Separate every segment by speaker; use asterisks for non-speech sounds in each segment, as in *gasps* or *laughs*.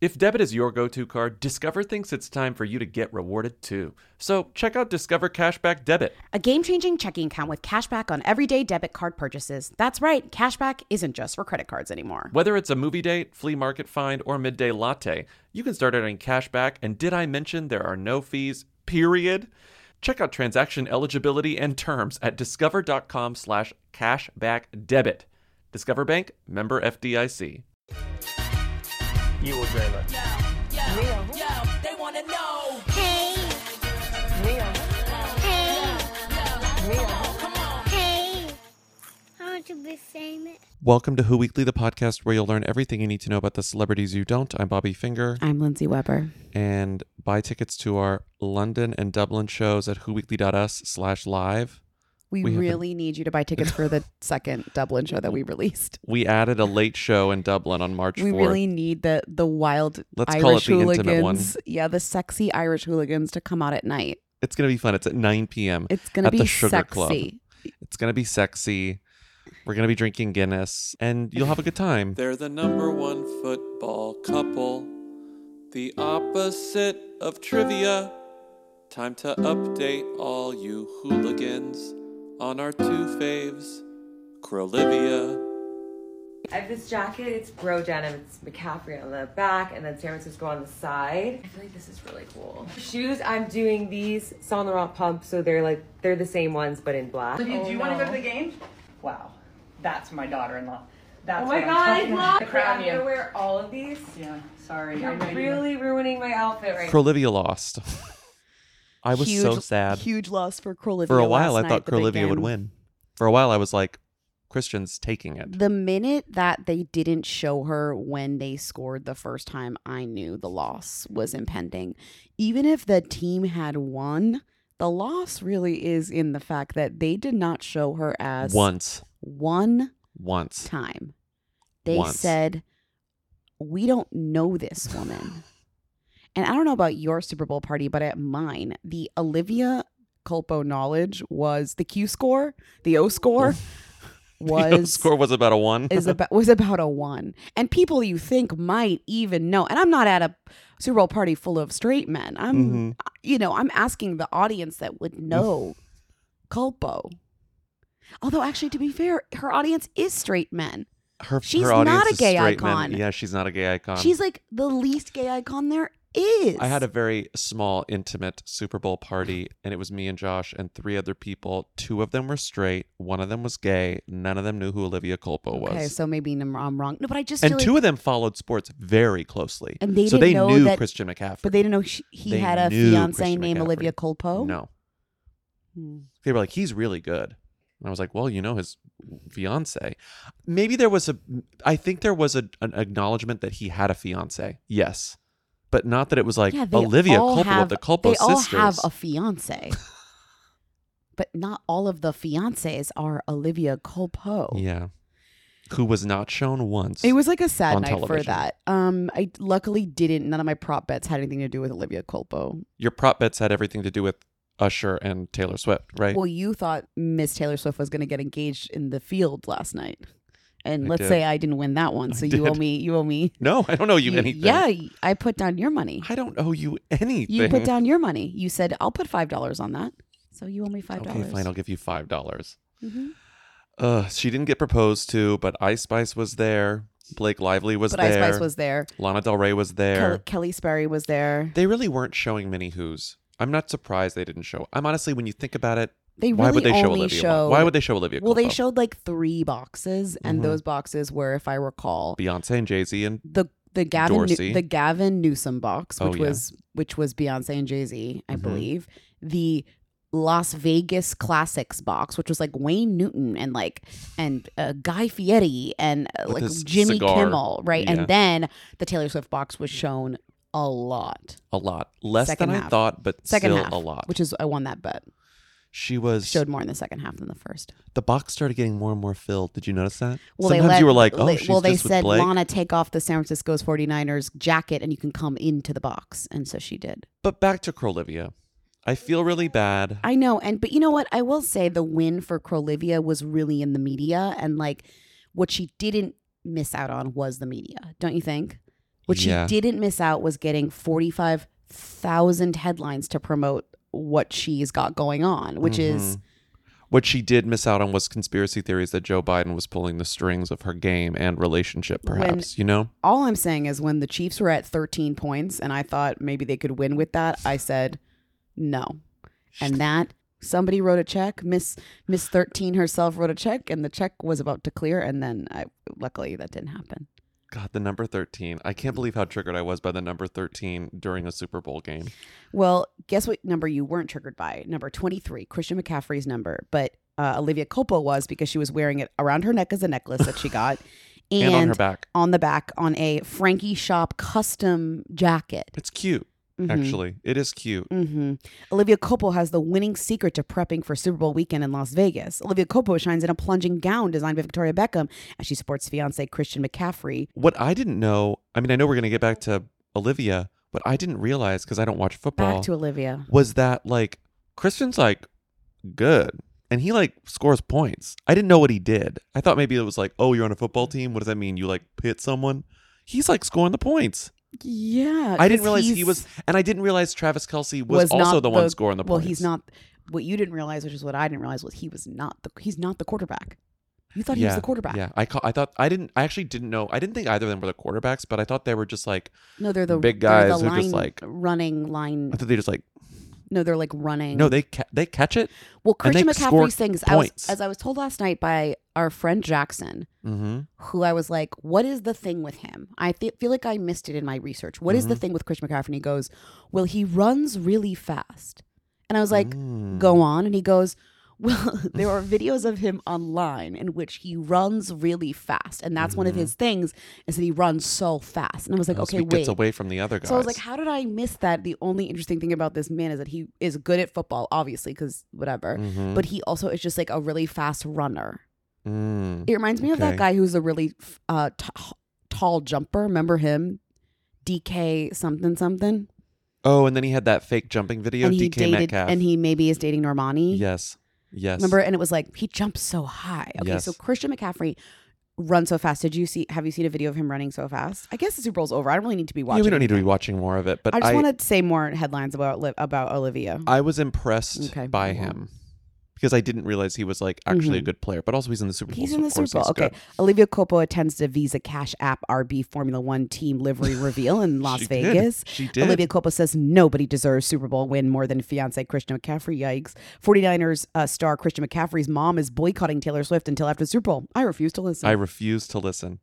Speaker 1: If debit is your go to card, Discover thinks it's time for you to get rewarded too. So check out Discover Cashback Debit.
Speaker 2: A game changing checking account with cashback on everyday debit card purchases. That's right, cashback isn't just for credit cards anymore.
Speaker 1: Whether it's a movie date, flea market find, or midday latte, you can start earning cashback. And did I mention there are no fees? Period. Check out transaction eligibility and terms at discover.com slash cashback debit. Discover Bank, member FDIC.
Speaker 3: You will dream it.
Speaker 4: They wanna know.
Speaker 5: Hey, hey, hey. I want to be famous.
Speaker 1: Welcome to Who Weekly, the podcast where you'll learn everything you need to know about the celebrities you don't. I'm Bobby Finger.
Speaker 2: I'm Lindsay Weber.
Speaker 1: and buy tickets to our London and Dublin shows at whoweekly.us slash live.
Speaker 2: We,
Speaker 1: We have been-
Speaker 2: really need you to buy tickets for *laughs* the second Dublin show that we released.
Speaker 1: We added a late show in Dublin on March
Speaker 2: We
Speaker 1: 4th.
Speaker 2: really need the the wild
Speaker 1: Let's
Speaker 2: Irish
Speaker 1: call it the intimate one.
Speaker 2: hooligans. Yeah, the sexy Irish hooligans to come out at night.
Speaker 1: It's going to be fun. It's at 9 p.m.
Speaker 2: It's gonna
Speaker 1: At the
Speaker 2: be
Speaker 1: Sugar
Speaker 2: sexy.
Speaker 1: Club. It's going to be sexy. We're going to be drinking Guinness and you'll have a good time.
Speaker 6: They're the number one football couple, the opposite of trivia. Time to update all you hooligans on our two faves, Crolivia.
Speaker 7: I have this jacket. It's bro denim. It's McCaffrey on the back, and then San Francisco on the side. I feel like this is really cool. Shoes. I'm doing these Saint Laurent pumps, so they're like they're the same ones but in black.
Speaker 8: Do you, do you want to go to the game? Wow, that's my daughter-in-law. That's
Speaker 7: Oh my
Speaker 8: what
Speaker 7: god,
Speaker 8: I'm
Speaker 7: I
Speaker 8: talking
Speaker 7: love
Speaker 8: about. Crown
Speaker 7: I'm gonna
Speaker 8: you.
Speaker 7: wear all of these.
Speaker 8: Yeah, sorry.
Speaker 7: You're
Speaker 8: I know you-
Speaker 7: really ruining my outfit right
Speaker 1: Crolivia lost. *laughs* I was so
Speaker 2: Huge-
Speaker 1: sad.
Speaker 2: Huge loss for Crolivia.
Speaker 1: For a while,
Speaker 2: last
Speaker 1: I thought
Speaker 2: night, the big
Speaker 1: Crolivia would
Speaker 2: game.
Speaker 1: win. For a while, I was like, Christian's taking it.
Speaker 2: The minute that they didn't show her when they scored the first time, I knew the loss was impending. Even if the team had won, the loss really is in the fact that they did not show her as
Speaker 1: Once.
Speaker 2: one
Speaker 1: Once.
Speaker 2: time. They
Speaker 1: Once.
Speaker 2: said, We don't know this woman.
Speaker 1: *laughs*
Speaker 2: and I don't know about your Super Bowl party, but at mine, the Olivia Culpo knowledge was the Q score, the O score
Speaker 1: *laughs* The *laughs*
Speaker 2: was
Speaker 1: score was about a one. *laughs*
Speaker 2: is about was about a one, and people you think might even know. And I'm not at a Super Bowl party full of straight men. I'm,
Speaker 1: Mhm.
Speaker 2: you know, I'm asking the audience that would know Culpo. Although, actually, to be fair, her audience is straight men.
Speaker 1: her,
Speaker 2: she's
Speaker 1: her
Speaker 2: not
Speaker 1: audience
Speaker 2: a
Speaker 1: is
Speaker 2: gay
Speaker 1: straight men.
Speaker 2: icon.
Speaker 1: Yeah, she's not a gay icon.
Speaker 2: She's like the least gay icon there is.
Speaker 1: Um, I had a very small, intimate Super Bowl party, and it was me and Josh and three other people. Two of them were straight, one of them was gay. None of them knew who Olivia Culpo was.
Speaker 2: okay, so maybe I'm I'm wrong. No, but I just
Speaker 1: and
Speaker 2: feel
Speaker 1: two
Speaker 2: like,
Speaker 1: of them followed sports very closely,
Speaker 2: And they
Speaker 1: so
Speaker 2: didn't
Speaker 1: they
Speaker 2: know
Speaker 1: knew
Speaker 2: that-
Speaker 1: Christian McCaffrey.
Speaker 2: but they didn't know she, he
Speaker 1: They
Speaker 2: had a
Speaker 1: knew
Speaker 2: fiance
Speaker 1: Christian
Speaker 2: named
Speaker 1: McCaffrey.
Speaker 2: Olivia Culpo.
Speaker 1: No,
Speaker 2: Hmm.
Speaker 1: they were like, "He's really good," and I was like, "Well, you know his fiance." Maybe there was a. I think there was a, an acknowledgement that he had a fiance. Yes, but not that it was like
Speaker 2: yeah, they
Speaker 1: Olivia
Speaker 2: all
Speaker 1: Culpo
Speaker 2: have,
Speaker 1: of the Culpo
Speaker 2: they
Speaker 1: sisters.
Speaker 2: all have a fiance, *laughs* but not all of the fiancés are Olivia Culpo.
Speaker 1: Yeah. Who was not shown once.
Speaker 2: It was like a sad
Speaker 1: On
Speaker 2: night for
Speaker 1: television.
Speaker 2: that. Um, I luckily didn't. None of my prop bets had anything to do with Olivia Culpo.
Speaker 1: Your prop bets had everything to do with Usher and Taylor Swift, right?
Speaker 2: Well, you thought Miss Taylor Swift was going to get engaged in the field last night, and
Speaker 1: I
Speaker 2: let's
Speaker 1: did.
Speaker 2: say I didn't win that one, so you owe
Speaker 1: did.
Speaker 2: me. You owe me.
Speaker 1: no, I don't owe *laughs* you
Speaker 2: y-
Speaker 1: anything.
Speaker 2: Yeah, I put down your money.
Speaker 1: I don't owe you anything.
Speaker 2: You put down your money. You said I'll put five dollars on that, so you owe me five
Speaker 1: Okay,
Speaker 2: dollars.
Speaker 1: fine. I'll give you five dollars.
Speaker 2: Mhm.
Speaker 1: Ugh, she didn't get proposed to, but Ice Spice was there. Blake Lively was
Speaker 2: But Ice
Speaker 1: there.
Speaker 2: Spice was there.
Speaker 1: Lana Del Rey was there.
Speaker 2: Kelly, Kelly Sperry was there.
Speaker 1: They really weren't showing many who's. I'm not surprised they didn't show. I'm honestly, when you think about it,
Speaker 2: They really
Speaker 1: why would they show
Speaker 2: only
Speaker 1: Olivia? Wilde?
Speaker 2: showed.
Speaker 1: Why would they show Olivia?
Speaker 2: Well, they
Speaker 1: Culpo?
Speaker 2: showed like three boxes, and
Speaker 1: Mhm.
Speaker 2: those boxes were, if I recall,
Speaker 1: Beyonce and Jay Z and
Speaker 2: the the Gavin
Speaker 1: Dorsey.
Speaker 2: Nu- the Gavin Newsom box,
Speaker 1: Oh,
Speaker 2: which
Speaker 1: yeah.
Speaker 2: was which was Beyonce and Jay Z, I
Speaker 1: Mhm.
Speaker 2: believe. The Las Vegas Classics box, which was like Wayne Newton and like and uh, Guy Fieri and uh,
Speaker 1: With
Speaker 2: like
Speaker 1: his
Speaker 2: Jimmy
Speaker 1: cigar.
Speaker 2: Kimmel, right?
Speaker 1: Yeah.
Speaker 2: And then the Taylor Swift box was shown a lot,
Speaker 1: a lot less
Speaker 2: Second
Speaker 1: than I
Speaker 2: half.
Speaker 1: thought, but
Speaker 2: second
Speaker 1: still
Speaker 2: half,
Speaker 1: a lot.
Speaker 2: which is I won that bet.
Speaker 1: she was
Speaker 2: Showed more in the second half than the first.
Speaker 1: the box started getting more and more filled. Did you notice that?
Speaker 2: Well,
Speaker 1: Sometimes
Speaker 2: they let,
Speaker 1: you were like,
Speaker 2: le-
Speaker 1: "Oh, she's
Speaker 2: well, they
Speaker 1: just
Speaker 2: said
Speaker 1: with Blake."
Speaker 2: Lana take off the San Francisco's 49ers jacket and you can come into the box, and so she did.
Speaker 1: But back to Crolivia, I feel really bad.
Speaker 2: I know, and but you know what? I will say the win for Crolivia was really in the media, and like what she didn't miss out on was the media, don't you think? What
Speaker 1: Yeah.
Speaker 2: she didn't miss out was getting 45,000 headlines to promote what she's got going on, which
Speaker 1: Mm-hmm.
Speaker 2: is
Speaker 1: What she did miss out on was conspiracy theories that Joe Biden was pulling the strings of her game and relationship,
Speaker 2: When-
Speaker 1: perhaps, you know?
Speaker 2: all I'm saying is when the Chiefs were at 13 points and I thought maybe they could win with that, I said no. And that somebody wrote a check, Miss Miss 13 herself wrote a check and the check was about to clear and then I luckily that didn't happen.
Speaker 1: God, the number 13. I can't believe how triggered I was by the number 13 during a Super Bowl game.
Speaker 2: Well, guess what number you weren't triggered by? Number 23, Christian McCaffrey's number, but uh, Olivia Coppola was because she was wearing it around her neck as a necklace that she got and,
Speaker 1: *laughs* And, on her back.
Speaker 2: on the back on a Frankie Shop custom jacket.
Speaker 1: It's cute,
Speaker 2: Mhm.
Speaker 1: actually. It is cute.
Speaker 2: hmm Olivia Coppola has the winning secret to prepping for Super Bowl weekend in Las Vegas. Olivia Coppola shines in a plunging gown designed by Victoria Beckham as she supports fiance Christian McCaffrey.
Speaker 1: What I didn't know, I mean, I know we're going to get back to Olivia, but I didn't realize because I don't watch
Speaker 2: Back
Speaker 1: football,
Speaker 2: to Olivia.
Speaker 1: was that like Christian's like good and he like scores points. I didn't know what he did. I thought maybe it was like, oh, you're on a football team. What does that mean? You like hit someone? He's like scoring the points.
Speaker 2: Yeah,
Speaker 1: I didn't realize he was, and I didn't realize Travis Kelsey was, also the, one scoring the
Speaker 2: well,
Speaker 1: points.
Speaker 2: he's not. What you didn't realize, which is what I didn't realize, was he was not the. He's not the quarterback. You thought he was the quarterback.
Speaker 1: Yeah, I ca- I thought I didn't. I actually didn't know. I didn't think either of them were the quarterbacks, but I thought they were just like.
Speaker 2: No, they're the
Speaker 1: Big
Speaker 2: they're
Speaker 1: guys
Speaker 2: the
Speaker 1: who
Speaker 2: line-
Speaker 1: just, like-
Speaker 2: running line.
Speaker 1: I thought they just like
Speaker 2: No, they're like running.
Speaker 1: no, they ca- they catch it.
Speaker 2: well,
Speaker 1: and they
Speaker 2: Christian
Speaker 1: score
Speaker 2: McCaffrey sings. I was,
Speaker 1: points.
Speaker 2: as I was told last night by our friend Jackson.
Speaker 1: Mm-hmm.
Speaker 2: who I was like, what is the thing with him? I fe- feel like I missed it in my research. What
Speaker 1: Mm-hmm.
Speaker 2: is the thing with Christian McCaffrey? And he goes, well, he runs really fast. And I was like,
Speaker 1: Mm.
Speaker 2: go on. And he goes, *laughs* well, there are videos of him online in which he runs really fast. And that's one of his
Speaker 1: Mm-hmm.
Speaker 2: things is that he runs so fast. And I was like, okay,
Speaker 1: he
Speaker 2: wait.
Speaker 1: gets away from the other guys.
Speaker 2: So I was like, how did I miss that? The only interesting thing about this man is that he is good at football, obviously, because whatever.
Speaker 1: Mhm.
Speaker 2: But he also is just like a really fast runner.
Speaker 1: Mm.
Speaker 2: It reminds me of that
Speaker 1: Okay.
Speaker 2: guy who's a really f- uh, t- tall jumper. Remember him? DK something something.
Speaker 1: oh, and then he had that fake jumping video.
Speaker 2: and
Speaker 1: DK
Speaker 2: he dated,
Speaker 1: Metcalf.
Speaker 2: and he maybe is dating Normani.
Speaker 1: yes, yes.
Speaker 2: Remember? And it was like he jumps so high. Okay, so
Speaker 1: Yes.
Speaker 2: Christian McCaffrey runs so fast. Did you see? Have you seen a video of him running so fast? I guess the Super Bowl's over. I don't really need to be
Speaker 1: Yeah,
Speaker 2: watching.
Speaker 1: we don't need to be
Speaker 2: anything.
Speaker 1: watching more of it, but
Speaker 2: I just
Speaker 1: I
Speaker 2: want to say more headlines about Li- about Olivia.
Speaker 1: I was impressed
Speaker 2: Okay, Mm-hmm.
Speaker 1: by
Speaker 2: well.
Speaker 1: him because I didn't realize he was like actually a good player, but also he's in the Super Bowl.
Speaker 2: He's
Speaker 1: so
Speaker 2: in the
Speaker 1: of course
Speaker 2: Super Bowl.
Speaker 1: he's
Speaker 2: Okay.
Speaker 1: good.
Speaker 2: Olivia Coppola attends the Visa Cash App RB Formula One team livery reveal in Las
Speaker 1: *laughs* She did.
Speaker 2: Vegas.
Speaker 1: She did.
Speaker 2: Olivia Coppola says nobody deserves Super Bowl win more than fiance Christian McCaffrey. Yikes. 49ers uh, star Christian McCaffrey's mom is boycotting Taylor Swift until after the Super Bowl. I refuse to listen.
Speaker 1: I refuse to listen.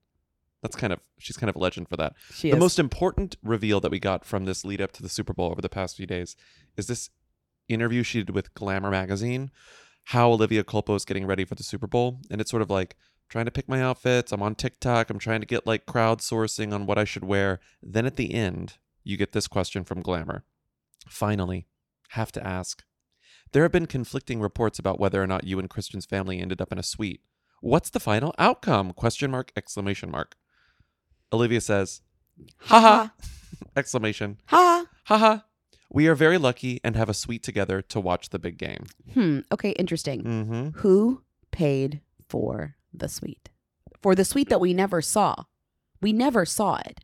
Speaker 1: That's kind of she's kind of a legend for that.
Speaker 2: she
Speaker 1: the
Speaker 2: is.
Speaker 1: most important reveal that we got from this lead up to the Super Bowl over the past few days is this interview she did with Glamour magazine, how Olivia Culpo is getting ready for the Super Bowl, and it's sort of like trying to pick my outfits. I'm on TikTok. I'm trying to get like crowdsourcing on what I should wear. Then at the end, you get this question from Glamour. Finally, have to ask. There have been conflicting reports about whether or not you and Christian's family ended up in a suite. What's the final outcome? Question mark, exclamation mark. Olivia says, Ha ha! *laughs* Exclamation.
Speaker 2: ha.
Speaker 1: Ha ha! We are very lucky and have a suite together to watch the big game.
Speaker 2: Hmm. Okay. Interesting.
Speaker 1: Mm-hmm.
Speaker 2: Who paid for the suite? For the suite that we never saw. We never saw it.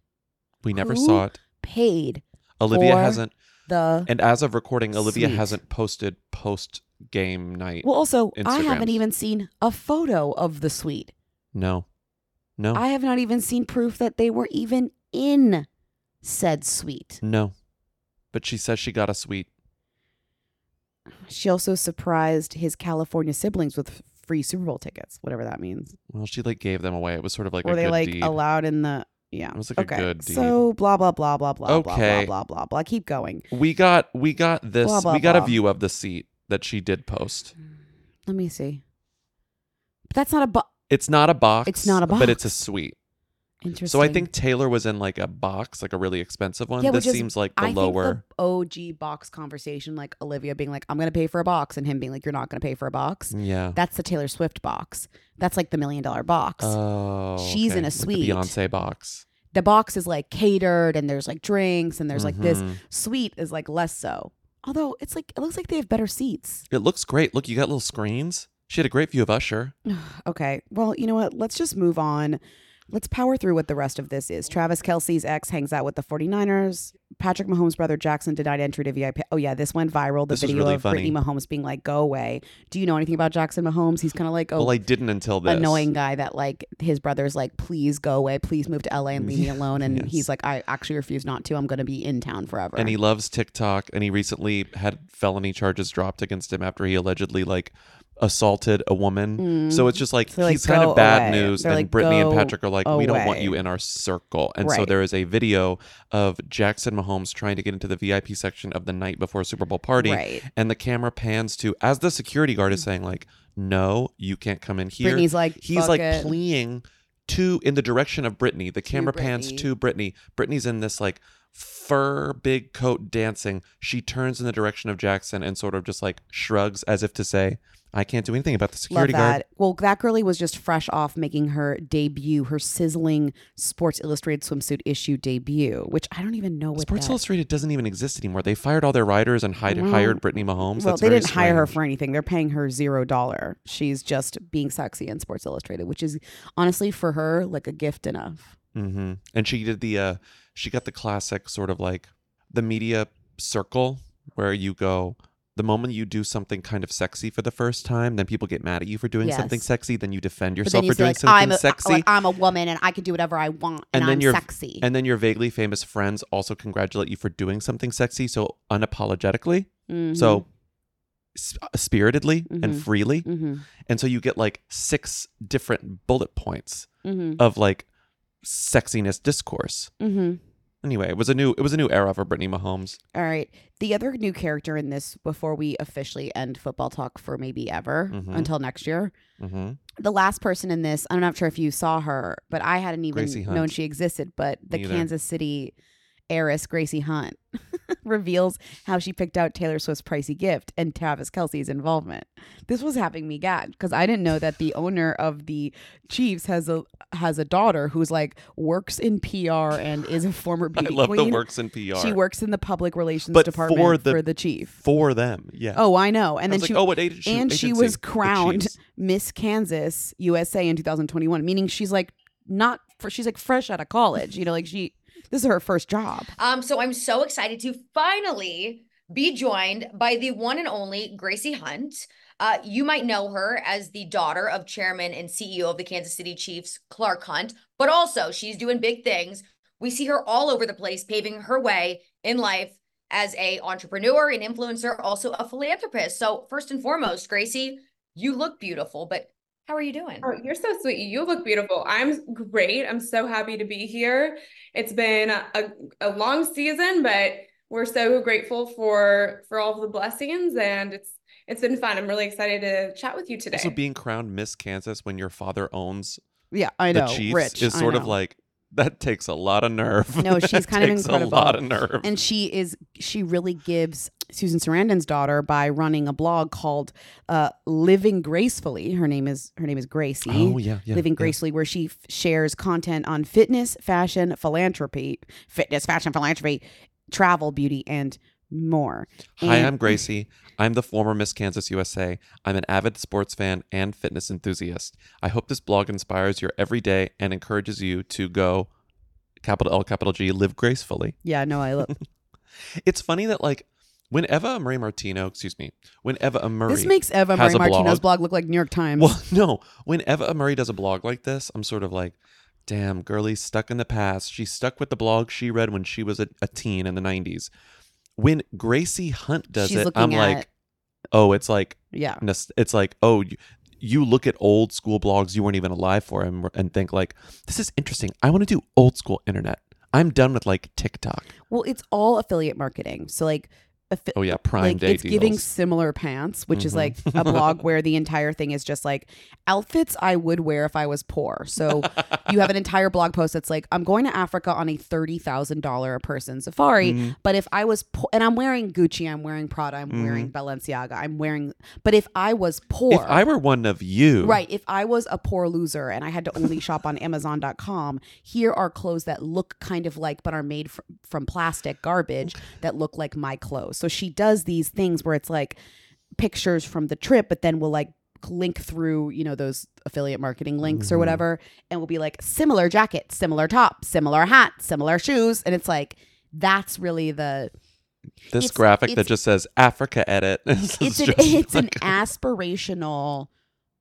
Speaker 1: We never
Speaker 2: Who?
Speaker 1: saw it.
Speaker 2: Paid
Speaker 1: Olivia
Speaker 2: For-
Speaker 1: hasn't,
Speaker 2: the.
Speaker 1: and as of recording, Olivia
Speaker 2: Sweet.
Speaker 1: hasn't posted post game night.
Speaker 2: well, also, I
Speaker 1: Instagrams.
Speaker 2: haven't even seen a photo of the suite.
Speaker 1: no, no,
Speaker 2: I have not even seen proof that they were even in said suite.
Speaker 1: no. But she says she got a suite.
Speaker 2: She also surprised his California siblings with free Super Bowl tickets, whatever that means.
Speaker 1: Well, she like gave them away. It was sort of like
Speaker 2: Were
Speaker 1: a
Speaker 2: they
Speaker 1: good
Speaker 2: like
Speaker 1: deed.
Speaker 2: allowed in the yeah?
Speaker 1: It was like a good deed.
Speaker 2: So blah blah blah blah blah blah
Speaker 1: Okay.
Speaker 2: blah blah blah. Keep going.
Speaker 1: we got we got this.
Speaker 2: Blah, blah,
Speaker 1: we got a
Speaker 2: blah.
Speaker 1: view of the seat that she did post.
Speaker 2: Let me see. But that's not a bu-
Speaker 1: It's not a box.
Speaker 2: It's not a
Speaker 1: but it's a
Speaker 2: box.
Speaker 1: suite.
Speaker 2: interesting.
Speaker 1: So I think Taylor was in like a box, like a really expensive one.
Speaker 2: Yeah,
Speaker 1: this
Speaker 2: which is-
Speaker 1: seems like the
Speaker 2: I
Speaker 1: lower.
Speaker 2: think the OG box conversation, like Olivia being like, "I'm gonna pay for a box," and him being like, "You're not gonna pay for a box."
Speaker 1: yeah.
Speaker 2: That's the Taylor Swift box. That's like the million dollar box.
Speaker 1: oh,
Speaker 2: She's in a
Speaker 1: Like the
Speaker 2: suite.
Speaker 1: Beyonce box.
Speaker 2: the box is like catered and there's like drinks and there's like this
Speaker 1: Mhm.
Speaker 2: suite is like less so although it's like it looks like they have better seats
Speaker 1: It looks great. Look, you got
Speaker 2: Oh.
Speaker 1: little screens. She had a great view of Usher.
Speaker 2: okay well you know what let's just move on Let's power through what the rest of this is. Travis Kelsey's ex hangs out with the 49ers. Patrick Mahomes' brother Jackson denied entry to VIP. Oh, yeah, this went viral. The
Speaker 1: This was
Speaker 2: video
Speaker 1: really
Speaker 2: of
Speaker 1: funny.
Speaker 2: Brittany Mahomes being like, go away. Do you know anything about Jackson Mahomes? He's kind of like, oh,
Speaker 1: Well, I didn't until this.
Speaker 2: annoying guy that like his brother's like, please go away, please move to LA and
Speaker 1: *laughs*
Speaker 2: leave me alone. And he's like, I actually refuse not to. I'm gonna be in town forever.
Speaker 1: And he loves TikTok. And he recently had felony charges dropped against him after he allegedly like assaulted a woman. So it's just like
Speaker 2: So, Mm. like,
Speaker 1: he's kind
Speaker 2: go
Speaker 1: of bad
Speaker 2: away.
Speaker 1: news.
Speaker 2: They're
Speaker 1: and
Speaker 2: like,
Speaker 1: Brittany and
Speaker 2: "Go
Speaker 1: Patrick are like, we don't want
Speaker 2: away."
Speaker 1: you in our circle. And so
Speaker 2: Right.
Speaker 1: there is a video of Jackson Mahomes trying to get into the VIP section of the night before Super Bowl party.
Speaker 2: Right. Mm.
Speaker 1: And the camera pans to as the security guard is saying like, no, you can't come in here.
Speaker 2: Brittany's like,
Speaker 1: he's
Speaker 2: "Fuck
Speaker 1: like
Speaker 2: it."
Speaker 1: fleeing to in the direction of Brittany. The camera pans
Speaker 2: Brittany.
Speaker 1: to Brittany. Brittany's in this like fur big coat dancing. She turns in the direction of Jackson and sort of just like shrugs as if to say, I can't do anything about the
Speaker 2: Love
Speaker 1: security
Speaker 2: that.
Speaker 1: guard.
Speaker 2: Well, that girlie was just fresh off making her debut, her sizzling Sports Illustrated swimsuit issue debut, which I don't even know what
Speaker 1: Sports
Speaker 2: that- Mm-hmm.
Speaker 1: Illustrated doesn't even exist anymore. They fired all their writers and hired, hired Brittany Mahomes.
Speaker 2: Well,
Speaker 1: That's
Speaker 2: they
Speaker 1: very
Speaker 2: didn't hire her
Speaker 1: strange.
Speaker 2: for anything. They're paying her zero dollar. She's just being sexy in Sports Illustrated, which is honestly for her like a gift enough.
Speaker 1: hmm And she did the uh she got the classic sort of like the media circle where you go the moment you do something kind of sexy for the first time, then people get mad at you for doing something
Speaker 2: Yes.
Speaker 1: sexy. Then you defend
Speaker 2: But
Speaker 1: yourself
Speaker 2: then you
Speaker 1: for
Speaker 2: say
Speaker 1: doing
Speaker 2: like
Speaker 1: something
Speaker 2: I'm a,
Speaker 1: sexy.
Speaker 2: like, I'm a woman and I can do whatever I want and, I'm
Speaker 1: your
Speaker 2: sexy.
Speaker 1: and then your vaguely famous friends also congratulate you for doing something sexy so unapologetically,
Speaker 2: Mm-hmm.
Speaker 1: so s- uh, spiritedly and
Speaker 2: Mhm.
Speaker 1: freely,
Speaker 2: hmm
Speaker 1: and so you get like six different bullet points
Speaker 2: hmm
Speaker 1: of like sexiness discourse.
Speaker 2: hmm
Speaker 1: Anyway, it was a new it was a new era for Brittany Mahomes.
Speaker 2: All right. The other new character in this, before we officially end football talk for maybe ever
Speaker 1: Mhm.
Speaker 2: until next year,
Speaker 1: Mm-hmm.
Speaker 2: the last person in this, I'm not sure if you saw her, but I hadn't
Speaker 1: Gracie
Speaker 2: even
Speaker 1: Hunt.
Speaker 2: known she existed. But the
Speaker 1: Me either.
Speaker 2: Kansas City heiress, Gracie Hunt, *laughs* reveals how she picked out Taylor Swift's pricey gift and Travis Kelsey's involvement. This was having me gagged because I didn't know that the owner of the Chiefs has a has a daughter who's like works in PR and is a former
Speaker 1: *laughs* I
Speaker 2: beauty
Speaker 1: love
Speaker 2: queen.
Speaker 1: the works in PR.
Speaker 2: She works in the public relations
Speaker 1: But
Speaker 2: department
Speaker 1: for
Speaker 2: for
Speaker 1: the-
Speaker 2: the, chief.
Speaker 1: for them. Yeah.
Speaker 2: Oh, I know.
Speaker 1: I
Speaker 2: And then
Speaker 1: was like,
Speaker 2: she
Speaker 1: oh, what age- she-
Speaker 2: and she
Speaker 1: agency?
Speaker 2: was
Speaker 1: The
Speaker 2: crowned
Speaker 1: Chiefs.
Speaker 2: Miss Kansas USA in 2021, meaning she's like not fr- she's like fresh out of college. You know, like she this is her first job.
Speaker 9: Um, so I'm so excited to finally be joined by the one and only Gracie Hunt. Uh, you might know her as the daughter of chairman and CEO of the Kansas City Chiefs, Clark Hunt, but also she's doing big things. We see her all over the place, paving her way in life as a entrepreneur, an influencer, also a philanthropist. So first and foremost, Gracie, you look beautiful, but how are you doing?
Speaker 10: Oh, you're so sweet. You look beautiful. I'm great. I'm so happy to be here. It's been a, a long season, but we're so grateful for for all of the blessings and it's it's been fun. I'm really excited to chat with you today.
Speaker 1: Also, being crowned Miss Kansas when your father owns
Speaker 2: Yeah, I
Speaker 1: the
Speaker 2: know.
Speaker 1: Chiefs
Speaker 2: Rich
Speaker 1: is
Speaker 2: I
Speaker 1: sort of
Speaker 2: know.
Speaker 1: like that takes a lot of nerve. *laughs*
Speaker 2: No, she's
Speaker 1: That
Speaker 2: kind of
Speaker 1: takes
Speaker 2: incredible.
Speaker 1: A lot of nerve.
Speaker 2: and she is she really gives Susan Sarandon's daughter by running a blog called uh, Living Gracefully. Her name is her name is Gracie.
Speaker 1: Oh, yeah, yeah,
Speaker 2: Living
Speaker 1: yeah.
Speaker 2: Gracefully, where she f- shares content on fitness, fashion, philanthropy, fitness, fashion, philanthropy, travel, beauty, and more.
Speaker 1: Hi,
Speaker 2: And-
Speaker 1: I'm Gracie. I'm the former Miss Kansas USA. I'm an avid sports fan and fitness enthusiast. I hope this blog inspires your everyday and encourages you to go capital L capital G live gracefully.
Speaker 2: *laughs* yeah, no, I love
Speaker 1: It's funny that like when Eva Marie Martino, excuse me, when Eva Marie
Speaker 2: this makes Eva
Speaker 1: has
Speaker 2: Marie
Speaker 1: a
Speaker 2: Martino's
Speaker 1: blog.
Speaker 2: blog look like New York Times.
Speaker 1: *laughs* Well, no. When Eva Murray does a blog like this, I'm sort of like, damn, girlie's stuck in the past. She's stuck with the blog she read when she was a, a teen in the 90s. When Gracie Hunt does
Speaker 2: She's
Speaker 1: it,
Speaker 2: looking
Speaker 1: I'm
Speaker 2: at-
Speaker 1: like, oh, it's like,
Speaker 2: yeah,
Speaker 1: nos- it's like, oh, you, you look at old school blogs you weren't even alive for and, and think like, this is interesting. I want to do old school internet. I'm done with like TikTok.
Speaker 2: well, it's all affiliate marketing. So like. affi-
Speaker 1: Oh yeah, Prime
Speaker 2: like
Speaker 1: Day
Speaker 2: it's giving
Speaker 1: deals.
Speaker 2: similar pants which
Speaker 1: Mhm.
Speaker 2: is like
Speaker 1: *laughs*
Speaker 2: a blog where the entire thing is just like outfits i would wear if i was poor
Speaker 1: *laughs*
Speaker 2: so you have an entire blog post that's like i'm going to africa on a $30000 a person safari
Speaker 1: Mm-hmm.
Speaker 2: but if i was poor and i'm wearing gucci i'm wearing prada i'm wearing balenciaga i'm wearing but if i was poor
Speaker 1: Mm-hmm. if I were one of you,
Speaker 2: Right. If I was a poor loser and I had to
Speaker 1: *laughs*
Speaker 2: only shop on Amazon.com, here are clothes that look kind of like, but are made fr- from plastic garbage that look like my clothes. So she does these things where it's like pictures from the trip, but then we'll like link through, you know, those affiliate marketing links
Speaker 1: Mm-hmm.
Speaker 2: or
Speaker 11: Mhm.
Speaker 2: whatever, and will be like similar jacket, similar top, similar hat, similar shoes, and it's like that's really the
Speaker 1: This
Speaker 2: It's-
Speaker 1: graphic that
Speaker 2: it's-
Speaker 1: just says Africa edit. *laughs* This
Speaker 2: it's
Speaker 1: is
Speaker 2: an *laughs*
Speaker 1: just
Speaker 2: it's an
Speaker 1: like-
Speaker 2: aspirational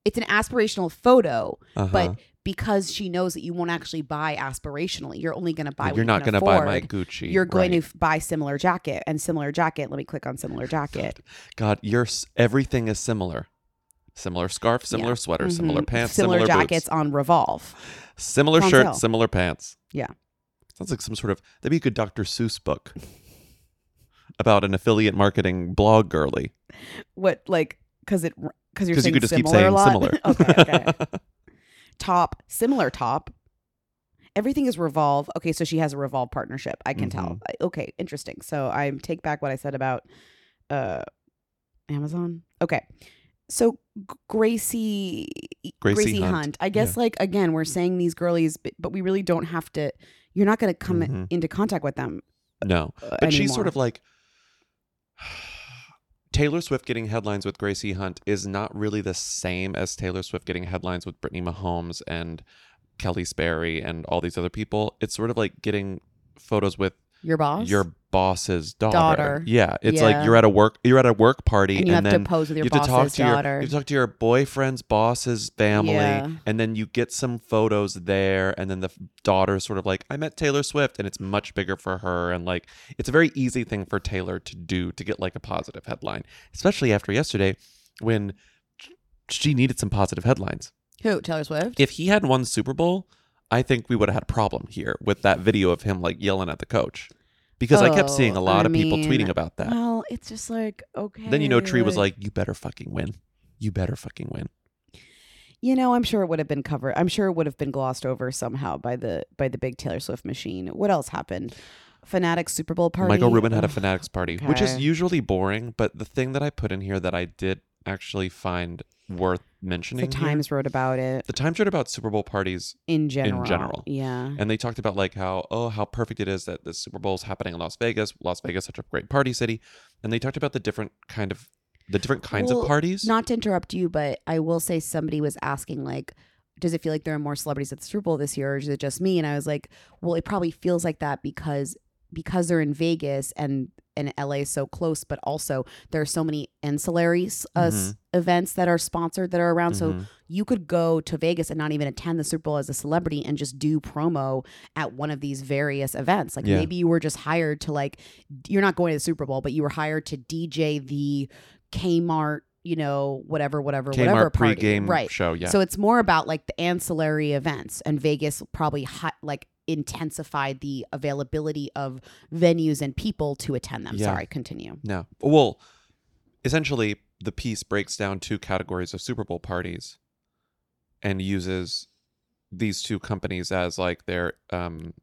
Speaker 2: it's an aspirational photo,
Speaker 1: Uh-huh.
Speaker 2: but because she knows that you won't actually buy aspirationally, you're only going to buy.
Speaker 1: You're
Speaker 2: what you
Speaker 1: not
Speaker 2: can
Speaker 1: gonna buy my
Speaker 2: afford.
Speaker 1: Gucci,
Speaker 2: You're going
Speaker 1: right.
Speaker 2: to f- buy similar jacket and similar jacket. Let me click on
Speaker 1: *laughs*
Speaker 2: similar jacket.
Speaker 1: God, your s- everything is similar. Similar scarf, similar sweater, similar
Speaker 2: Mhm.
Speaker 1: pants,
Speaker 2: similar,
Speaker 1: similar,
Speaker 2: jackets
Speaker 1: boots,
Speaker 2: on Revolve.
Speaker 1: similar
Speaker 2: on
Speaker 1: shirt,
Speaker 2: sale.
Speaker 1: similar pants.
Speaker 2: Yeah.
Speaker 1: Sounds like some sort of that'd be a good Dr.
Speaker 2: *laughs*
Speaker 1: Seuss book about an affiliate marketing blog girly.
Speaker 2: What like because it because you're
Speaker 1: 'Cause you
Speaker 2: saying
Speaker 1: could just keep
Speaker 2: similar
Speaker 1: saying
Speaker 2: a lot?
Speaker 1: similar.
Speaker 2: *laughs* okay, okay. top, similar top. Everything is Revolve. Okay, so she has a Revolve partnership. I can
Speaker 1: Mm-hmm.
Speaker 2: tell. I- Okay, interesting. So I take back what I said about uh Amazon. Okay. So G- Gracie
Speaker 11: Gracie Hunt.
Speaker 2: Hunt. I guess like again, we're saying these girlies but, but we really don't have to you're not going to come
Speaker 1: Mhm.
Speaker 2: into contact with them.
Speaker 1: *laughs* No.
Speaker 2: uh,
Speaker 1: But she's sort
Speaker 2: anymore.
Speaker 1: of like *sighs* Taylor Swift getting headlines with Gracie Hunt is not really the same as Taylor Swift getting headlines with Brittany Mahomes and Kelly Sperry and all these other people. It's sort of like getting photos with
Speaker 2: Your boss?
Speaker 1: your boss's daughter.
Speaker 2: Daughter.
Speaker 1: Yeah, it's
Speaker 2: Yeah.
Speaker 1: like you're at a work you're at a work party
Speaker 2: And
Speaker 1: and,
Speaker 2: you have to
Speaker 1: then
Speaker 2: pose with your
Speaker 1: you have to talk
Speaker 2: boss's
Speaker 1: to your-
Speaker 2: daughter.
Speaker 1: you have to talk to your boyfriend's boss's family
Speaker 2: Yeah.
Speaker 1: and then you get some photos there and then the f- daughter's sort of like I met Taylor Swift and it's much bigger for her and like it's a very easy thing for Taylor to do to get like a positive headline, especially after yesterday when she needed some positive headlines.
Speaker 2: Who? Taylor Swift?
Speaker 1: If he had won the Super Bowl, I think we would have had a problem here with that video of him like yelling at the coach. Because I kept
Speaker 2: Oh,
Speaker 1: seeing a
Speaker 2: I
Speaker 1: lot of people
Speaker 2: mean,
Speaker 1: tweeting about that.
Speaker 2: Well, it's just like okay.
Speaker 1: then you know Tree was like, "You better fucking win. You better fucking win."
Speaker 2: You know, I'm sure it would have been covered. I'm sure it would have been glossed over somehow by the by the big Taylor Swift machine. What else happened? Fanatic Super Bowl party.
Speaker 1: Michael Rubin had a
Speaker 2: Ugh,
Speaker 1: Fanatics party, which is
Speaker 2: okay.
Speaker 1: usually boring, but the thing that I put in here that I did actually find worth mentioning.
Speaker 2: The
Speaker 1: here-
Speaker 2: Times wrote about it.
Speaker 1: The Times wrote about Super Bowl parties
Speaker 2: In general,
Speaker 1: In general,
Speaker 2: yeah.
Speaker 1: And they talked about like how oh how perfect it is that the Super Bowl is happening in Las Vegas. Las Vegas, such a great party city, and they talked about the different kind of the different kinds
Speaker 2: Well,
Speaker 1: of parties.
Speaker 2: Not to interrupt you, but I will say somebody was asking like, does it feel like there are more celebrities at the Super Bowl this year, or is it just me? And I was like, well, it probably feels like that because because they're in Vegas and and LA is so close, but also there are so many ancillary s- uh, s-
Speaker 11: Mhm.
Speaker 1: Mm-hmm.
Speaker 2: events that are sponsored that are around. So
Speaker 11: Mhm.
Speaker 2: you could go to Vegas and not even attend the Super Bowl as a celebrity and just do promo at one of these various events. Like
Speaker 11: Yeah.
Speaker 2: maybe you were just hired to like you're not going to the Super Bowl, but you were hired to DJ the Kmart, you know, whatever, whatever,
Speaker 1: Kmart
Speaker 2: whatever party.
Speaker 1: pregame
Speaker 2: right.
Speaker 1: show, yeah.
Speaker 2: So it's more about like the ancillary events, and Vegas probably hi- like intensified the availability of venues and people to attend them.
Speaker 1: Yeah.
Speaker 2: Sorry, continue.
Speaker 1: No. Well, essentially, the piece breaks down two categories of Super Bowl parties and uses these two companies as like their um,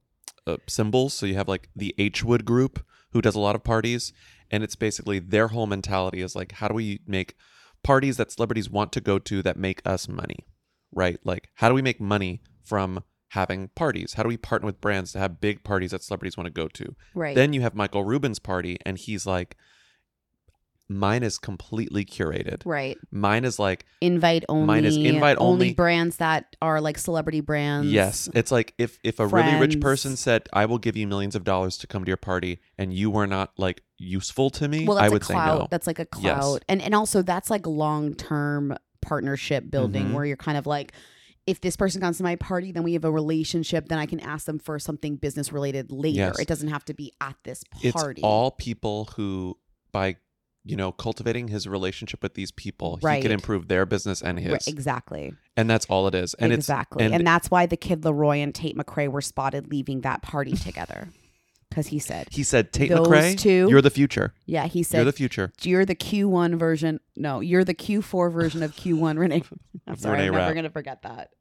Speaker 1: uh, symbols. So you have like the H Wood group who does a lot of parties, and it's basically their whole mentality is like, how do we make parties that celebrities want to go to that make us money, right? Like, how do we make money from having parties? How do we partner with brands to have big parties that celebrities want to go to?
Speaker 11: Right.
Speaker 1: Then you have Michael Rubin's party, and he's like, mine is completely curated.
Speaker 2: Right.
Speaker 1: Mine is like
Speaker 2: Invite only.
Speaker 1: Mine is invite only.
Speaker 2: brands that are like celebrity brands.
Speaker 1: Yes, it's like if if a really rich
Speaker 2: friends.
Speaker 1: person said, "I will give you millions of dollars to come to your party," and you were not like useful to me,
Speaker 2: Well, that's
Speaker 1: I
Speaker 2: a
Speaker 1: would say
Speaker 2: clout.
Speaker 1: no.
Speaker 2: That's like a
Speaker 1: Yes.
Speaker 2: clout, and and also that's like long term partnership building
Speaker 1: Mhm.
Speaker 2: where you're kind of like, if this person comes to my party, then we have a relationship. Then I can ask them for something business related later.
Speaker 1: Yes.
Speaker 2: It doesn't have to be at this
Speaker 1: it's
Speaker 2: party.
Speaker 1: all people who by you know cultivating his relationship with these people, he
Speaker 2: Right.
Speaker 1: can improve their business and his
Speaker 2: Right, exactly.
Speaker 1: And that's all it is. And it's-
Speaker 2: exactly,
Speaker 1: and
Speaker 2: and that's why the kid Leroy and Tate McRae were spotted leaving that party
Speaker 1: *laughs*
Speaker 2: together, because he said
Speaker 1: He said, Tate
Speaker 2: "Those
Speaker 1: McRae,
Speaker 2: two-
Speaker 1: you're the future.
Speaker 2: Yeah, he said
Speaker 1: You're the future.
Speaker 2: You're the Q1 version. No, you're the Q4 version of Q1 Renee.
Speaker 1: *laughs*
Speaker 2: I'm sorry,
Speaker 1: Renee
Speaker 2: I'm never
Speaker 1: Rapp.
Speaker 2: gonna forget that.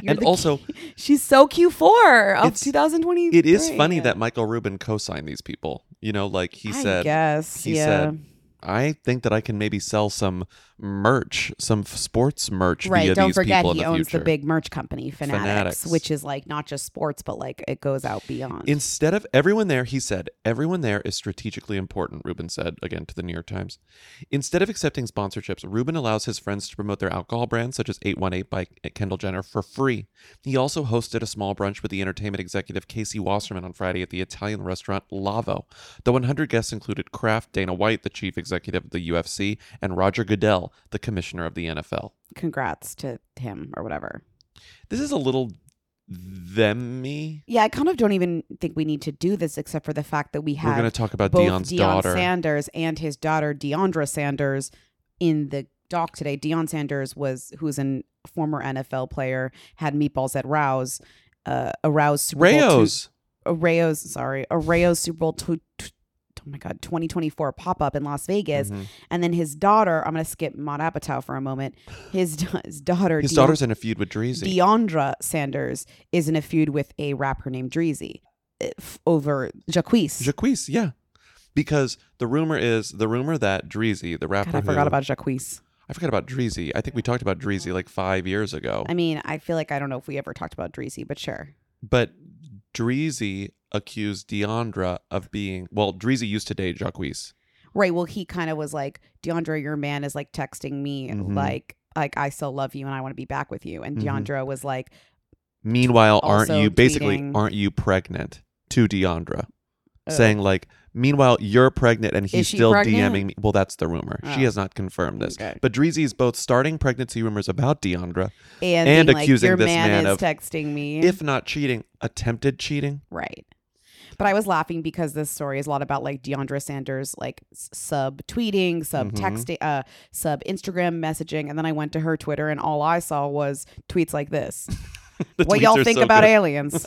Speaker 2: You're
Speaker 1: And
Speaker 2: the *laughs*
Speaker 1: also,
Speaker 2: She's so Q4 of
Speaker 1: It's-
Speaker 2: 2020.
Speaker 1: it is funny that Michael Rubin co-signed these people. You know, like he
Speaker 2: I
Speaker 1: said,
Speaker 2: guess,
Speaker 1: he
Speaker 2: yeah.
Speaker 1: said, I think that I can maybe sell some merch, some f- sports merch via
Speaker 2: Right. Don't
Speaker 1: these
Speaker 2: forget,
Speaker 1: people in
Speaker 2: he
Speaker 1: the
Speaker 2: owns
Speaker 1: future.
Speaker 2: the big merch company, Fanatics,
Speaker 1: Fanatics.
Speaker 2: which is like not just sports, but like it goes out beyond.
Speaker 1: Instead of everyone there, he said, everyone there is strategically important, Rubin said, again to the New York Times. Instead of accepting sponsorships, Rubin allows his friends to promote their alcohol brands, such as 818 by Kendall Jenner, for free. He also hosted a small brunch with the entertainment executive Casey Wasserman on Friday at the Italian restaurant Lavo. The 100 guests included Kraft, Dana White, the chief executive of the UFC, and Roger Goodell, the commissioner of the NFL.
Speaker 2: Congrats to him or whatever.
Speaker 1: This is a little them me.
Speaker 2: Yeah, I kind of don't even think we need to do this except for the fact that we
Speaker 1: We're
Speaker 2: have
Speaker 1: going to talk about
Speaker 2: both
Speaker 1: Dion's
Speaker 2: Deion
Speaker 1: daughter.
Speaker 2: Sanders and his daughter Deandra Sanders in the doc today. Deion Sanders was who's an former NFL player, had meatballs at Rouse, uh, a Rouse Super Bowl two-
Speaker 1: Rayos.
Speaker 2: a Rayo's, sorry, a Rayo's Super Bowl two, two- oh my god, 2024 pop up in Las Vegas,
Speaker 1: Mhm.
Speaker 2: and then his daughter. I'm gonna skip Maud Apatow for a moment. His da- his daughter,
Speaker 1: His
Speaker 2: Deon-
Speaker 1: daughter's in a feud with Dreezy.
Speaker 2: Deandra Sanders, is in a feud with a rapper named Dreezy uh, f- over Jacquees.
Speaker 1: Jacquees, yeah. Because the rumor is the rumor that Dreezy, the rapper,
Speaker 2: God, I
Speaker 1: who-
Speaker 2: forgot about Jacquees.
Speaker 1: I forgot about Dreezy. I think we talked about Dreezy like five years ago.
Speaker 2: I mean, I feel like I don't know if we ever talked about Dreezy, but sure.
Speaker 1: but Dreezy accused Deandra of being well. Dreezy used to date Jacquees.
Speaker 2: Right. Well, he kind of was like, Deandra, your man is like texting me,
Speaker 1: Mhm.
Speaker 2: like, like I still love you and I want to be back with you. And
Speaker 1: Mhm.
Speaker 2: Deandra was like,
Speaker 1: Meanwhile, aren't
Speaker 2: Also
Speaker 1: you basically
Speaker 2: dating-
Speaker 1: aren't you pregnant to Deandra?
Speaker 2: Oh.
Speaker 1: Saying like, meanwhile you're pregnant and he's
Speaker 2: she
Speaker 1: still
Speaker 2: pregnant?
Speaker 1: DMing me. Well, that's the rumor. She
Speaker 2: Oh.
Speaker 1: has not confirmed this.
Speaker 2: Okay.
Speaker 1: But Dreezy is both starting pregnancy rumors about Deandra,
Speaker 2: and,
Speaker 1: And
Speaker 2: being like,
Speaker 1: accusing
Speaker 2: your
Speaker 1: this man
Speaker 2: is
Speaker 1: of-
Speaker 2: texting me.
Speaker 1: if not cheating, attempted cheating. *laughs*
Speaker 2: right. But I was laughing because this story is a lot about like Deandra Sanders, like sub tweeting, sub
Speaker 1: Mm-hmm.
Speaker 2: texting, uh, sub Instagram messaging. And then I went to her Twitter and all I saw was tweets like this.
Speaker 1: The
Speaker 2: what
Speaker 1: tweets
Speaker 2: y'all
Speaker 1: are
Speaker 2: think
Speaker 1: so
Speaker 2: about
Speaker 1: good. *laughs*
Speaker 2: aliens.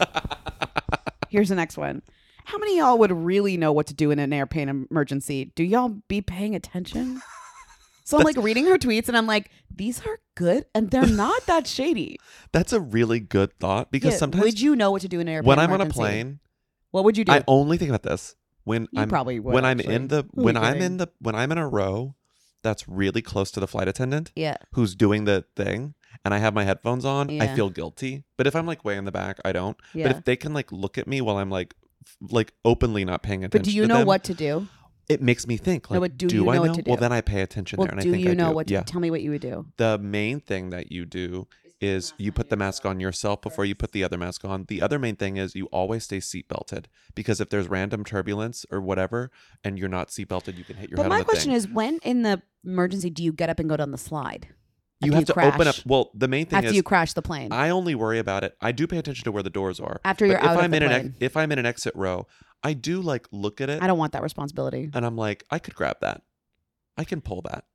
Speaker 2: Here's the next one. How many of y'all would really know what to do in an airplane emergency? Do y'all be paying
Speaker 1: *laughs*
Speaker 2: attention? So I'm like reading her tweets and I'm like, these are good and they're not that shady.
Speaker 1: That's a really good thought *laughs* because
Speaker 2: Yeah,
Speaker 1: sometimes
Speaker 2: would you know what to do in an airplane?
Speaker 1: when I'm on a
Speaker 2: emergency?
Speaker 1: plane,
Speaker 2: what would you do?
Speaker 1: I only think about this when
Speaker 2: You
Speaker 1: I'm
Speaker 2: probably would,
Speaker 1: when I'm
Speaker 2: actually. *laughs*
Speaker 1: in the
Speaker 2: Who are
Speaker 1: when
Speaker 2: you
Speaker 1: I'm
Speaker 2: kidding?
Speaker 1: in the when I'm in a row that's really close to the flight attendant
Speaker 2: yeah,
Speaker 1: who's doing the thing and I have my headphones on, I
Speaker 2: Yeah.
Speaker 1: feel guilty. But if I'm like way in the back, I don't.
Speaker 2: yeah.
Speaker 1: But if they can like look at me while I'm like f- like openly not paying attention
Speaker 2: but do you
Speaker 1: to
Speaker 2: know
Speaker 1: them,
Speaker 2: what to do?
Speaker 1: it makes me think
Speaker 2: No,
Speaker 1: like
Speaker 2: but do you
Speaker 1: I
Speaker 2: know what to
Speaker 1: Well,
Speaker 2: do?
Speaker 1: then I pay attention
Speaker 2: Well,
Speaker 1: there and
Speaker 2: do
Speaker 1: I think
Speaker 2: you
Speaker 1: I
Speaker 2: know
Speaker 1: do.
Speaker 2: what to
Speaker 1: yeah.
Speaker 2: Tell me what you would do.
Speaker 1: the main thing that you do is you put the mask on yourself before you put the other mask on. The other main thing is you always stay seatbelted because if there's random turbulence or whatever and you're not seatbelted, you can hit your
Speaker 2: But
Speaker 1: head
Speaker 2: my
Speaker 1: on the
Speaker 2: question
Speaker 1: thing.
Speaker 2: is, when in the emergency do you get up and go down the slide?
Speaker 1: you
Speaker 2: after
Speaker 1: have
Speaker 2: you
Speaker 1: to open up.
Speaker 2: crash-
Speaker 1: Well, the main thing
Speaker 2: After
Speaker 1: is
Speaker 2: you crash the plane,
Speaker 1: I only worry about it. I do pay attention to where the doors are.
Speaker 2: After
Speaker 1: but
Speaker 2: you're
Speaker 1: if
Speaker 2: out of
Speaker 1: I'm
Speaker 2: the
Speaker 1: in an ex-
Speaker 2: plane.
Speaker 1: if I'm in an exit row, I do like look at it
Speaker 2: I don't want that responsibility.
Speaker 1: and I'm like, I could grab that. I can pull that.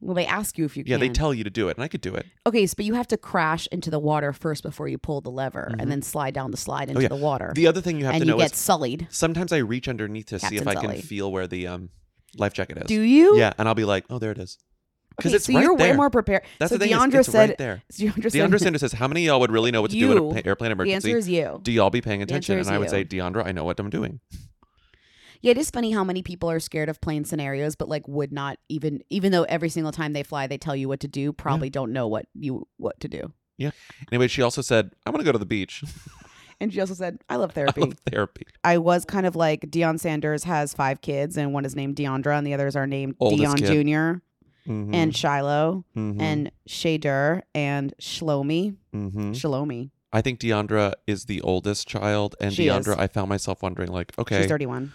Speaker 2: Well, they ask you if you
Speaker 1: Yeah,
Speaker 2: can.
Speaker 1: they tell you to do it, and I could do it.
Speaker 2: Okay, so, but you have to crash into the water first before you pull the lever
Speaker 1: Mhm.
Speaker 2: and then slide down the slide into
Speaker 1: Oh, yeah.
Speaker 2: the water.
Speaker 1: The other thing you have
Speaker 2: and
Speaker 1: to
Speaker 2: you
Speaker 1: know
Speaker 2: get
Speaker 1: is
Speaker 2: sullied.
Speaker 1: Sometimes I reach underneath to see if
Speaker 2: Captain
Speaker 1: I can
Speaker 2: Sully.
Speaker 1: feel where the um life jacket is.
Speaker 2: Do you?
Speaker 1: Yeah, and I'll be like, oh, there it is. Because
Speaker 2: Okay,
Speaker 1: it's
Speaker 2: so
Speaker 1: right
Speaker 2: you're
Speaker 1: there.
Speaker 2: way more prepared.
Speaker 1: That's
Speaker 2: so
Speaker 1: the thing. is,
Speaker 2: Deandra
Speaker 1: it's
Speaker 2: said,
Speaker 1: right there.
Speaker 2: *laughs* Deandra,
Speaker 1: Deandra
Speaker 2: said,
Speaker 1: Sanders says, how many of y'all would really know what to do in a
Speaker 2: You-
Speaker 1: pa-
Speaker 2: *laughs*
Speaker 1: airplane
Speaker 2: the
Speaker 1: emergency?
Speaker 2: answer is you.
Speaker 1: do y'all be paying
Speaker 2: The answer
Speaker 1: attention? And
Speaker 2: is
Speaker 1: I would
Speaker 2: you.
Speaker 1: say, Deandra, I know what I'm doing.
Speaker 2: Yeah, it is funny how many people are scared of plane scenarios, but like would not even, even though every single time they fly, they tell you what to do, probably don't know what you, what to do.
Speaker 1: Anyway, she also said, I'm going to go to the beach. *laughs*
Speaker 2: And she also said, I love
Speaker 1: I
Speaker 2: therapy.
Speaker 1: love therapy.
Speaker 2: I was kind of like Deion Sanders has five kids and one is named Deandra and the others are named Dion
Speaker 1: Oldest kid.
Speaker 2: Jr.
Speaker 1: Mhm,
Speaker 2: and Shiloh
Speaker 1: mhm,
Speaker 2: and Shader and Shlomi.
Speaker 1: mhm.
Speaker 2: Shalomi.
Speaker 1: I think Deandra is the oldest child. And
Speaker 2: She
Speaker 1: Deandra,
Speaker 2: is.
Speaker 1: I found myself wondering, like, okay,
Speaker 2: She's 31.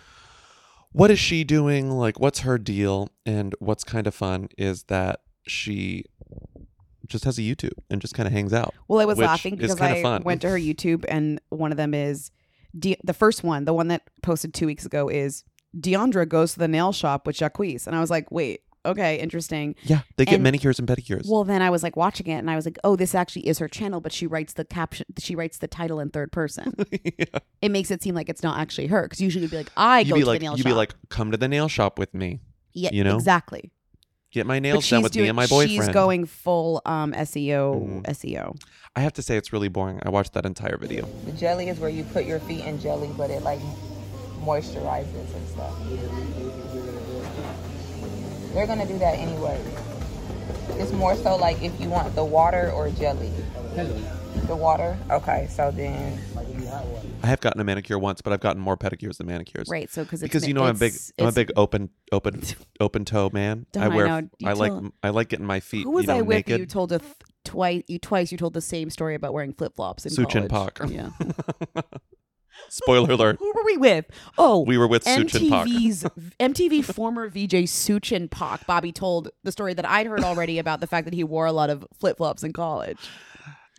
Speaker 1: what is she doing? Like, what's her deal? And what's kind of fun is that she just has a YouTube and just kind of hangs out.
Speaker 2: Well, I was
Speaker 1: which
Speaker 2: laughing
Speaker 1: is
Speaker 2: because
Speaker 1: kinda
Speaker 2: I
Speaker 1: fun.
Speaker 2: went
Speaker 1: *laughs*
Speaker 2: to her YouTube and one of them is De- the first one, the one that posted two weeks ago is Deandra goes to the nail shop with Jacquees. And I was like, wait, okay, interesting.
Speaker 1: Yeah, they get
Speaker 2: And-
Speaker 1: manicures and pedicures.
Speaker 2: Well, then I was like watching it and I was like, oh, this actually is her channel, but she writes the caption, she writes the title in third person.
Speaker 1: *laughs* Yeah.
Speaker 2: it makes it seem like it's not actually her because usually you'd be like, I
Speaker 1: you'd
Speaker 2: go
Speaker 1: be
Speaker 2: to
Speaker 1: like,
Speaker 2: the nail
Speaker 1: you'd
Speaker 2: shop.
Speaker 1: be like, come to the nail shop with me,
Speaker 2: yeah,
Speaker 1: you know?
Speaker 2: exactly.
Speaker 1: get my
Speaker 2: But
Speaker 1: nails done
Speaker 2: she's
Speaker 1: with
Speaker 2: doing,
Speaker 1: me and my boyfriend.
Speaker 2: she's going full um, SEO,
Speaker 1: Mhm.
Speaker 2: SEO.
Speaker 1: I have to say, it's really boring. I watched that entire video.
Speaker 11: The jelly is where you put your feet in jelly, but it like moisturizes and stuff. They're gonna do that anyway. It's more so like if you want the water or jelly. The water. Okay, so then.
Speaker 1: I have gotten a manicure once, but I've gotten more pedicures than manicures.
Speaker 2: Right, so 'cause it's
Speaker 1: because
Speaker 2: ma-
Speaker 1: you know I'm a big,
Speaker 2: it's-
Speaker 1: I'm a
Speaker 2: it's-
Speaker 1: big open, open,
Speaker 2: *laughs*
Speaker 1: open toe man.
Speaker 2: Don,
Speaker 1: I
Speaker 2: I
Speaker 1: wear,
Speaker 2: know. You
Speaker 1: I like,
Speaker 2: told-
Speaker 1: I like getting my feet,
Speaker 2: Who was
Speaker 1: you know,
Speaker 2: I with?
Speaker 1: naked.
Speaker 2: You told a th- twice. You twice. You told the same story about wearing flip flops in
Speaker 1: Suchin
Speaker 2: college.
Speaker 1: Pak.
Speaker 2: Yeah.
Speaker 1: *laughs* Spoiler alert.
Speaker 2: Who were we with? Oh,
Speaker 1: We were with Suchin Pak.
Speaker 2: MTV's MTV former VJ Suchin Pak. Bobby told the story that I'd heard already about the fact that he wore a lot of flip flops in college.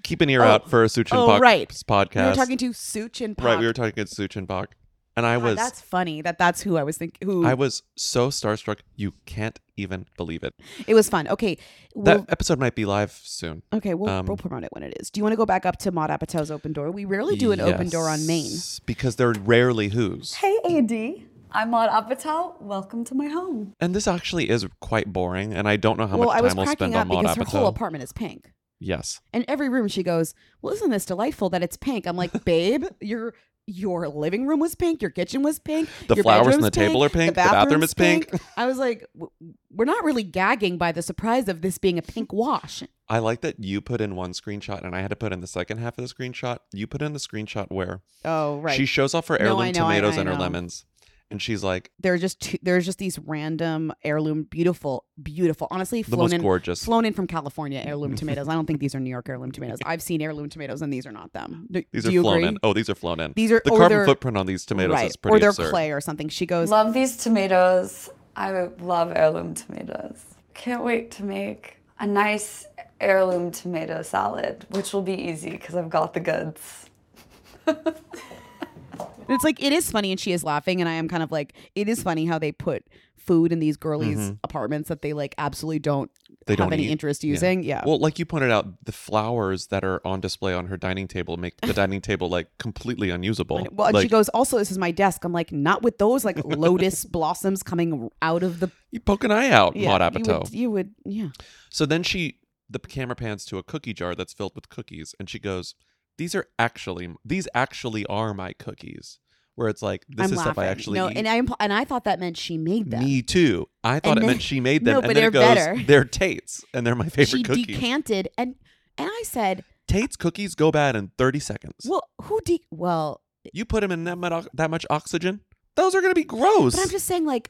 Speaker 1: Keep an ear out for a Suchin
Speaker 2: oh,
Speaker 1: Pak
Speaker 2: right.
Speaker 1: podcast.
Speaker 2: We were talking to Suchin Pak.
Speaker 1: Right, we were talking to Suchin Pak, and I
Speaker 2: God,
Speaker 1: was,
Speaker 2: That's funny. That that's who I was thinking. Who
Speaker 1: I was so starstruck, you can't even believe it.
Speaker 2: It was fun. Okay.
Speaker 1: That
Speaker 2: We'll,
Speaker 1: episode might be live soon.
Speaker 2: okay. We'll,
Speaker 1: Um,
Speaker 2: we'll promote it when it is. Do you want to go back up to Maud Apatow's open door? We rarely do an open door on Maine.
Speaker 1: yes, because they're rarely who's.
Speaker 12: Hey, AD. I'm Maud Apatow. Welcome to my home.
Speaker 1: And this actually is quite boring, and I don't know how
Speaker 2: well,
Speaker 1: much
Speaker 2: I
Speaker 1: time
Speaker 2: was
Speaker 1: we'll
Speaker 2: cracking
Speaker 1: spend
Speaker 2: up
Speaker 1: on Maud
Speaker 2: because her whole
Speaker 1: Apatow.
Speaker 2: apartment is pink.
Speaker 1: yes.
Speaker 2: And every room she goes, Well, isn't this delightful that it's pink? I'm like, babe, your your living room was pink, your kitchen was pink,
Speaker 1: The
Speaker 2: your
Speaker 1: flowers and
Speaker 2: bedroom's
Speaker 1: the table are pink, the bathroom
Speaker 2: bathroom's
Speaker 1: is pink."
Speaker 2: I was like, "W- we're not really gagging by the surprise of this being a pink wash.
Speaker 1: I like that you put in one screenshot and I had to put in the second half of the screenshot. You put in the screenshot where
Speaker 2: Oh, right.
Speaker 1: she shows off her
Speaker 2: No,
Speaker 1: heirloom
Speaker 2: I know, I-
Speaker 1: tomatoes
Speaker 2: I
Speaker 1: and her
Speaker 2: know.
Speaker 1: lemons. And she's like,
Speaker 2: There's just two, there's just these random heirloom, beautiful, beautiful. Honestly,
Speaker 1: The
Speaker 2: flown
Speaker 1: most
Speaker 2: in,
Speaker 1: gorgeous.
Speaker 2: flown in from California
Speaker 1: *laughs*
Speaker 2: heirloom tomatoes. I don't think these are New York heirloom tomatoes. I've seen heirloom tomatoes, and these are not them. Do,
Speaker 1: these
Speaker 2: do
Speaker 1: are
Speaker 2: you
Speaker 1: flown
Speaker 2: agree?
Speaker 1: in. Oh, these are flown in.
Speaker 2: These are
Speaker 1: the
Speaker 2: or
Speaker 1: carbon
Speaker 2: they're-
Speaker 1: footprint on these tomatoes
Speaker 2: right,
Speaker 1: is pretty
Speaker 2: or they're
Speaker 1: absurd.
Speaker 2: clay or something. She goes,
Speaker 12: Love these tomatoes. I love heirloom tomatoes. Can't wait to make a nice heirloom tomato salad, which will be easy because I've got the goods.
Speaker 2: And It's like it is funny, and she is laughing, and I am kind of like, it is funny how they put food in these girlies'
Speaker 1: Mhm.
Speaker 2: apartments that they like absolutely don't
Speaker 1: They
Speaker 2: have
Speaker 1: don't
Speaker 2: any
Speaker 1: eat.
Speaker 2: interest using. Yeah,
Speaker 1: Well, like you pointed out, the flowers that are on display on her dining table make
Speaker 2: *laughs*
Speaker 1: the dining table like completely unusable.
Speaker 2: Well, and she
Speaker 1: Like,
Speaker 2: goes, also, this is my desk. I'm like, not with those like
Speaker 1: *laughs*
Speaker 2: lotus blossoms coming out of the.
Speaker 1: You poke an eye out,
Speaker 2: yeah,
Speaker 1: Maud Apatow.
Speaker 2: You would, you would, yeah.
Speaker 1: So then she, the camera pans to a cookie jar that's filled with cookies, and she goes, "These are actually, these actually are my cookies." Where it's like,
Speaker 2: I'm
Speaker 1: "This is
Speaker 2: laughing.
Speaker 1: stuff I actually
Speaker 2: no,
Speaker 1: eat."
Speaker 2: and I impl- and I thought that meant she made them.
Speaker 1: Me too. I thought
Speaker 2: And
Speaker 1: it
Speaker 2: then-
Speaker 1: meant she made them,
Speaker 2: No,
Speaker 1: and
Speaker 2: but
Speaker 1: then it
Speaker 2: they're *laughs*
Speaker 1: goes,
Speaker 2: better.
Speaker 1: "They're Tate's, and they're my favorite
Speaker 2: she
Speaker 1: cookies."
Speaker 2: decanted, and and I said,
Speaker 1: Tate's cookies go bad in 30 seconds.
Speaker 2: well, who de? Well,
Speaker 1: You put them in that much, that much oxygen, those are gonna be gross.
Speaker 2: But I'm just saying, like,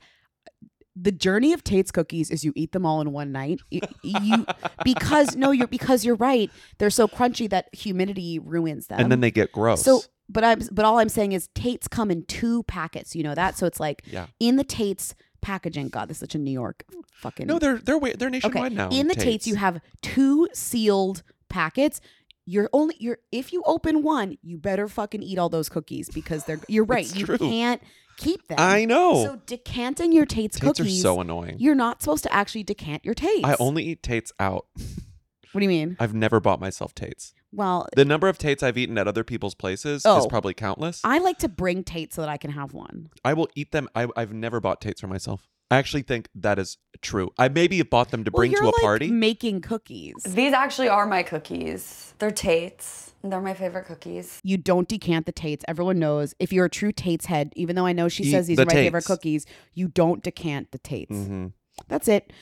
Speaker 2: the journey of Tate's cookies is you eat them all in one night. You,
Speaker 1: *laughs*
Speaker 2: you because no, you're because you're right. They're so crunchy that humidity ruins them,
Speaker 1: And then they get gross.
Speaker 2: um, So, but I'm but all I'm saying is Tate's come in two packets. You know that, so it's like
Speaker 1: Yeah.
Speaker 2: in the Tate's packaging. God, this is such a New York fucking.
Speaker 1: no, they're they're wa- they're
Speaker 2: Okay.
Speaker 1: nationwide now.
Speaker 2: In the Tates. you have two sealed packets. You're only you're if you open one, you better fucking eat all those cookies because they're
Speaker 1: *laughs*
Speaker 2: you're right.
Speaker 1: It's
Speaker 2: you
Speaker 1: true.
Speaker 2: can't keep them.
Speaker 1: I know.
Speaker 2: So decanting your Tate's,
Speaker 1: Tates are
Speaker 2: cookies
Speaker 1: so annoying.
Speaker 2: You're not supposed to actually decant your Tate's.
Speaker 1: I only eat Tate's out.
Speaker 2: What do you mean?
Speaker 1: I've never bought myself Tate's.
Speaker 2: Well,
Speaker 1: The number of Tates I've eaten at other people's places is
Speaker 2: Oh.
Speaker 1: probably countless.
Speaker 2: I like to bring Tate so that I can have one.
Speaker 1: I will eat them. I, I've never bought Tates for myself. I actually think that is true. I maybe have bought them to bring
Speaker 12: you're
Speaker 1: to a
Speaker 12: like
Speaker 1: party.
Speaker 2: Making cookies.
Speaker 12: These actually are my cookies. They're Tate's. and They're my favorite cookies.
Speaker 2: You don't decant the Tates. Everyone knows. If you're a true Tate's head, even though I know she
Speaker 1: Eat
Speaker 2: says these
Speaker 1: the
Speaker 2: are my favorite
Speaker 1: Tates.
Speaker 2: cookies, you don't decant the Tates.
Speaker 1: Mhm.
Speaker 2: That's it.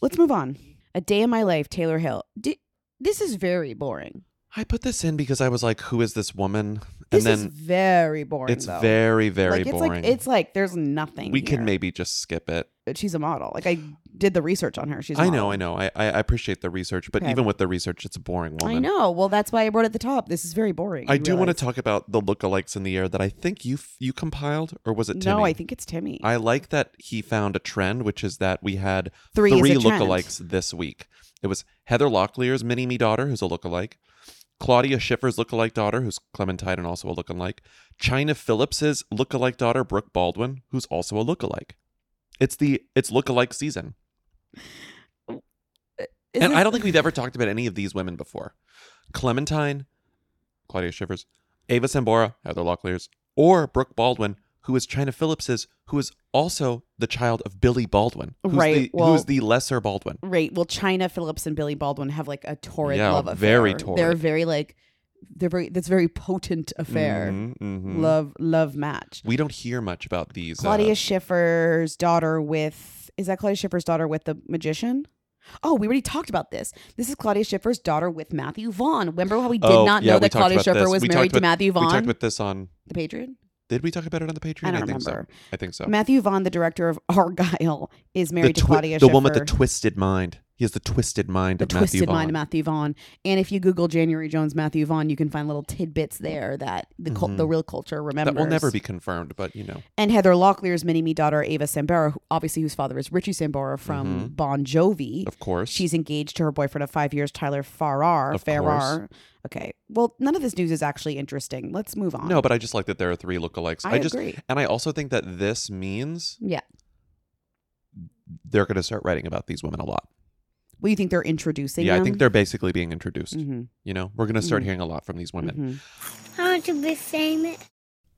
Speaker 2: Let's move on. A Day in My Life, Taylor Hill. D- this is very boring.
Speaker 1: I put this in because I was like, who is this woman?
Speaker 2: This
Speaker 1: and then
Speaker 2: is very boring.
Speaker 1: it's
Speaker 2: though.
Speaker 1: very, very
Speaker 2: Like, it's
Speaker 1: boring.
Speaker 2: Like, it's like there's nothing.
Speaker 1: we can
Speaker 2: here.
Speaker 1: maybe just skip it.
Speaker 2: But She's a model. Like I did the research on her. She's. a
Speaker 1: I
Speaker 2: model.
Speaker 1: know, I know. I, I I appreciate the research, but
Speaker 2: Okay.
Speaker 1: even with the research, it's a boring woman.
Speaker 2: I know. Well, that's why I wrote at the top. This is very boring.
Speaker 1: I do want to talk about the lookalikes in the air that I think you f- you compiled, or was it Timmy?
Speaker 2: No, I think it's Timmy.
Speaker 1: I like that he found a trend, which is that we had
Speaker 2: Three
Speaker 1: three,
Speaker 2: is a trend.
Speaker 1: lookalikes this week. It was Heather Locklear's mini me daughter, who's a lookalike, Claudia Schiffer's lookalike daughter, who's Clementine and also a lookalike, China Phillips's lookalike daughter, Brooke Baldwin, who's also a lookalike. It's the it's lookalike season,
Speaker 2: Is this-
Speaker 1: and I don't think we've ever talked about any of these women before. Clementine, Claudia Schiffer's, Ava Sambora, Heather Locklear's, or Brooke Baldwin, who is China Phillips's, who is also the child of Billy Baldwin, who's
Speaker 2: Right,
Speaker 1: The,
Speaker 2: well-
Speaker 1: who's the lesser Baldwin?
Speaker 2: Right. Well, China Phillips and Billy Baldwin have like a torrid
Speaker 1: Yeah,
Speaker 2: love affair.
Speaker 1: very
Speaker 2: They're
Speaker 1: torrid.
Speaker 2: very like they're very that's very potent affair.
Speaker 1: Mhm, mhm.
Speaker 2: Love love match.
Speaker 1: We don't hear much about these. uh,
Speaker 2: Claudia Schiffer's daughter with Is that Claudia Schiffer's daughter with the magician? Oh, we already talked about this. This is Claudia Schiffer's daughter with Matthew Vaughn. Remember how we did
Speaker 1: Oh,
Speaker 2: not
Speaker 1: yeah,
Speaker 2: know
Speaker 1: we
Speaker 2: that
Speaker 1: talked
Speaker 2: Claudia
Speaker 1: about
Speaker 2: Schiffer
Speaker 1: this.
Speaker 2: was
Speaker 1: We
Speaker 2: married
Speaker 1: talked
Speaker 2: to
Speaker 1: with-
Speaker 2: Matthew Vaughn?
Speaker 1: We talked about this on
Speaker 2: the Patriot.
Speaker 1: Did we talk about it on the Patreon?
Speaker 2: I don't
Speaker 1: think
Speaker 2: remember.
Speaker 1: So. I think so.
Speaker 2: Matthew Vaughn, the director of Argyle, is married
Speaker 1: the
Speaker 2: to
Speaker 1: twi-
Speaker 2: Claudia
Speaker 1: the
Speaker 2: Schiffer.
Speaker 1: one with the twisted mind. He has the twisted mind
Speaker 2: the
Speaker 1: of
Speaker 2: twisted
Speaker 1: Matthew Vaughn.
Speaker 2: mind of Matthew Vaughn. And if you Google January Jones, Matthew Vaughn, you can find little tidbits there that the cul
Speaker 1: Mhm.
Speaker 2: the real culture remembers.
Speaker 1: That will never be confirmed, but you know.
Speaker 2: And Heather Locklear's mini me daughter Ava Sambora, who, obviously whose father is Richie Sambora from
Speaker 1: Mhm.
Speaker 2: Bon Jovi.
Speaker 1: Of course.
Speaker 2: she's engaged to her boyfriend of five years, Tyler Farrar.
Speaker 1: Of
Speaker 2: Farrar.
Speaker 1: course.
Speaker 2: Okay. Well, none of this news is actually interesting. Let's move on.
Speaker 1: No, but I just like that there are three lookalikes.
Speaker 2: I
Speaker 1: just
Speaker 2: agree.
Speaker 1: and I also think that this means
Speaker 2: yeah.
Speaker 1: they're going to start writing about these women a lot.
Speaker 2: Well, you think they're introducing?
Speaker 1: yeah, I
Speaker 2: them?
Speaker 1: think they're basically being introduced.
Speaker 2: Mhm.
Speaker 1: You know, we're going to start
Speaker 2: Mhm.
Speaker 1: hearing a lot from these women.
Speaker 2: Mm-hmm.
Speaker 5: How to be famous.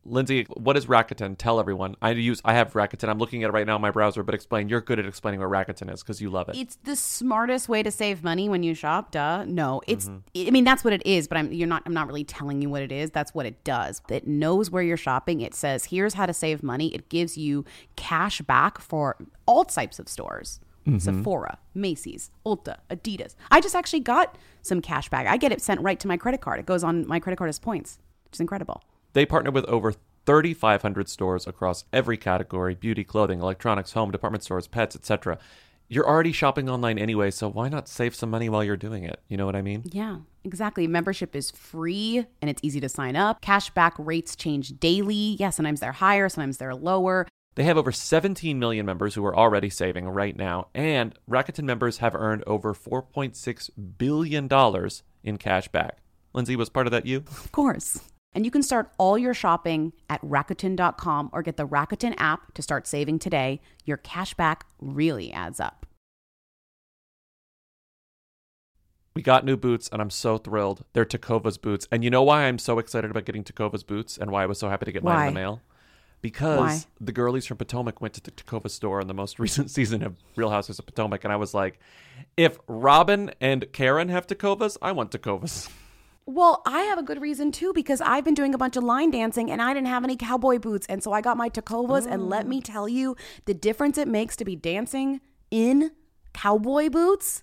Speaker 1: Lindsay, what is Rakuten? Tell everyone. I use I have Rakuten. I'm looking at it right now in my browser, but explain. You're good at explaining what Rakuten is because you love it.
Speaker 2: It's the smartest way to save money when you shop. Duh. No, it's. I mean, that's what it is. But I'm. You're not. I'm not really telling you what it is. That's what it does. It knows where you're shopping. It says here's how to save money. It gives you cash back for all types of stores.
Speaker 13: Mhm.
Speaker 2: Sephora, Macy's, Ulta, Adidas. I just actually got some cash back. I get it sent right to my credit card. It goes on my credit card as points, which is incredible.
Speaker 1: They partner with over 3,500 stores across every category: beauty, clothing, electronics, home, department stores, pets, etc. You're already shopping online anyway, so why not save some money while you're doing it? You know what I mean?
Speaker 2: Yeah, exactly. Membership is free and it's easy to sign up. Cashback rates change daily. Yeah, sometimes they're higher, sometimes they're lower.
Speaker 1: They have over 17 million members who are already saving right now, and Rakuten members have earned over $4.6 billion in cash back. Lindsay, was part of that you?
Speaker 2: Of course. And you can start all your shopping at Rakuten.com or get the Rakuten app to start saving today. Your cashback really adds up.
Speaker 1: We got new boots, and I'm so thrilled. They're Takova's boots. And you know why I'm so excited about getting Takova's boots and why I was so happy to get mine in the
Speaker 2: Why?
Speaker 1: mail? Because
Speaker 2: Why?
Speaker 1: the girlies from Potomac went to the Takova store in the most *laughs* recent season of Real Houses of Potomac, and I was like, if Robin and Karen have Takovas, I want Takovas.
Speaker 2: Well, I have a good reason too because I've been doing a bunch of line dancing and I didn't have any cowboy boots. And so I got my Tacovas. And let me tell you, the difference it makes to be dancing in cowboy boots,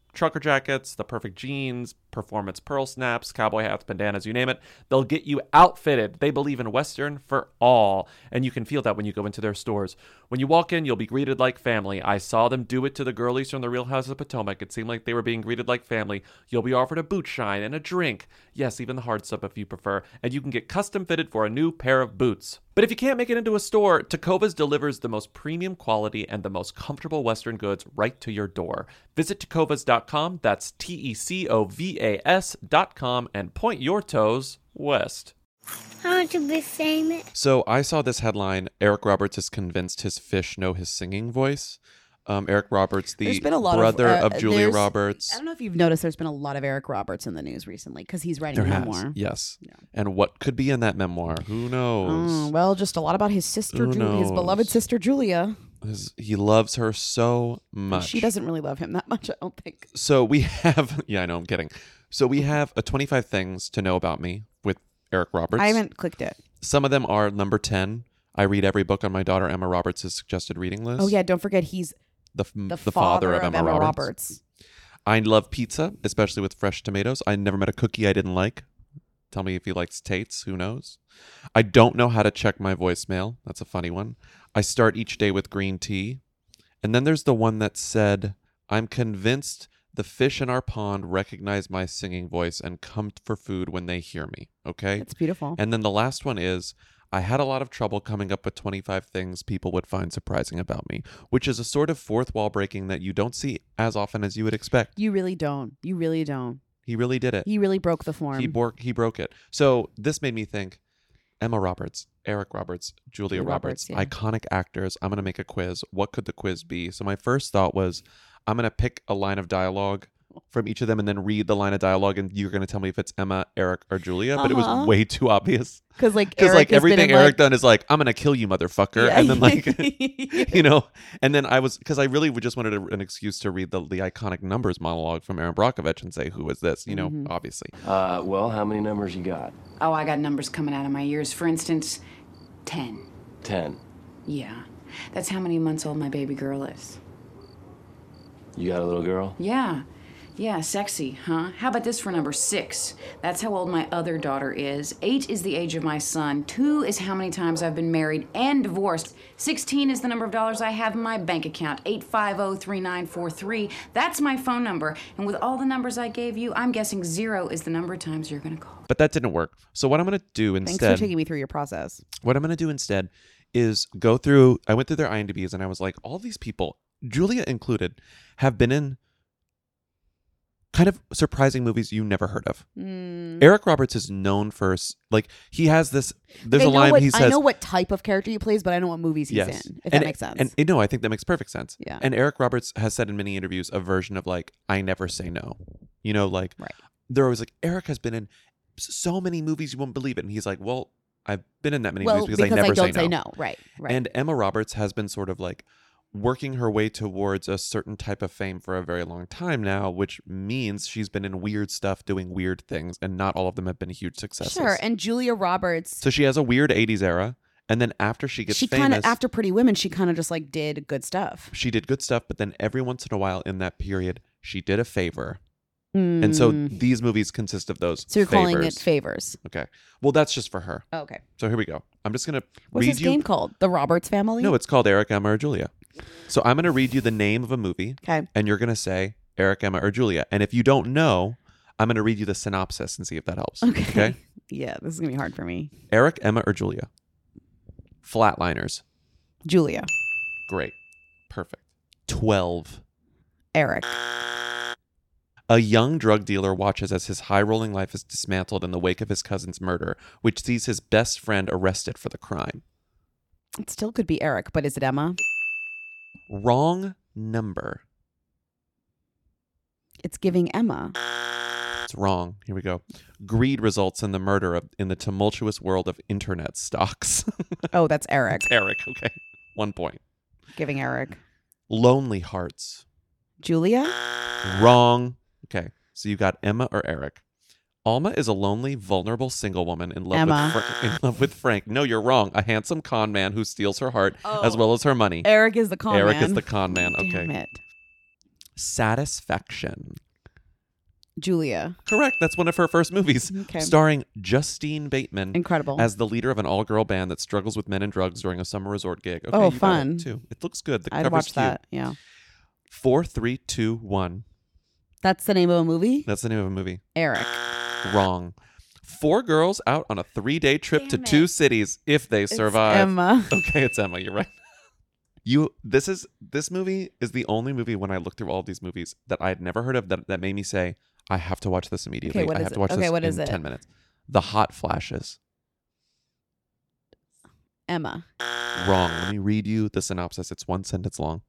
Speaker 1: trucker jackets, the perfect jeans, performance pearl snaps, cowboy hats, bandanas, you name it. They'll get you outfitted. They believe in Western for all. And you can feel that when you go into their stores. When you walk in, you'll be greeted like family. I saw them do it to the girlies from the Real House of Potomac. It seemed like they were being greeted like family. You'll be offered a boot shine and a drink. Yes, even the hard stuff if you prefer. And you can get custom fitted for a new pair of boots. But if you can't make it into a store, Takovas delivers the most premium quality and the most comfortable Western goods right to your door. Visit tacovas.com, that's T E C O V A S.com, and point your toes west.
Speaker 5: How to be famous.
Speaker 1: So I saw this headline Eric Roberts is convinced his fish know his singing voice. Um, Eric Roberts, the
Speaker 2: There's been a lot
Speaker 1: brother
Speaker 2: uh,
Speaker 1: of, Julia
Speaker 2: there's-
Speaker 1: Roberts.
Speaker 2: I don't know if you've noticed there's been a lot of Eric Roberts in the news recently because he's writing
Speaker 1: There
Speaker 2: a
Speaker 1: has,
Speaker 2: memoir.
Speaker 1: yes. And what could be in that memoir? Who knows?
Speaker 2: Mm, well, just a lot about his sister,
Speaker 1: Who
Speaker 2: Ju- his
Speaker 1: knows?
Speaker 2: beloved sister Julia.
Speaker 1: His- he loves her so much.
Speaker 2: She doesn't really love him that much, I don't think.
Speaker 1: so we *laughs* have yeah i know i'm kidding so we have a 25 things to know about me with eric roberts
Speaker 2: I haven't clicked it.
Speaker 1: some of them are number 10 i read every book on my daughter emma roberts' suggested reading list
Speaker 2: Oh yeah, don't forget he's
Speaker 1: the, f- the, father, of, emma, roberts. i love pizza especially with fresh tomatoes i never met a cookie i didn't like tell me if he likes tates who knows i don't know how to check my voicemail that's a funny one i start each day with green tea and then there's the one that said, I'm convinced the fish in our pond recognize my singing voice and come for food when they hear me. Okay.
Speaker 2: That's beautiful.
Speaker 1: And then the last one is, I had a lot of trouble coming up with 25 things people would find surprising about me, which is a sort of fourth wall breaking that you don't see as often as you would expect.
Speaker 2: You really don't. You really don't.
Speaker 1: He really did it.
Speaker 2: He really broke the form.
Speaker 1: He, bor- he broke it. So this made me think Emma Roberts, Eric Roberts, Julia
Speaker 2: Julia Roberts,
Speaker 1: Roberts,
Speaker 2: yeah.
Speaker 1: iconic actors. I'm going to make a quiz. What could the quiz be? So my first thought was I'm going to pick a line of dialogue from each of them and then read the line of dialogue and you're going to tell me if it's Emma, Eric, or Julia, but it
Speaker 2: Uh-huh.
Speaker 1: was way too obvious.
Speaker 2: Because like,
Speaker 1: Cuz
Speaker 2: Eric
Speaker 1: like
Speaker 2: has been
Speaker 1: everything
Speaker 2: in,
Speaker 1: Eric
Speaker 2: like-
Speaker 1: done is like I'm going to kill you motherfucker
Speaker 2: Yeah.
Speaker 1: and then like *laughs*
Speaker 2: *laughs*
Speaker 1: you know, and then I was cuz I really just wanted a, an excuse to read the the iconic numbers monologue from Aaron Brockovich and say who was this, you know,
Speaker 13: Mhm.
Speaker 2: Mm-hmm.
Speaker 1: obviously.
Speaker 13: Uh, well, how many numbers you got?
Speaker 14: Oh, I got numbers coming out of my ears. For instance, 10.
Speaker 13: Ten.
Speaker 14: Yeah. That's how many months old my baby girl is.
Speaker 13: You got a little girl?
Speaker 14: Yeah. Yeah, sexy, huh? How about this for number six? That's how old my other daughter is. Eight is the age of my son. Two is how many times I've been married and divorced. Sixteen is the number of dollars I have in my bank account. Eight five zero three nine four three. That's my phone number. And with all the numbers I gave you, I'm guessing zero is the number of times you're gonna call.
Speaker 1: But that didn't work. So what I'm going to do
Speaker 2: Thanks
Speaker 1: instead
Speaker 2: for taking me through your process.
Speaker 1: What I'm going to do instead is go through. I went through their IMDb's and I was like, all these people, Julia included, have been in kind of surprising movies you never heard of.
Speaker 2: Mm.
Speaker 1: Eric Roberts is known for s- like he has this.
Speaker 2: Like, I
Speaker 1: There's a
Speaker 2: know
Speaker 1: line
Speaker 2: what,
Speaker 1: he says.
Speaker 2: I know what type of character he plays, but I know what movies he's in. If
Speaker 1: And-
Speaker 2: that makes sense.
Speaker 1: And no, I think that makes perfect sense.
Speaker 2: Yeah.
Speaker 1: And Eric Roberts has said in many interviews a version of like, I never say no. You know, like they're always like, Eric has been in s- so many movies you won't believe it. And he's like, Well, I've been in that many
Speaker 2: well,
Speaker 1: movies
Speaker 2: because,
Speaker 1: because, I never
Speaker 2: don't
Speaker 1: say, no.
Speaker 2: Right. Right.
Speaker 1: And Emma Roberts has been sort of like working her way towards a certain type of fame for a very long time now, which means she's been in weird stuff doing weird things, and not all of them have been huge successes.
Speaker 2: sure. And Julia Roberts,
Speaker 1: so she has a weird 80s era. And then after she gets
Speaker 2: she kind
Speaker 1: famous,
Speaker 2: of after Pretty Women, she kind of just like did good stuff.
Speaker 1: she did good stuff, but then every once in a while in that period, she did a favor. And so
Speaker 2: Mm.
Speaker 1: these movies consist of those.
Speaker 2: So you're
Speaker 1: favors.
Speaker 2: calling it favors.
Speaker 1: Okay. Well, that's just for her.
Speaker 2: Oh, okay.
Speaker 1: So here we go. I'm just gonna
Speaker 2: What's
Speaker 1: read
Speaker 2: this
Speaker 1: you.
Speaker 2: game called? The Roberts Family.
Speaker 1: No, it's called Eric, Emma, or Julia. So I'm gonna read you the name of a movie.
Speaker 2: Okay. *laughs*
Speaker 1: And you're gonna say Eric, Emma, or Julia. And if you don't know, I'm gonna read you the synopsis and see if that helps. Okay.
Speaker 2: yeah. This is gonna be hard for me.
Speaker 1: Eric, Emma, or Julia. Flatliners.
Speaker 2: Julia,
Speaker 1: Great. Perfect. Twelve.
Speaker 2: Eric,
Speaker 1: A young drug dealer watches as his high rolling life is dismantled in the wake of his cousin's murder, which sees his best friend arrested for the crime.
Speaker 2: it still could be Eric, but is it Emma?
Speaker 1: Wrong number.
Speaker 2: It's giving Emma.
Speaker 1: It's wrong. Here we go. Greed results in the murder of in the tumultuous world of internet stocks. *laughs*
Speaker 2: Oh, that's Eric.
Speaker 1: Eric, okay. One point.
Speaker 2: Giving Eric.
Speaker 1: Lonely hearts.
Speaker 2: Julia,
Speaker 1: Wrong. Okay. So you got Emma or Eric. Alma is a lonely, vulnerable single woman *laughs* in love
Speaker 2: Emma.
Speaker 1: with Fra- in love with Frank. No, you're wrong. A handsome con man who steals her heart as well as her money.
Speaker 2: Oh. Eric is the con
Speaker 1: Eric is
Speaker 2: man.
Speaker 1: the con man. Okay.
Speaker 2: Damn it.
Speaker 1: Satisfaction.
Speaker 2: Julia.
Speaker 1: Correct. That's one of her first movies,
Speaker 2: Okay.
Speaker 1: starring Justine Bateman,
Speaker 2: Incredible.
Speaker 1: as the leader of an all-girl band that struggles with men and drugs during a summer resort gig. Okay,
Speaker 2: Oh,
Speaker 1: you got it,
Speaker 2: fun.
Speaker 1: too. It looks good. The
Speaker 2: I'd
Speaker 1: cover's
Speaker 2: watch
Speaker 1: cute.
Speaker 2: that. Yeah.
Speaker 1: Four, three, two, one.
Speaker 2: That's the name of a movie.
Speaker 1: That's the name of a movie.
Speaker 2: Eric.
Speaker 1: Wrong. Four girls out on a three-day trip to two cities if they survive.
Speaker 2: Emma.
Speaker 1: *laughs* Okay, it's Emma. You're right. You. This is this movie is the only movie when I looked through all of these movies that I had never heard of that that made me say I have to watch this immediately.
Speaker 2: what
Speaker 1: I
Speaker 2: is
Speaker 1: have
Speaker 2: it?
Speaker 1: to watch
Speaker 2: Okay,
Speaker 1: this
Speaker 2: what is
Speaker 1: in
Speaker 2: it?
Speaker 1: ten minutes. The Hot Flashes.
Speaker 2: Emma.
Speaker 1: Wrong. Let me read you the synopsis. It's one sentence long.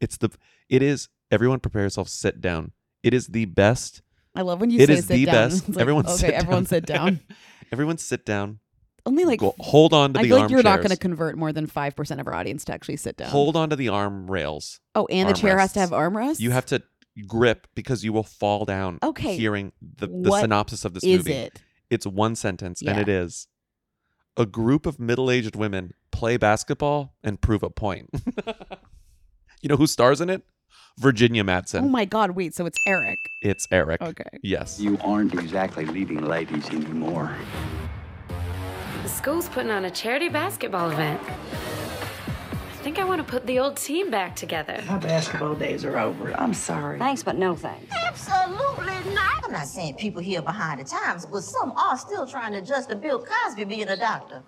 Speaker 1: It's the. It is. Everyone prepare yourself. Sit down. It is the best.
Speaker 2: I love when you
Speaker 1: It
Speaker 2: say
Speaker 1: is
Speaker 2: sit
Speaker 1: the
Speaker 2: down.
Speaker 1: best.
Speaker 2: It's like,
Speaker 1: everyone.
Speaker 2: okay,
Speaker 1: sit
Speaker 2: everyone
Speaker 1: down.
Speaker 2: sit down.
Speaker 1: *laughs* everyone sit down.
Speaker 2: Only like
Speaker 1: Go- hold on to
Speaker 2: I
Speaker 1: the
Speaker 2: feel like you're not
Speaker 1: armchairs.
Speaker 2: going to convert more than five percent of our audience to actually sit down.
Speaker 1: Hold on to the arm rails.
Speaker 2: Oh, and the chair has to have armrests?
Speaker 1: You have to grip because you will fall down.
Speaker 2: Okay.
Speaker 1: Hearing the, the
Speaker 2: What
Speaker 1: synopsis of this
Speaker 2: is
Speaker 1: movie.
Speaker 2: it?
Speaker 1: It's one sentence, and
Speaker 2: Yeah.
Speaker 1: it is a group of middle aged women play basketball and prove a point. *laughs* you know who stars in it? Virginia Madsen.
Speaker 2: Oh my God! Wait, so it's Eric.
Speaker 1: It's Eric.
Speaker 2: Okay.
Speaker 1: Yes.
Speaker 15: You aren't exactly leading ladies anymore.
Speaker 16: The school's putting on a charity basketball event. I think I want to put the old team back together.
Speaker 11: My basketball days are over. I'm sorry.
Speaker 17: Thanks, but no thanks.
Speaker 18: Absolutely not. I'm not saying people here behind the times, but some are still trying to adjust to Bill Cosby being a doctor.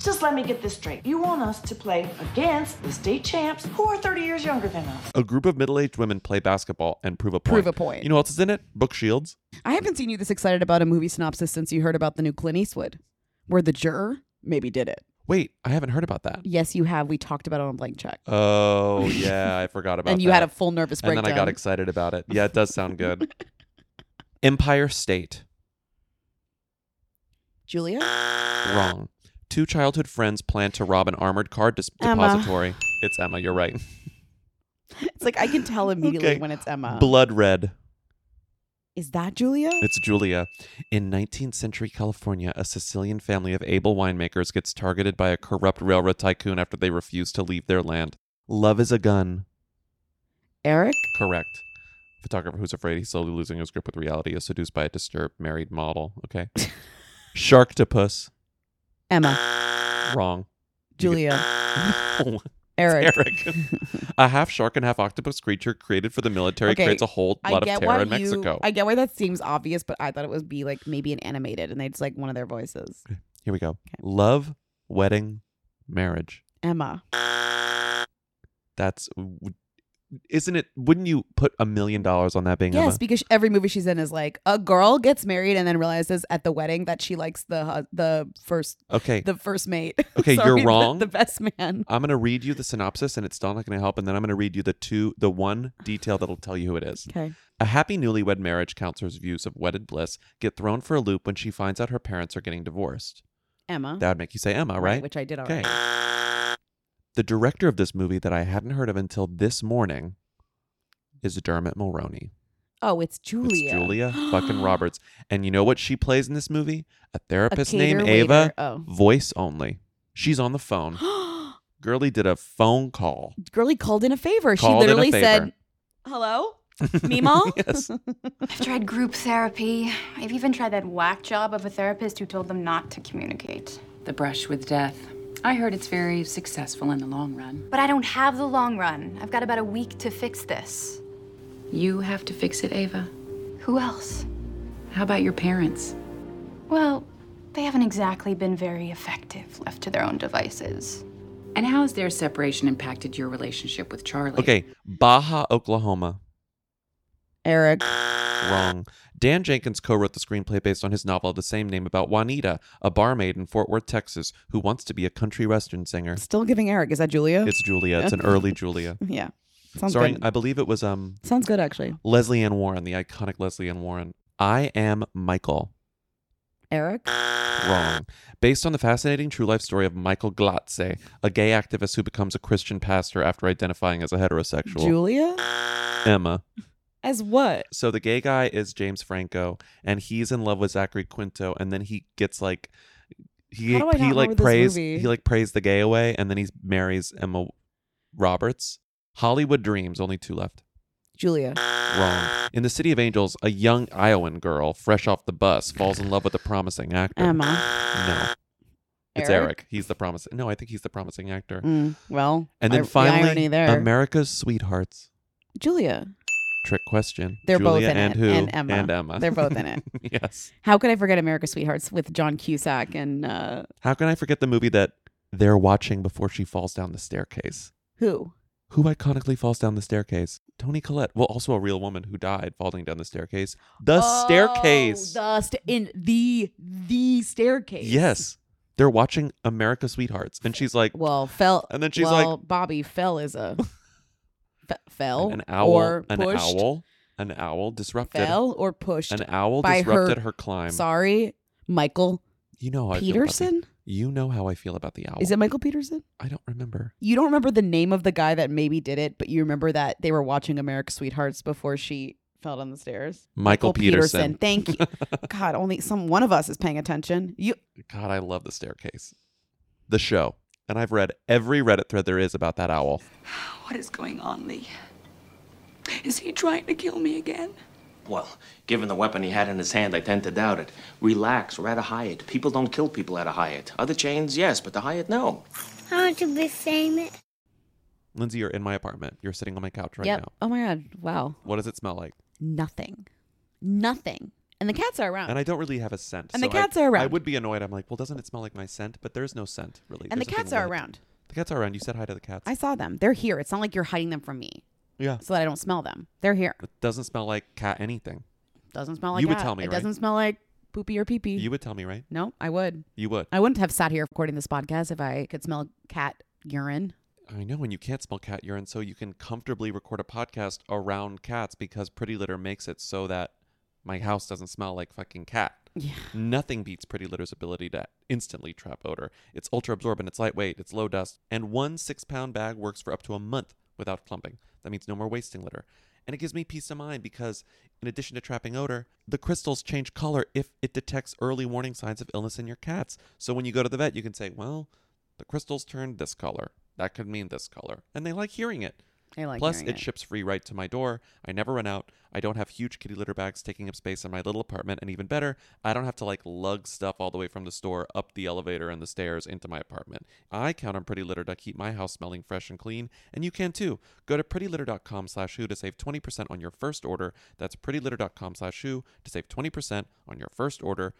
Speaker 17: Just let me get this straight. You want us to play against the state champs who are 30 years younger than us.
Speaker 1: A group of middle-aged women play basketball and prove a point.
Speaker 2: Prove a point.
Speaker 1: You know what else is in it? Book shields.
Speaker 2: I haven't seen you this excited about a movie synopsis since you heard about the new Clint Eastwood, where the juror maybe did it.
Speaker 1: Wait, I haven't heard
Speaker 2: *laughs*
Speaker 1: about that.
Speaker 2: Yes, you have. We talked about it on Blank Check.
Speaker 1: Oh yeah, I forgot about.
Speaker 2: And you had
Speaker 1: that.
Speaker 2: a full nervous
Speaker 1: And then I
Speaker 2: breakdown.
Speaker 1: got excited about it. Yeah, it does
Speaker 2: *laughs*
Speaker 1: sound good. Empire State.
Speaker 2: Julia?
Speaker 1: Wrong. Two childhood friends plan to rob an armored car dis-
Speaker 2: Emma. *laughs*
Speaker 1: depository. It's Emma. You're right.
Speaker 2: It's like I can tell immediately
Speaker 1: *laughs* Okay.
Speaker 2: when it's Emma.
Speaker 1: Blood red.
Speaker 2: Is that Julia?
Speaker 1: It's Julia. In 19th century California, a Sicilian family of able winemakers gets targeted by a corrupt railroad tycoon after they refuse to leave their land. Love is a gun.
Speaker 2: Eric?
Speaker 1: Correct. Photographer who's afraid he's slowly losing his grip with reality is seduced by a disturbed married model.
Speaker 2: *gasps*
Speaker 1: Okay. Sharktopus. *laughs*
Speaker 2: Emma.
Speaker 1: Wrong.
Speaker 2: Julia.
Speaker 1: No.
Speaker 2: *laughs* Eric.
Speaker 1: Eric. a half shark and half octopus creature created for the military
Speaker 2: Okay,
Speaker 1: creates a whole
Speaker 2: I
Speaker 1: lot of
Speaker 2: get
Speaker 1: terror
Speaker 2: why
Speaker 1: in Mexico.
Speaker 2: You, I get why that seems obvious, but I thought it would be like maybe an animated and it's like one of their voices.
Speaker 1: Here we go. Love, wedding, marriage.
Speaker 2: Emma.
Speaker 1: That's w- isn't it? Wouldn't you put a million dollars on that being
Speaker 2: Yes,
Speaker 1: Emma?
Speaker 2: because every movie she's in is like a girl gets married and then realizes at the wedding that she likes the hu- the first
Speaker 1: Okay.
Speaker 2: the first mate. *laughs*
Speaker 1: Okay,
Speaker 2: Sorry,
Speaker 1: you're
Speaker 2: the-
Speaker 1: wrong.
Speaker 2: The, best man.
Speaker 1: I'm gonna read you the synopsis, and it's still not gonna help. And then I'm gonna read you the two, the one detail that'll tell you who it is.
Speaker 2: Okay.
Speaker 1: A happy newlywed marriage counselor's views of wedded bliss get thrown for a loop when she finds out her parents are getting divorced.
Speaker 2: Emma.
Speaker 1: That would make you say Emma, right?
Speaker 2: which I did
Speaker 1: Okay.
Speaker 2: already.
Speaker 1: The director of this movie that I hadn't heard of until this morning is Dermot Mulroney.
Speaker 2: Oh, it's Julia.
Speaker 1: It's Julia
Speaker 2: *gasps*
Speaker 1: fucking Roberts. And you know what she plays in this movie? A therapist named
Speaker 2: cater
Speaker 1: Ava,
Speaker 2: waiter. Oh.
Speaker 1: voice only. She's on
Speaker 2: *gasps*
Speaker 1: the phone. Girlie did a
Speaker 2: *laughs*
Speaker 1: phone call.
Speaker 2: Girlie called in a favor.
Speaker 1: Called
Speaker 2: she
Speaker 1: in a
Speaker 2: literally said,
Speaker 1: favor. *laughs*
Speaker 2: "Hello, Meemaw."
Speaker 1: yes.
Speaker 19: I've tried group therapy. I've even tried that whack job of a therapist who told them not to communicate.
Speaker 20: The brush with death. I heard it's very successful in the long run.
Speaker 19: But I don't have the long run. I've got about a week to fix this.
Speaker 20: You have to fix it, Ava.
Speaker 19: Who else?
Speaker 20: How about your parents?
Speaker 19: Well, they haven't exactly been very effective, left to their own devices.
Speaker 20: And how has their separation impacted your relationship with Charlie?
Speaker 1: Okay. Baja, Oklahoma.
Speaker 2: Eric.
Speaker 1: Wrong. Dan Jenkins co wrote the screenplay based on his novel of the same name about Juanita, a barmaid in Fort Worth, Texas, who wants to be a country western singer.
Speaker 2: Still giving Eric. Is that Julia?
Speaker 1: It's Julia. It's an early Julia.
Speaker 2: yeah. Oh, *laughs* Sounds
Speaker 1: Sorry,
Speaker 2: good.
Speaker 1: I believe it was um
Speaker 2: Sounds good actually.
Speaker 1: Leslie Ann Warren, the iconic Leslie Ann Warren. I am Michael.
Speaker 2: Eric.
Speaker 1: Wrong. Based on the fascinating true life story of Michael Glatze, a gay activist who becomes a Christian pastor after identifying as a heterosexual.
Speaker 2: Julia?
Speaker 1: Emma.
Speaker 2: As what?
Speaker 1: So the gay guy is James Franco, and he's in love with Zachary Quinto, and then he gets like he
Speaker 2: How do I
Speaker 1: he
Speaker 2: not
Speaker 1: like
Speaker 2: remember this
Speaker 1: prays
Speaker 2: movie?
Speaker 1: he like prays the gay away, and then he marries Emma Roberts. Hollywood Dreams, only two left.
Speaker 2: Julia.
Speaker 1: Wrong. In the City of Angels, a young Iowan girl, fresh off the bus, falls in love with a promising actor.
Speaker 2: Emma.
Speaker 1: No. It's
Speaker 2: Eric?
Speaker 1: Eric. He's the promising. No, I think he's the promising actor.
Speaker 2: Mm, well,
Speaker 1: and then
Speaker 2: ir- the
Speaker 1: finally,
Speaker 2: irony there.
Speaker 1: America's Sweethearts.
Speaker 2: Julia.
Speaker 1: Trick question.
Speaker 2: They're both
Speaker 1: Julia
Speaker 2: in
Speaker 1: and
Speaker 2: it,
Speaker 1: Who,
Speaker 2: and Emma.
Speaker 1: And Emma.
Speaker 2: They're both in it.
Speaker 1: *laughs* yes.
Speaker 2: How could I forget America's Sweethearts with John Cusack and uh
Speaker 1: How can I forget the movie that they're watching before she falls down the staircase?
Speaker 2: who?
Speaker 1: Who iconically falls down the staircase? Tony Collette. Well, also a real woman who died falling down the staircase. The
Speaker 2: Oh,
Speaker 1: staircase.
Speaker 2: The st- in the the staircase.
Speaker 1: Yes. They're watching America Sweethearts. And she's like,
Speaker 2: Well, fell.
Speaker 1: And then she's
Speaker 2: well,
Speaker 1: like-
Speaker 2: Bobby fell is
Speaker 1: *laughs*
Speaker 2: a fe- fell
Speaker 1: an owl.
Speaker 2: or
Speaker 1: an
Speaker 2: pushed,
Speaker 1: owl. An owl disrupted.
Speaker 2: fell or pushed.
Speaker 1: An owl
Speaker 2: by
Speaker 1: disrupted
Speaker 2: her,
Speaker 1: her climb.
Speaker 2: Sorry, Michael.
Speaker 1: You know how I feel
Speaker 2: Peterson?
Speaker 1: about the, You know how I feel about the owl.
Speaker 2: Is it Michael Peterson?
Speaker 1: I don't remember.
Speaker 2: You don't remember the name of the guy that maybe did it, but you remember that they were watching America's Sweethearts before she fell down the stairs.
Speaker 1: Michael Peterson.
Speaker 2: Thank you.
Speaker 1: *laughs*
Speaker 2: God, only some one of us is paying attention. You
Speaker 1: God, I love the staircase. The show. And I've read every Reddit thread there is about that owl.
Speaker 21: *sighs* What is going on, Lee? Is he trying to kill me again?
Speaker 22: Well, given the weapon he had in his hand, I tend to doubt it. Relax, we're at a Hyatt. People don't kill people at a Hyatt. Other chains, yes, but the Hyatt, no.
Speaker 5: How to besame it?
Speaker 1: Lindsay, you're in my apartment. You're sitting on my couch right
Speaker 2: Yep.
Speaker 1: now.
Speaker 2: Oh my god. Wow.
Speaker 1: What does it smell like?
Speaker 2: Nothing. Nothing. and the cats are around.
Speaker 1: And I don't really have a scent.
Speaker 2: Oh. And the
Speaker 1: so I-
Speaker 2: cats are
Speaker 1: I
Speaker 2: around.
Speaker 1: would be annoyed. I'm like, well, doesn't it smell like my scent? But there's no scent, really.
Speaker 2: And the
Speaker 1: There's nothing
Speaker 2: cats are
Speaker 1: lit.
Speaker 2: around.
Speaker 1: The cats are around. You said hi to the cats.
Speaker 2: I saw them. They're here. It's not like you're hiding them from me.
Speaker 1: Yeah.
Speaker 2: So that I don't smell them. They're here.
Speaker 1: It doesn't smell like cat anything.
Speaker 2: Doesn't smell like
Speaker 1: You would
Speaker 2: that.
Speaker 1: tell me,
Speaker 2: It
Speaker 1: right?
Speaker 2: doesn't smell like poopy or pee pee.
Speaker 1: You would tell me, right?
Speaker 2: No, I would.
Speaker 1: You would.
Speaker 2: I wouldn't have sat here recording this podcast if I could smell cat urine.
Speaker 1: I know, and you can't smell cat urine, so you can comfortably record a podcast around cats because Pretty Litter makes it so that my house doesn't smell like fucking cat.
Speaker 2: Yeah.
Speaker 1: Nothing beats Pretty Litter's ability to instantly trap odor. It's ultra absorbent, it's lightweight, it's low dust, and one six pound bag works for up to a month without clumping. That means no more wasting litter. And it gives me peace of mind because, in addition to trapping odor, the crystals change color if it detects early warning signs of illness in your cats. So when you go to the vet, you can say, well, the crystals turned this color. That could mean this color. And they like hearing it.
Speaker 2: They like
Speaker 1: Plus,
Speaker 2: hearing
Speaker 1: it
Speaker 2: it.
Speaker 1: ships free right to my door. I never run out. I don't have huge kitty litter bags taking up space in my little apartment. And even better, I don't have to like lug stuff all the way from the store up the elevator and the stairs into my apartment. I count on Pretty Litter to keep my house smelling fresh and clean. And you can too. Go to prettylitter.com slash who to save 20% on your first order. That's prettylitter.com slash who to save 20% on your first order.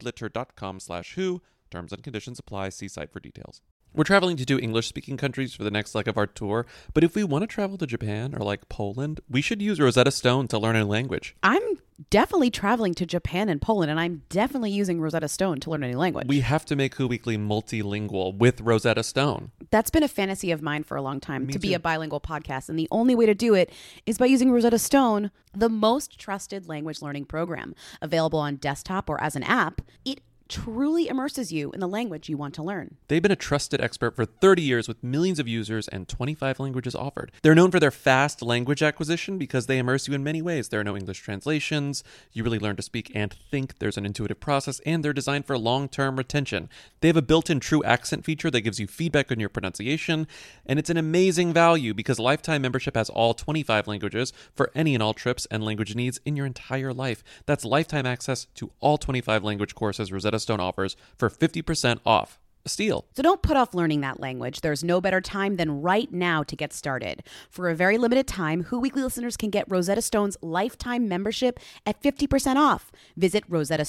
Speaker 1: prettylitter.com slash who. Terms and conditions apply. See site for details. We're traveling to two English speaking countries for the next leg of our tour, but if we want to travel to Japan or like Poland, we should use Rosetta Stone to learn a language.
Speaker 2: I'm definitely traveling to Japan and Poland, and I'm definitely using Rosetta Stone to learn a new language.
Speaker 1: We have to make Who Weekly multilingual with Rosetta Stone.
Speaker 2: That's been a fantasy of mine for a long time
Speaker 1: Me
Speaker 2: to be
Speaker 1: too.
Speaker 2: a bilingual podcast. And the only way to do it is by using Rosetta Stone, the most trusted language learning program available on desktop or as an app. It truly immerses you in the language you want to learn.
Speaker 1: They've been a trusted expert for 30 years with millions of users and 25 languages offered. They're known for their fast language acquisition because they immerse you in many ways. There are no English translations, you really learn to speak and think, there's an intuitive process, and they're designed for long term retention. They have a built in true accent feature that gives you feedback on your pronunciation, and it's an amazing value because lifetime membership has all 25 languages for any and all trips and language needs in your entire life. That's lifetime access to all 25 language courses Rosetta Stone offers for 50% off. Steal.
Speaker 2: So don't put off learning that language. There's no better time than right now to get started. For a very limited time, Who Weekly listeners can get Rosetta Stone's lifetime membership at 50% off. Visit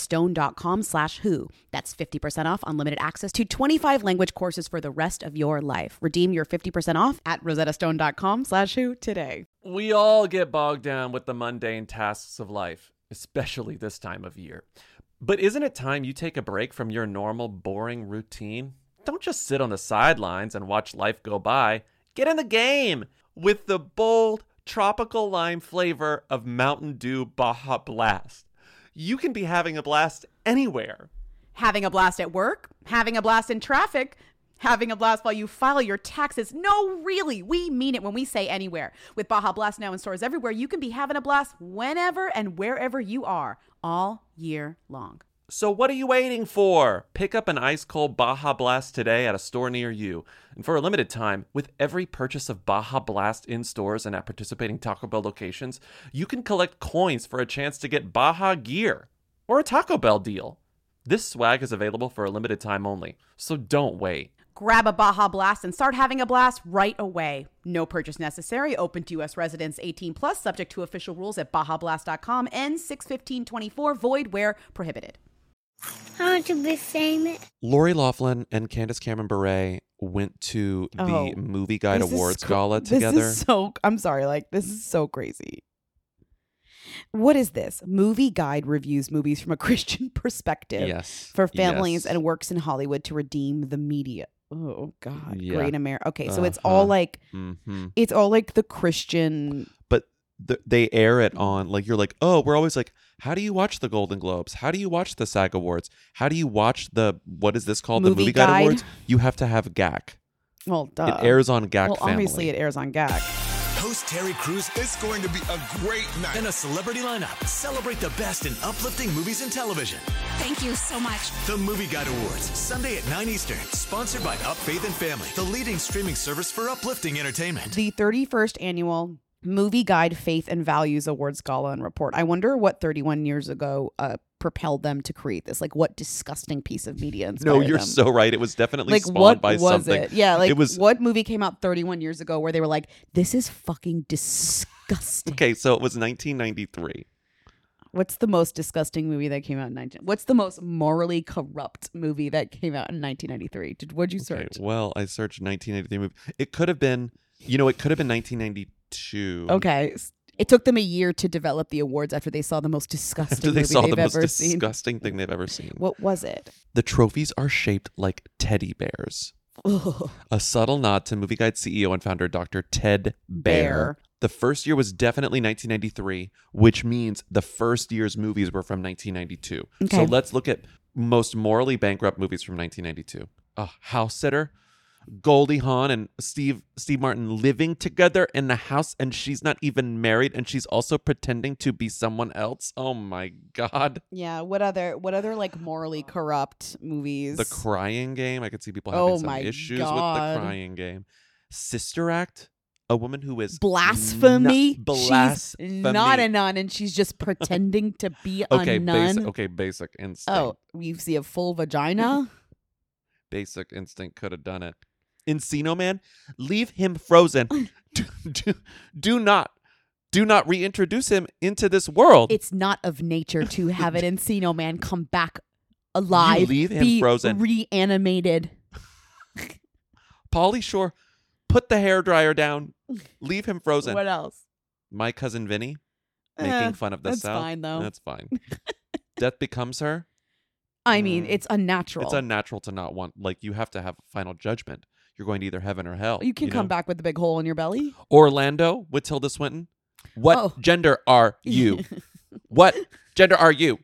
Speaker 2: rosettastone.com slash who. That's 50% off unlimited access to 25 language courses for the rest of your life. Redeem your 50% off at rosettastone.com slash who today.
Speaker 1: We all get bogged down with the mundane tasks of life, especially this time of year. But isn't it time you take a break from your normal, boring routine? Don't just sit on the sidelines and watch life go by. Get in the game with the bold, tropical lime flavor of Mountain Dew Baja Blast. You can be having a blast anywhere.
Speaker 2: Having a blast at work? Having a blast in traffic? Having a blast while you file your taxes? No, really, we mean it when we say anywhere. With Baja Blast now in stores everywhere, you can be having a blast whenever and wherever you are, all year long.
Speaker 1: So, what are you waiting for? Pick up an ice cold Baja Blast today at a store near you. And for a limited time, with every purchase of Baja Blast in stores and at participating Taco Bell locations, you can collect coins for a chance to get Baja gear or a Taco Bell deal. This swag is available for a limited time only, so don't wait.
Speaker 2: Grab a Baja Blast and start having a blast right away. No purchase necessary. Open to U.S. residents 18 plus, subject to official rules at BajaBlast.com and 61524, void where prohibited.
Speaker 5: I want to be famous.
Speaker 1: Lori Laughlin and Candace Cameron Bure went to the
Speaker 2: Oh,
Speaker 1: Movie Guide
Speaker 2: this is
Speaker 1: Awards
Speaker 2: cr-
Speaker 1: Gala
Speaker 2: this is
Speaker 1: together.
Speaker 2: so I'm sorry, like this is so crazy. What is this? Movie Guide reviews movies from a *laughs* Christian perspective
Speaker 1: Yes,
Speaker 2: for families
Speaker 1: yes.
Speaker 2: and works in Hollywood to redeem the media. Oh God,
Speaker 1: Yeah.
Speaker 2: Great America. Okay, so it's all
Speaker 1: Uh-huh.
Speaker 2: like
Speaker 1: Mhm.
Speaker 2: it's all like the Christian.
Speaker 1: but th- they air it on like you're like oh we're always like how do you watch the golden globes how do you watch the sag awards how do you watch the what is this called the
Speaker 2: Movie
Speaker 1: movie guide,
Speaker 2: Guide?
Speaker 1: awards you have to have gac
Speaker 2: Well, duh.
Speaker 1: airs on Gag
Speaker 2: Well, obviously
Speaker 1: Family.
Speaker 2: it airs on GAC.
Speaker 3: Host Terry Crews is going to be a great night. And a celebrity lineup. Celebrate the best in uplifting movies and television.
Speaker 4: Thank you so much.
Speaker 3: The Movie Guide Awards, Sunday at 9 Eastern, sponsored by Up Faith and Family, the leading streaming service for uplifting entertainment.
Speaker 2: The 31st annual Movie Guide Faith and Values Awards Gala and Report. I wonder what 31 years ago uh, propelled them to create this. Like, what disgusting piece of media? *laughs*
Speaker 1: no
Speaker 2: inspired
Speaker 1: you're
Speaker 2: them?
Speaker 1: so right it was definitely
Speaker 2: um, like
Speaker 1: spawned
Speaker 2: what
Speaker 1: by
Speaker 2: was
Speaker 1: something
Speaker 2: it? Yeah, like
Speaker 1: it was
Speaker 2: what movie came out 31 years ago where they
Speaker 1: *laughs*
Speaker 2: were like, "This is fucking disgusting."
Speaker 1: okay so it was 1993
Speaker 2: What's the most disgusting movie that came out in 19? What's the most morally corrupt movie that came out in 1993? Did what'd you
Speaker 1: Okay,
Speaker 2: search?
Speaker 1: well, I searched 1983 movie. It could have been, you know, it could have been 1992.
Speaker 2: Okay. s- It took them a year to develop the awards after they saw the most disgusting
Speaker 1: After they
Speaker 2: movie
Speaker 1: saw
Speaker 2: they've
Speaker 1: the most
Speaker 2: ever seen.
Speaker 1: disgusting thing they've ever seen.
Speaker 2: What was it? *laughs*
Speaker 1: The trophies are shaped like teddy bears.
Speaker 2: Ugh.
Speaker 1: A subtle nod to Movie Guide CEO and founder Dr. Ted Bear.
Speaker 2: Bear.
Speaker 1: The first year was definitely 1993, which means the first year's movies were from 1992. So
Speaker 2: Okay.
Speaker 1: let's look at most morally bankrupt movies from 1992. A house sitter, Goldie Hawn and Steve Steve Martin living together in the house, and she's not even married, and she's also pretending to be someone else. Oh my god!
Speaker 2: Yeah, what other what other like morally corrupt movies?
Speaker 1: The crying game. I could see people
Speaker 2: Oh
Speaker 1: having some
Speaker 2: my
Speaker 1: issues with
Speaker 2: God.
Speaker 1: the crying game. Sister Act, a woman who is
Speaker 2: blasphemy.
Speaker 1: not-
Speaker 2: She's
Speaker 1: blasphemy.
Speaker 2: not a nun and she's just pretending to
Speaker 1: *laughs*
Speaker 2: be
Speaker 1: okay,
Speaker 2: a nun.
Speaker 1: Basic, okay, basic instinct.
Speaker 2: oh, you see a full
Speaker 1: *laughs*
Speaker 2: vagina?
Speaker 1: Basic instinct could have done it. Encino Man, leave him frozen.
Speaker 4: Mm.
Speaker 1: *laughs* do, do, do not, do not reintroduce him into this world.
Speaker 2: it's not of nature to have
Speaker 1: *laughs*
Speaker 2: an Encino man come back alive.
Speaker 1: leave him
Speaker 2: be
Speaker 1: frozen.
Speaker 2: Reanimated.
Speaker 1: Polly Shore, put the hairdryer down.
Speaker 4: Mm.
Speaker 1: Leave him frozen.
Speaker 2: What else?
Speaker 1: My cousin Vinny,
Speaker 2: *laughs*
Speaker 1: making
Speaker 2: Eh,
Speaker 1: fun of the
Speaker 2: that's
Speaker 1: South.
Speaker 2: fine, though. *laughs*
Speaker 1: That's fine. Death becomes her.
Speaker 2: I mean, it's unnatural.
Speaker 1: Mm. It's unnatural to not want. Like you have to have a final judgment. You're going to either heaven or hell.
Speaker 2: you can
Speaker 1: know?
Speaker 2: come back with a big hole in your belly.
Speaker 1: Orlando with Tilda Swinton. What
Speaker 2: Oh.
Speaker 1: gender are
Speaker 2: *laughs*
Speaker 1: you? what gender are you?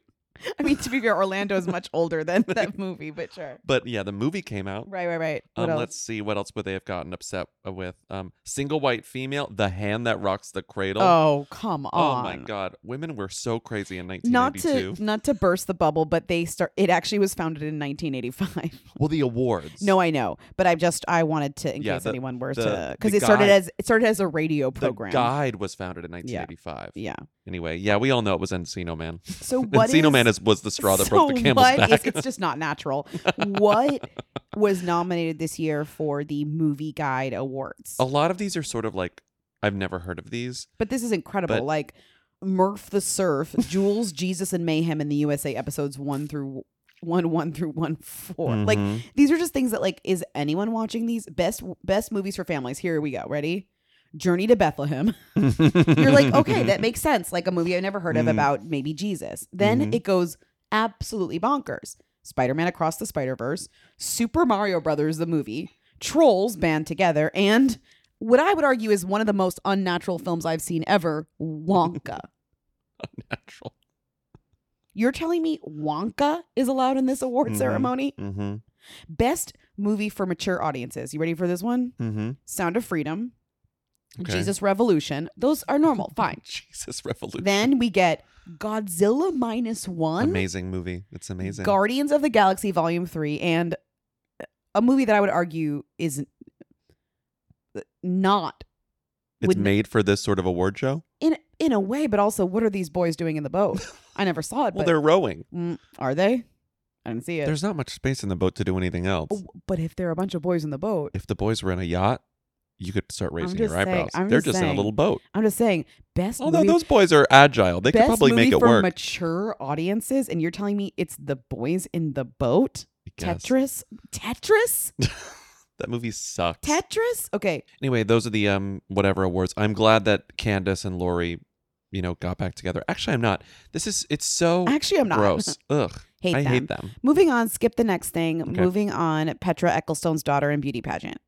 Speaker 2: I mean, to be fair, Orlando is much older
Speaker 1: *laughs*
Speaker 2: than that movie, but sure.
Speaker 1: But yeah, the movie came out.
Speaker 2: Right, right, right. What
Speaker 1: Um,
Speaker 2: else?
Speaker 1: let's see what else would they have gotten upset with. Um, single white female, the hand that rocks the cradle.
Speaker 2: Oh, come
Speaker 1: Oh my
Speaker 2: on.
Speaker 1: god, women were so crazy in
Speaker 2: Not
Speaker 1: 1992.
Speaker 2: to not to burst the bubble, but they start. It actually was founded in 1985.
Speaker 1: well, the
Speaker 2: *laughs*
Speaker 1: awards.
Speaker 2: No, I know, but I just I wanted to in
Speaker 1: Yeah,
Speaker 2: case
Speaker 1: the-
Speaker 2: anyone were
Speaker 1: the-
Speaker 2: to
Speaker 1: the
Speaker 2: because it started
Speaker 1: guide-
Speaker 2: as it started as a radio
Speaker 1: The
Speaker 2: program.
Speaker 1: guide was founded in 1985. *laughs*
Speaker 2: Yeah.
Speaker 1: Anyway, yeah, we all know it was Encino Man.
Speaker 2: So what
Speaker 1: Encino
Speaker 2: is-
Speaker 1: Man is, was the
Speaker 2: *laughs*
Speaker 1: straw that broke the
Speaker 2: So
Speaker 1: camel's
Speaker 2: what
Speaker 1: back.
Speaker 2: is- it's just not
Speaker 1: *laughs*
Speaker 2: natural. what was nominated this year for the Movie Guide Awards?
Speaker 1: A lot of these are sort of like I've never heard of these.
Speaker 2: But this is incredible.
Speaker 1: But-
Speaker 2: like Murph the Surf, Jules, Jesus, and Mayhem in the USA episodes one through one one through one four.
Speaker 1: Mhm.
Speaker 2: Like these are just things that like is anyone watching these best best movies for families? Here we go. Ready? Journey to Bethlehem.
Speaker 1: Mm-hmm.
Speaker 2: You're
Speaker 1: *laughs*
Speaker 2: like, okay, that makes sense. Like a movie I've never heard of
Speaker 4: Mhm.
Speaker 2: about maybe Jesus. Then
Speaker 4: Mhm.
Speaker 2: it goes absolutely bonkers. Spider Man Across the Spider Verse, Super Mario Brothers, the movie, Trolls band together, and what I would argue is one of the most unnatural films I've seen ever, Wonka.
Speaker 1: Unnatural.
Speaker 2: You're telling me Wonka is allowed in this award
Speaker 1: Mhm.
Speaker 2: ceremony?
Speaker 1: Mm-hmm.
Speaker 2: Best movie for mature audiences. You ready for this one?
Speaker 1: Mm-hmm.
Speaker 2: Sound of Freedom,
Speaker 1: Okay.
Speaker 2: Jesus Revolution. Those are normal. Fine.
Speaker 1: Jesus Revolution.
Speaker 2: Then we get Godzilla minus one,
Speaker 1: amazing movie. It's amazing.
Speaker 2: Guardians of the Galaxy Volume Three, and a movie that I would argue is not
Speaker 1: it's
Speaker 2: would-
Speaker 1: made for this sort of award show.
Speaker 2: in in a way, but also what are these boys doing in the
Speaker 1: *laughs*
Speaker 2: boat? I never saw it.
Speaker 1: Well,
Speaker 2: but
Speaker 1: they're rowing.
Speaker 2: Mm, are they? I didn't see it. Oh,
Speaker 1: There's not much space in the boat to do anything else.
Speaker 2: but if there are a bunch of boys in the boat,
Speaker 1: If the boys were in a yacht, you could start raising your
Speaker 2: just saying-
Speaker 1: eyebrows.
Speaker 2: I'm
Speaker 1: They're
Speaker 2: just
Speaker 1: just in a
Speaker 2: saying.
Speaker 1: little boat.
Speaker 2: I'm just saying best.
Speaker 1: Although
Speaker 2: movie,
Speaker 1: those boys are agile, they could
Speaker 2: best
Speaker 1: probably
Speaker 2: movie
Speaker 1: make it
Speaker 2: for
Speaker 1: work.
Speaker 2: mature audiences, and you're telling me it's the boys in the boat?
Speaker 1: guess.
Speaker 2: Tetris, Tetris,
Speaker 1: that movie sucks.
Speaker 2: Tetris. Okay,
Speaker 1: anyway, those are the um whatever awards. I'm glad that Candace and Lori, you know, got back together. Actually, I'm not. This is it's so
Speaker 2: Actually, I'm not. *laughs*
Speaker 1: Oh, gross. Ugh,
Speaker 2: hate
Speaker 1: I
Speaker 2: them.
Speaker 1: hate them.
Speaker 2: Moving on, skip the next thing.
Speaker 1: Okay.
Speaker 2: Moving on, Petra Ecclestone's daughter in beauty pageant.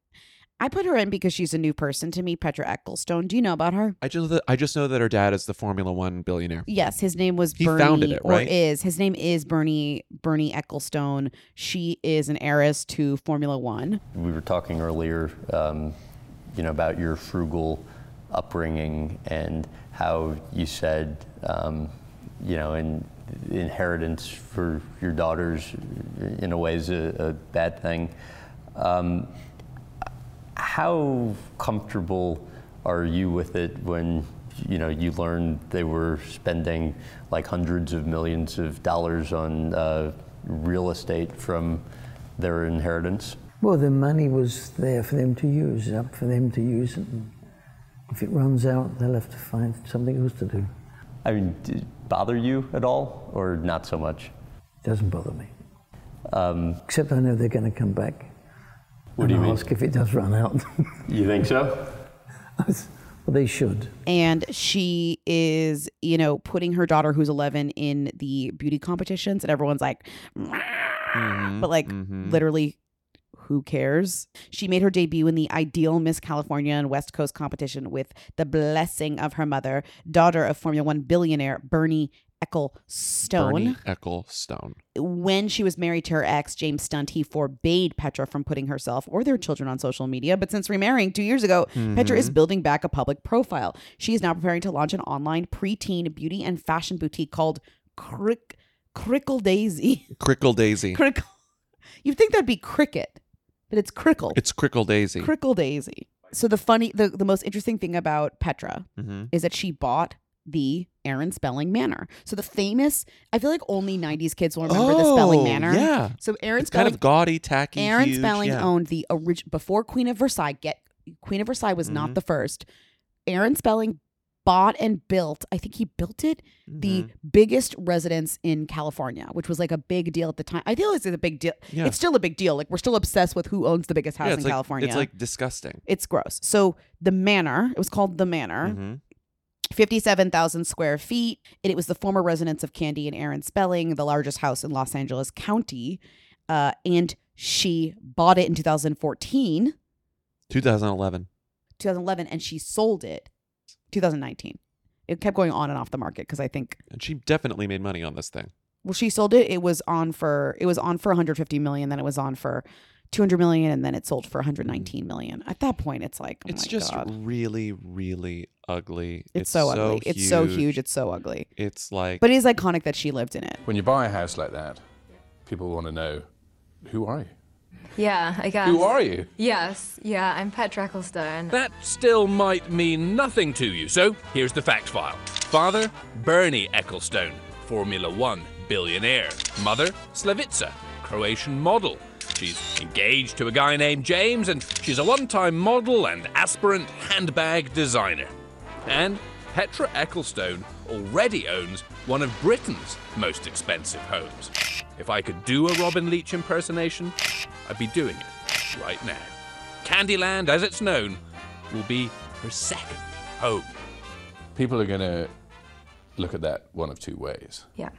Speaker 2: I put her in because she's a new person to me. Petra Ecclestone. Do you know about her?
Speaker 1: I just I just know that her dad is the Formula One billionaire.
Speaker 2: Yes, his name was
Speaker 1: He
Speaker 2: Bernie,
Speaker 1: founded it, right?
Speaker 2: or is his name is Bernie Bernie Ecclestone. She is an heiress to Formula One.
Speaker 6: We were talking earlier, um, you know, about your frugal upbringing and how you said, um, you know, in, inheritance for your daughters in a way is a, a bad thing. Um, how comfortable are you with it when you know you learned they were spending like hundreds of millions of dollars on uh, real estate from their inheritance?
Speaker 23: Well, the money was there for them to use, up for them to use it. And if it runs out, they'll have to find something else to do.
Speaker 6: I mean, d- bother you at all, or not so much?
Speaker 23: Doesn't bother me.
Speaker 6: Um,
Speaker 23: Except I know they're going to come back. What do you ask if it does run out.
Speaker 6: you think so?
Speaker 23: well, they should.
Speaker 2: and she is you know putting her daughter who's 11 in the beauty competitions and everyone's like "Rah!"
Speaker 1: Mm-hmm.
Speaker 2: but like literally who cares she made her debut in the ideal miss california and west coast competition with the blessing of her mother daughter of formula one billionaire bernie Ecclestone
Speaker 1: Bernie Ecclestone.
Speaker 2: when she was married to her ex, James Stunt, he forbade Petra from putting herself or their children on social media. But since remarrying two years ago, Petra is
Speaker 1: Mm-hmm.
Speaker 4: Mhm.
Speaker 2: building back a public profile. She is now preparing to launch an online preteen beauty and fashion boutique called Crick Crickle Daisy. *laughs*
Speaker 1: Crickle Daisy.
Speaker 2: Crickle. *laughs* You'd think that'd be cricket, but it's crickle.
Speaker 1: It's Crickle Daisy.
Speaker 2: Crickle Daisy. So the funny, the, the most interesting thing about Petra
Speaker 1: Mhm.
Speaker 2: is that she bought the Aaron Spelling Manor. So the famous, I feel like only '90s kids will remember the Spelling
Speaker 1: Oh,
Speaker 2: Manor.
Speaker 1: Yeah.
Speaker 2: So Aaron
Speaker 1: it's
Speaker 2: Spelling,
Speaker 1: kind of gaudy, tacky.
Speaker 2: Aaron
Speaker 1: huge,
Speaker 2: Spelling
Speaker 1: yeah.
Speaker 2: owned the original before Queen of Versailles. Get Queen of Versailles was
Speaker 1: Mm-hmm.
Speaker 2: not the first. Aaron Spelling bought and built. I think he built it the
Speaker 1: Mm-hmm.
Speaker 2: biggest residence in California, which was like a big deal at the time. I feel it's a big deal.
Speaker 1: Yeah.
Speaker 2: It's still a big deal. Like we're still obsessed with who owns the biggest house
Speaker 1: Yeah,
Speaker 2: in
Speaker 1: it's like,
Speaker 2: California.
Speaker 1: It's like disgusting.
Speaker 2: It's gross. So the manor, it was called the manor.
Speaker 1: Mhm.
Speaker 2: 57,000 square feet. And it was the former residence of Candy and Aaron Spelling, the largest house in Los Angeles County. Uh, and she bought it in 2014,
Speaker 1: 2011.
Speaker 2: 2011, and she sold it 2019. It kept going on and off the market because I think
Speaker 1: And she definitely made money on this thing.
Speaker 2: well she sold it it was on for it was on for 150 million then it was on for 200 million and then it sold for 119 million at that point it's like oh
Speaker 1: it's
Speaker 2: my
Speaker 1: just
Speaker 2: God.
Speaker 1: really, really ugly.
Speaker 2: It's so ugly. It's so huge. It's so ugly.
Speaker 1: It's like.
Speaker 2: but it is iconic that she lived in it
Speaker 7: When you buy a house like that, people want to know, who are you?
Speaker 8: Yeah, I guess.
Speaker 7: Who are you?
Speaker 8: Yes, yeah, I'm Petra Ecclestone.
Speaker 7: That still might mean nothing to you, so here's the fact file. Father, Bernie Ecclestone, Formula One billionaire. Mother, Slavica, Croatian model. She's engaged to a guy named James, and she's a one time model and aspirant handbag designer. And Petra Ecclestone already owns one of Britain's most expensive homes. If I could do a Robin Leach impersonation, I'd be doing it right now. Candyland, as it's known, will be her second home. People are going to look at that one of two ways.
Speaker 8: Yeah.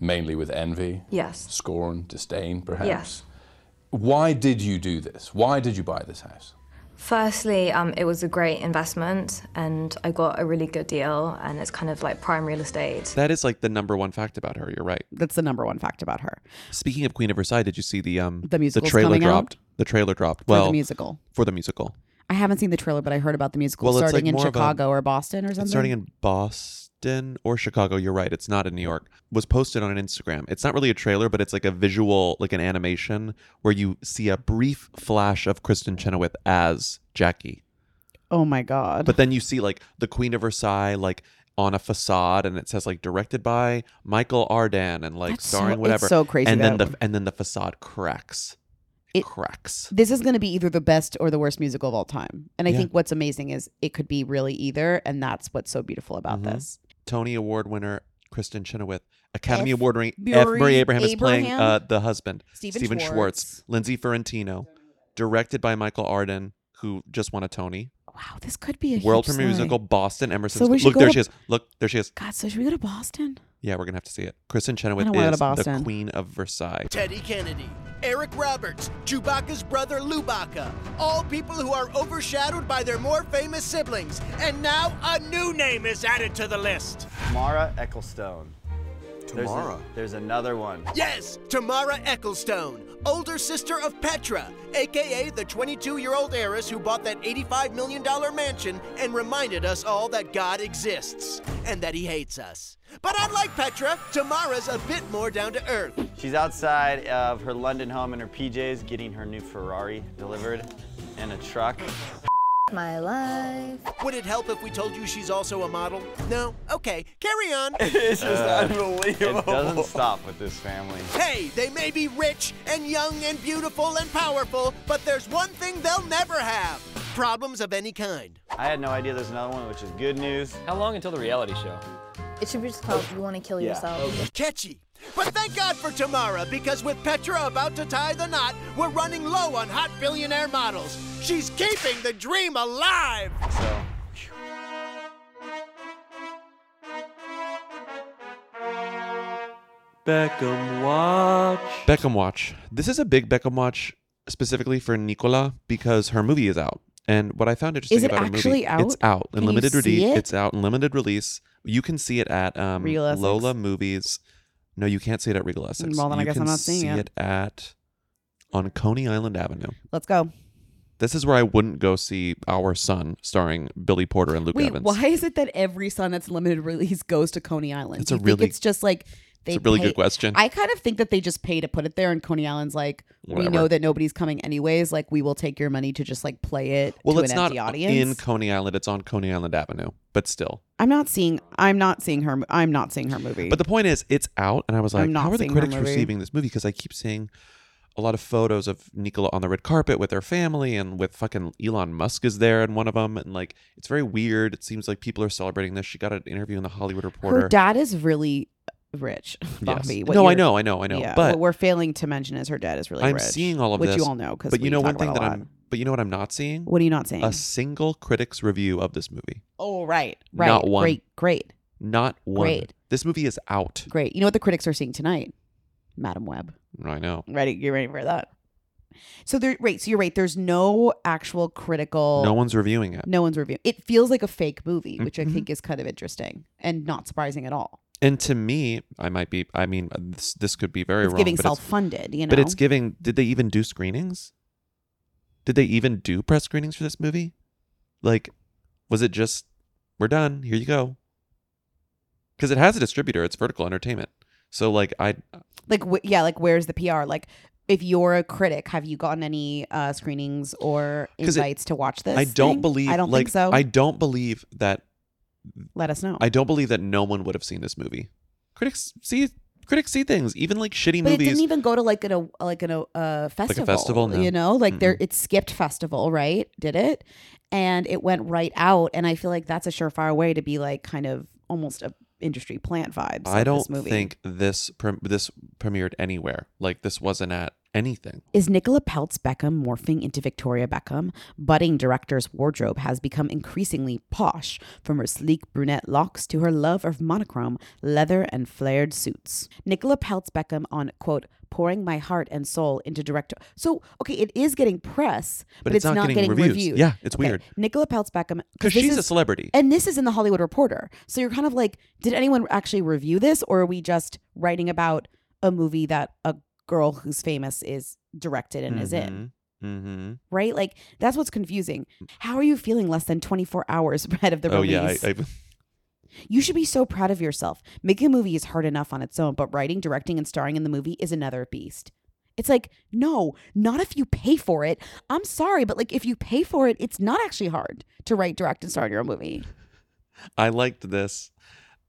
Speaker 7: Mainly with envy.
Speaker 8: Yes.
Speaker 7: Scorn, disdain, perhaps.
Speaker 8: Yes.
Speaker 7: Why did you do this? Why did you buy this house?
Speaker 8: Firstly, um, it was a great investment and I got a really good deal, and it's kind of like prime real estate.
Speaker 1: That is like the number one fact about her. You're right.
Speaker 2: That's the number one fact about her.
Speaker 1: Speaking of Queen of Versailles, did you see the um
Speaker 2: The musical's
Speaker 1: trailer
Speaker 2: coming out?
Speaker 1: dropped? The trailer dropped.
Speaker 2: For the
Speaker 1: well,
Speaker 2: musical.
Speaker 1: for the musical.
Speaker 2: i haven't seen the trailer but i heard about the musical
Speaker 1: Well, it's,
Speaker 2: starting
Speaker 1: like,
Speaker 2: in
Speaker 1: more of a-
Speaker 2: chicago or boston or something
Speaker 1: It's starting in Boston or Chicago. You're right. It's not in New York. Was posted on Instagram. It's not really a trailer, but it's like a visual, like an animation where you see a brief flash of Kristen Chenoweth as Jackie.
Speaker 2: oh my god
Speaker 1: But then you see like the Queen of Versailles, like on a facade, and it says like directed by Michael Ardan, and like
Speaker 2: That's so-
Speaker 1: starring
Speaker 2: it's
Speaker 1: whatever.
Speaker 2: so crazy
Speaker 1: And then
Speaker 2: that-
Speaker 1: the and then the facade cracks. it cracks
Speaker 2: this is going to be either the best or the worst musical of all time and i
Speaker 1: Yeah.
Speaker 2: think what's amazing is it could be really either and that's what's so beautiful about
Speaker 1: Mhm.
Speaker 2: this
Speaker 1: Tony Award winner Kristen Chenoweth, Academy
Speaker 2: F.
Speaker 1: Award winner F.
Speaker 2: Murray
Speaker 1: Murray Abraham is playing
Speaker 2: Abraham?
Speaker 1: uh, the husband,
Speaker 2: Stephen
Speaker 1: Schwartz.
Speaker 2: Schwartz.
Speaker 1: Lindsay Ferrantino, directed by Michael Arden, who just won a Tony.
Speaker 2: wow this could be a
Speaker 1: World
Speaker 2: huge
Speaker 1: premiere
Speaker 2: sign.
Speaker 1: musical Boston Emerson.
Speaker 2: So we should
Speaker 1: Look,
Speaker 2: go
Speaker 1: there
Speaker 2: to-
Speaker 1: she is. Look, there she is.
Speaker 2: god so should we go to boston
Speaker 1: Yeah, we're gonna have to see it. Kristen Chenoweth
Speaker 2: wanna go to
Speaker 1: is the
Speaker 2: Boston.
Speaker 1: queen of Versailles.
Speaker 24: Teddy Kennedy, Eric Roberts, Chewbacca's brother Lubaka, all people who are overshadowed by their more famous siblings. And now a new name is added to the list.
Speaker 25: Tamara Uh, Ecclestone. There's a-
Speaker 24: Tamara?
Speaker 25: There's, another one.
Speaker 24: Yes, Tamara Ecclestone, older sister of Petra, aka the 22 year old heiress who bought that $85 million mansion and reminded us all that God exists and that he hates us. But unlike Petra, Tamara's a bit more down to earth.
Speaker 25: She's outside of her London home in her PJs getting her new Ferrari delivered and a *laughs* truck.
Speaker 24: My life. Would it help if we told you she's also a model? No? Okay, carry on.
Speaker 25: Uh, It doesn't stop with this family.
Speaker 24: Hey, they may be rich and young and beautiful and powerful, but there's one thing they'll never have problems of any kind.
Speaker 25: I had no idea there's another one, which is good news. How long until the reality show?
Speaker 4: It should be just called You Want to Kill Yourself.
Speaker 24: Catchy. But thank God for Tamara, because with Petra about to tie the knot, we're running low on hot billionaire models. She's keeping the dream alive! *laughs*
Speaker 25: So,
Speaker 1: Beckham Watch. Beckham Watch. This is a big Beckham Watch specifically for Nicola because her movie is out. And what I found interesting
Speaker 2: Is it
Speaker 1: about her
Speaker 2: actually
Speaker 1: movie, it's
Speaker 2: out?
Speaker 1: out
Speaker 2: Can
Speaker 1: in
Speaker 2: you
Speaker 1: limited
Speaker 2: see
Speaker 1: release.
Speaker 2: it?
Speaker 1: It's out in limited release. You can see it at um,
Speaker 2: Regal Essex.
Speaker 1: Lola Movies. No, you can't see it at Regal Essex.
Speaker 2: Well, then I
Speaker 1: You
Speaker 2: guess I'm
Speaker 1: can
Speaker 2: not seeing
Speaker 1: see
Speaker 2: it.
Speaker 1: at on Coney Island Avenue.
Speaker 2: Let's go.
Speaker 1: This is where I wouldn't go see Our Son, starring Billy Porter and Luke
Speaker 2: Wait,
Speaker 1: Evans.
Speaker 2: why is it that every son that's limited release goes to Coney Island?
Speaker 1: It's
Speaker 2: Do
Speaker 1: a
Speaker 2: you think
Speaker 1: really-
Speaker 2: it's just like they
Speaker 1: a really
Speaker 2: pay-
Speaker 1: good question.
Speaker 2: I kind of think that they just pay to put it there, and Coney Island's like, we know
Speaker 1: Whatever.
Speaker 2: that nobody's coming anyways. Like, we will take your money to just like play it
Speaker 1: Well,
Speaker 2: to
Speaker 1: it's
Speaker 2: an
Speaker 1: not
Speaker 2: empty audience.
Speaker 1: in Coney Island. It's on Coney Island Avenue, but still.
Speaker 2: I'm not seeing. I'm not seeing her. I'm not seeing her movie.
Speaker 1: But the point is, it's out, and I was like,
Speaker 2: I'm not
Speaker 1: how are the
Speaker 2: seeing her
Speaker 1: critics
Speaker 2: movie.
Speaker 1: receiving this movie? Because I keep seeing a lot of photos of Nicola on the red carpet with her family, and with fucking Elon Musk is there in one of them, and like it's very weird. It seems like people are celebrating this. She got an interview in the Hollywood Reporter.
Speaker 2: her dad is really rich.
Speaker 1: Yes.
Speaker 2: Bobby,
Speaker 1: No, I
Speaker 2: you're-
Speaker 1: know, I know, I know,
Speaker 2: Yeah,
Speaker 1: but-
Speaker 2: what we're failing to mention is her dad is really
Speaker 1: I'm
Speaker 2: rich.
Speaker 1: seeing all of
Speaker 2: which
Speaker 1: this,
Speaker 2: you all know because
Speaker 1: but you know
Speaker 2: talk
Speaker 1: one thing
Speaker 2: about
Speaker 1: that
Speaker 2: a lot.
Speaker 1: I'm, but you know what I'm not seeing.
Speaker 2: What are you not seeing?
Speaker 1: A single critics review of this movie.
Speaker 2: Oh right, right.
Speaker 1: Not one.
Speaker 2: Great, great,
Speaker 1: Not one.
Speaker 2: Great.
Speaker 1: This movie is out.
Speaker 2: great. You know what the critics are seeing tonight? Madam Web.
Speaker 1: I know.
Speaker 2: Ready? You ready for that? So there. Right. So you're right. There's no actual critical.
Speaker 1: No one's reviewing it.
Speaker 2: No one's reviewing. It feels like a fake movie, which
Speaker 1: Mm-hmm.
Speaker 2: I think is kind of interesting and not surprising at all.
Speaker 1: And to me, I might be. I mean, this, this could be very
Speaker 2: It's
Speaker 1: wrong.
Speaker 2: giving
Speaker 1: but
Speaker 2: self-funded, you
Speaker 1: But it's
Speaker 2: know?
Speaker 1: giving. Did they even do screenings? Did they even do press screenings for this movie? Like, was it just we're done? Here you go. Because it has a distributor. It's Vertical Entertainment. So like I,
Speaker 2: Like, wh- yeah, like where's the PR? Like, if you're a critic, have you gotten any uh, screenings or
Speaker 1: 'Cause it-
Speaker 2: invites to watch this?
Speaker 1: I don't
Speaker 2: thing?
Speaker 1: believe.
Speaker 2: I don't
Speaker 1: like,
Speaker 2: think so.
Speaker 1: I don't believe that.
Speaker 2: Let us know.
Speaker 1: I don't believe that no one would have seen this movie. Critics see critics see things, even like shitty
Speaker 2: but it
Speaker 1: movies.
Speaker 2: didn't even go to like an a like an uh, festival.
Speaker 1: festival, no.
Speaker 2: you know, like there it skipped festival, right? Did it? And it went right out, and I feel like that's a surefire way to be like kind of almost a industry plant vibes.
Speaker 1: I
Speaker 2: of
Speaker 1: don't
Speaker 2: this movie.
Speaker 1: think this prem this premiered anywhere. Like this wasn't at anything.
Speaker 2: Is Nicola Peltz Beckham morphing into Victoria Beckham? Budding director's wardrobe has become increasingly posh, from her sleek brunette locks to her love of monochrome, leather, and flared suits. Nicola Peltz Beckham on, quote, pouring my heart and soul into director. So, okay, it is getting press, but, it's, not, getting,
Speaker 1: reviews.
Speaker 2: reviewed.
Speaker 1: Yeah, it's weird.
Speaker 2: Nicola Peltz Beckham.
Speaker 1: Because
Speaker 2: this
Speaker 1: she's a
Speaker 2: is-
Speaker 1: celebrity.
Speaker 2: And this is in the Hollywood Reporter. So you're kind of like, did anyone actually review this or are we just writing about a movie that a girl who's famous is directed and is in?
Speaker 1: Mm-hmm.
Speaker 2: Right? Like that's what's confusing. How are you feeling less than 24 hours *laughs* ahead of the
Speaker 1: oh yeah,
Speaker 2: release?
Speaker 1: I, I,
Speaker 2: You should be so proud of yourself. Making a movie is hard enough on its own, but writing, directing, and starring in the movie is another beast. It's like, no, not if you pay for it. I'm sorry, but like if you pay for it, it's not actually hard to write, direct, and star in your own movie.
Speaker 1: I liked this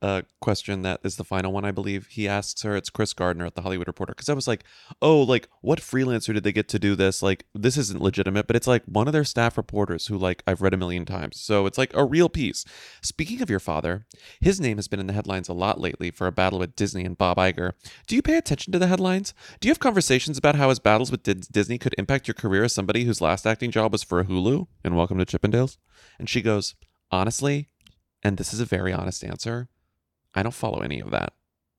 Speaker 1: uh, question that is the final one, I believe. He asks her, it's Chris Gardner at the Hollywood Reporter. Because I was like, oh, like, what freelancer did they get to do this? Like, this isn't legitimate, but it's like one of their staff reporters who, like, I've read a million times. So it's like a real piece. Speaking of your father, his name has been in the headlines a lot lately for a battle with Disney and Bob Iger. Do you pay attention to the headlines? Do you have conversations about how his battles with Dis- Disney could impact your career as somebody whose last acting job was for Hulu and Welcome to Chippendales? And she goes, honestly, and this is a very honest answer. I don't follow any of that.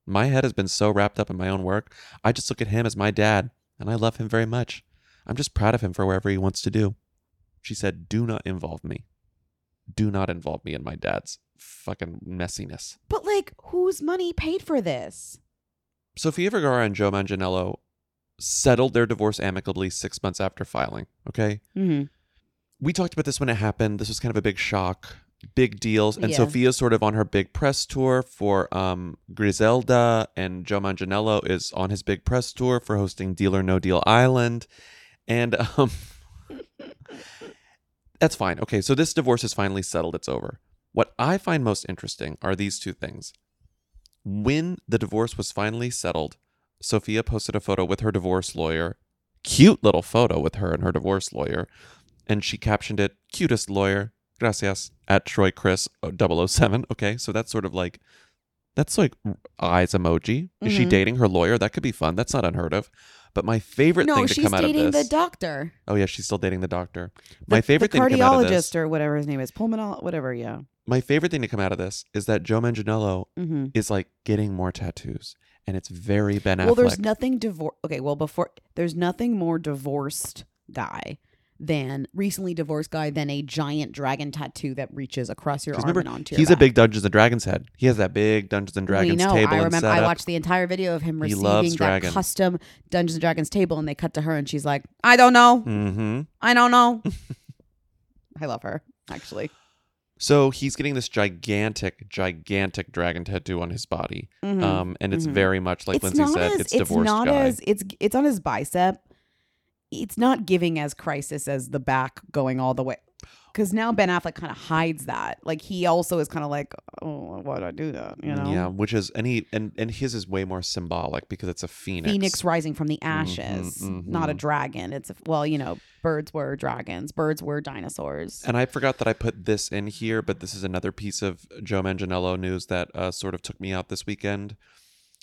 Speaker 1: My head has been so wrapped up in my own work, I just look at him as my dad, and I love him very much. I'm just proud of him for wherever he wants to do. She said, Do not involve me. Do not involve me in my dad's fucking messiness.
Speaker 2: But like, whose money paid for this?
Speaker 1: Sofia Vergara and Joe Manganiello settled their divorce amicably six months after filing, okay?
Speaker 2: Mm-hmm.
Speaker 1: we talked about this when it happened. This was kind of a big shock, big deals. And
Speaker 2: Yeah.
Speaker 1: Sophia's sort of on her big press tour for um, Griselda, and Joe Manganiello is on his big press tour for hosting Deal or No Deal Island. And um, *laughs* that's fine. Okay, so this divorce is finally settled. It's over. What I find most interesting are these two things. When the divorce was finally settled, Sophia posted a photo with her divorce lawyer. Cute little photo with her and her divorce lawyer. And she captioned it, oh, cutest lawyer, gracias, at Troy Chris 007. Okay, so that's sort of like That's like eyes emoji. Is she
Speaker 2: Mhm.
Speaker 1: dating her lawyer? That could be fun. That's not unheard of. But my favorite
Speaker 2: no,
Speaker 1: thing to
Speaker 2: she's
Speaker 1: come out of
Speaker 2: dating
Speaker 1: this.
Speaker 2: the doctor.
Speaker 1: oh yeah, she's still dating the doctor.
Speaker 2: The-
Speaker 1: my favorite
Speaker 2: the
Speaker 1: thing to come out of this.
Speaker 2: cardiologist or whatever his name is, pulmonologist, whatever. Yeah.
Speaker 1: my favorite thing to come out of this is that Joe Manganiello
Speaker 2: Mhm.
Speaker 1: is like getting more tattoos, and it's very Ben Affleck.
Speaker 2: Well, there's nothing divorce. Okay, well before there's nothing more divorced guy than recently divorced guy than a giant dragon tattoo that reaches across your
Speaker 1: 'Cause
Speaker 2: arm
Speaker 1: remember,
Speaker 2: and onto your
Speaker 1: he's a
Speaker 2: back.
Speaker 1: big Dungeons and Dragons head. He has that big Dungeons and Dragons
Speaker 2: we know.
Speaker 1: table
Speaker 2: I
Speaker 1: and
Speaker 2: remember. I
Speaker 1: setup.
Speaker 2: watched the entire video of him
Speaker 1: He
Speaker 2: receiving
Speaker 1: loves
Speaker 2: that
Speaker 1: dragon.
Speaker 2: custom Dungeons and Dragons table, and they cut to her, and she's like, "I don't know.
Speaker 1: Mm-hmm.
Speaker 2: I don't
Speaker 1: *laughs*
Speaker 2: know." I love her actually.
Speaker 1: So he's getting this gigantic, gigantic dragon tattoo on his body,
Speaker 2: Mhm.
Speaker 1: um, and it's
Speaker 2: Mhm.
Speaker 1: very much like Lindsay said,
Speaker 2: as,
Speaker 1: it's divorced
Speaker 2: not
Speaker 1: guy.
Speaker 2: as it's it's on his bicep. It's not giving as crisis as the back going all the way. Because now Ben Affleck kind of hides that. Like he also is kind of like, oh, why did I do that? You know,
Speaker 1: yeah, which is and he and and his is way more symbolic because it's a phoenix. Mm-hmm,
Speaker 2: Phoenix rising from the ashes,
Speaker 1: mhm,
Speaker 2: not a
Speaker 1: mhm. dragon.
Speaker 2: It's a, well, you know, birds were dragons, birds were dinosaurs.
Speaker 1: And I forgot that I put this in here, but this is another piece of Joe Manganiello news that uh, sort of took me out this weekend.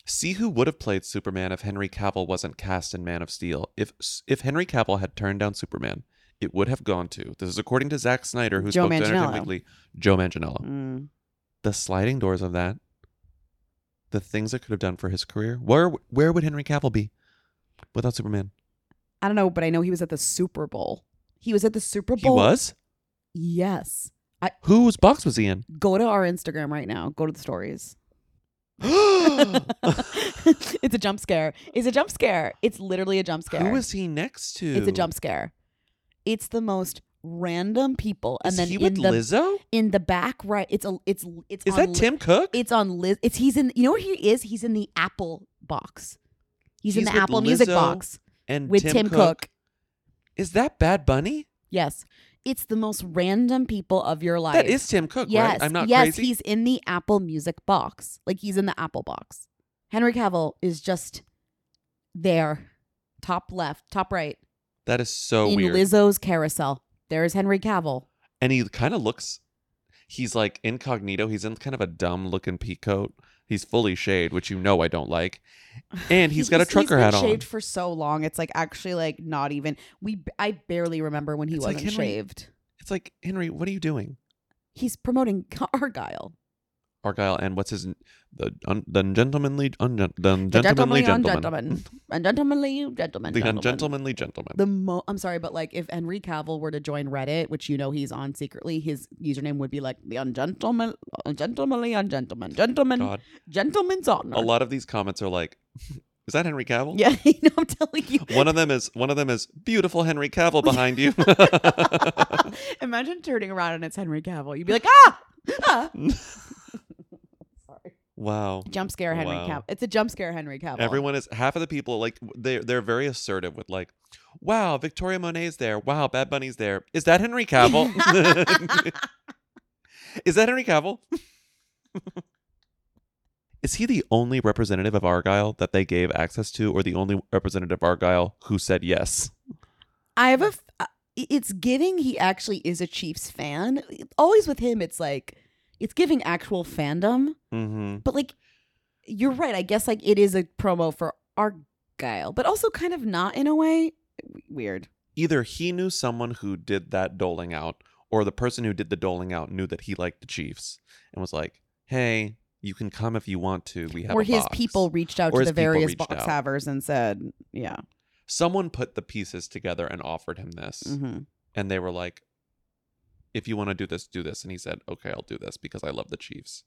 Speaker 1: See who would have played Superman if Henry Cavill wasn't cast in Man of Steel. If if Henry Cavill had turned down Superman, it would have gone to. This is according to Zack Snyder, who
Speaker 2: Joe
Speaker 1: spoke to Entertainment
Speaker 2: Manganiello.
Speaker 1: Weekly. Joe Manganiello.
Speaker 2: Mm.
Speaker 1: The sliding doors of that, the things it could have done for his career. Where where would Henry Cavill be without Superman?
Speaker 2: I don't know, but I know he was at the Super Bowl. He was at the Super
Speaker 1: He
Speaker 2: Bowl.
Speaker 1: was.
Speaker 2: Yes. I
Speaker 1: Whose box was he in?
Speaker 2: go to our Instagram right now. Go to the stories. *laughs* it's a jump scare. It's a jump scare. It's literally a jump scare.
Speaker 1: Who was he next to?
Speaker 2: It's a jump scare. It's the most random people, and
Speaker 1: Is
Speaker 2: then
Speaker 1: he
Speaker 2: in
Speaker 1: with
Speaker 2: the,
Speaker 1: Lizzo?
Speaker 2: in the back right. It's a it's it's
Speaker 1: Is
Speaker 2: on
Speaker 1: that
Speaker 2: Li-
Speaker 1: Tim Cook?
Speaker 2: It's on Liz. It's he's in. You know where he is? He's in the Apple box. He's, in the
Speaker 1: with
Speaker 2: Apple Music
Speaker 1: Lizzo
Speaker 2: box
Speaker 1: and
Speaker 2: with
Speaker 1: Tim
Speaker 2: Tim,
Speaker 1: Cook.
Speaker 2: Cook.
Speaker 1: Is that Bad Bunny?
Speaker 2: Yes. It's the most random people of your life.
Speaker 1: is Tim Cook, right?
Speaker 2: yes.
Speaker 1: I'm not
Speaker 2: yes,
Speaker 1: crazy?
Speaker 2: he's in the Apple Music box. Like he's in the Apple box. Henry Cavill is just there, top left, top right,
Speaker 1: That is so
Speaker 2: in
Speaker 1: weird.
Speaker 2: Lizzo's carousel. There is Henry Cavill.
Speaker 1: and he kind of looks, he's like incognito. He's in kind of a dumb looking peacoat. He's fully shaved, which you know I don't like.
Speaker 2: *laughs*
Speaker 1: And he's got a trucker
Speaker 2: he's
Speaker 1: hat
Speaker 2: been
Speaker 1: on.
Speaker 2: Shaved for so long, it's like actually like not even. We I barely remember when he
Speaker 1: It's like
Speaker 2: wasn't
Speaker 1: Henry-
Speaker 2: shaved.
Speaker 1: It's like, Henry, what are you doing?
Speaker 2: He's promoting *laughs* Argyle.
Speaker 1: Argyle and what's his n- the un, the gentlemanly ungent, the
Speaker 2: The
Speaker 1: gentlemanly gentleman,
Speaker 2: gentleman, and gentlemanly gentleman,
Speaker 1: the
Speaker 2: gentleman.
Speaker 1: ungentlemanly gentleman.
Speaker 2: the mo I'm sorry, but like if Henry Cavill were to join Reddit, which you know he's on secretly, his username would be like the ungentleman ungentlemanly ungentleman gentleman
Speaker 1: God.
Speaker 2: gentleman's honor.
Speaker 1: a lot of these comments are like, *laughs* is that Henry Cavill?
Speaker 2: Yeah, *laughs* you know, I'm telling
Speaker 1: *laughs*
Speaker 2: you.
Speaker 1: One of them is one of them is beautiful Henry Cavill behind you. *laughs*
Speaker 2: Imagine turning around and it's Henry Cavill. You'd be like, ah,
Speaker 1: *laughs*
Speaker 2: ah!
Speaker 1: wow.
Speaker 2: jump scare Henry
Speaker 1: Wow.
Speaker 2: Cavill. It's a jump scare Henry Cavill. *laughs*
Speaker 1: Everyone is half of the people like they they're very assertive with like, wow, Victoria Monet's there. Wow, Bad Bunny's there. Is that Henry
Speaker 2: *laughs*
Speaker 1: Cavill? *laughs* is that Henry Cavill? *laughs* is he the only representative of Argyle that they gave access to, or the only representative of Argyle who said yes?
Speaker 2: I have a. F- uh, i- it's giving he actually is a Chiefs fan. Always with him, it's like it's giving actual fandom.
Speaker 1: Mm-hmm.
Speaker 2: But like, you're right. I guess like it is a promo for Argyle, but also kind of not in a way. Weird.
Speaker 1: Either he knew someone who did that doling out, or the person who did the doling out knew that he liked the Chiefs and was like, "Hey, you can come if you want to. We have
Speaker 2: Or
Speaker 1: a
Speaker 2: his
Speaker 1: box."
Speaker 2: people reached out to
Speaker 1: Or his
Speaker 2: the
Speaker 1: people
Speaker 2: various
Speaker 1: reached
Speaker 2: box
Speaker 1: out.
Speaker 2: havers and said, "Yeah,
Speaker 1: someone put the pieces together and offered him this
Speaker 2: Mhm.
Speaker 1: and they were like if you want to do this do this and he said okay i'll do this because i love the chiefs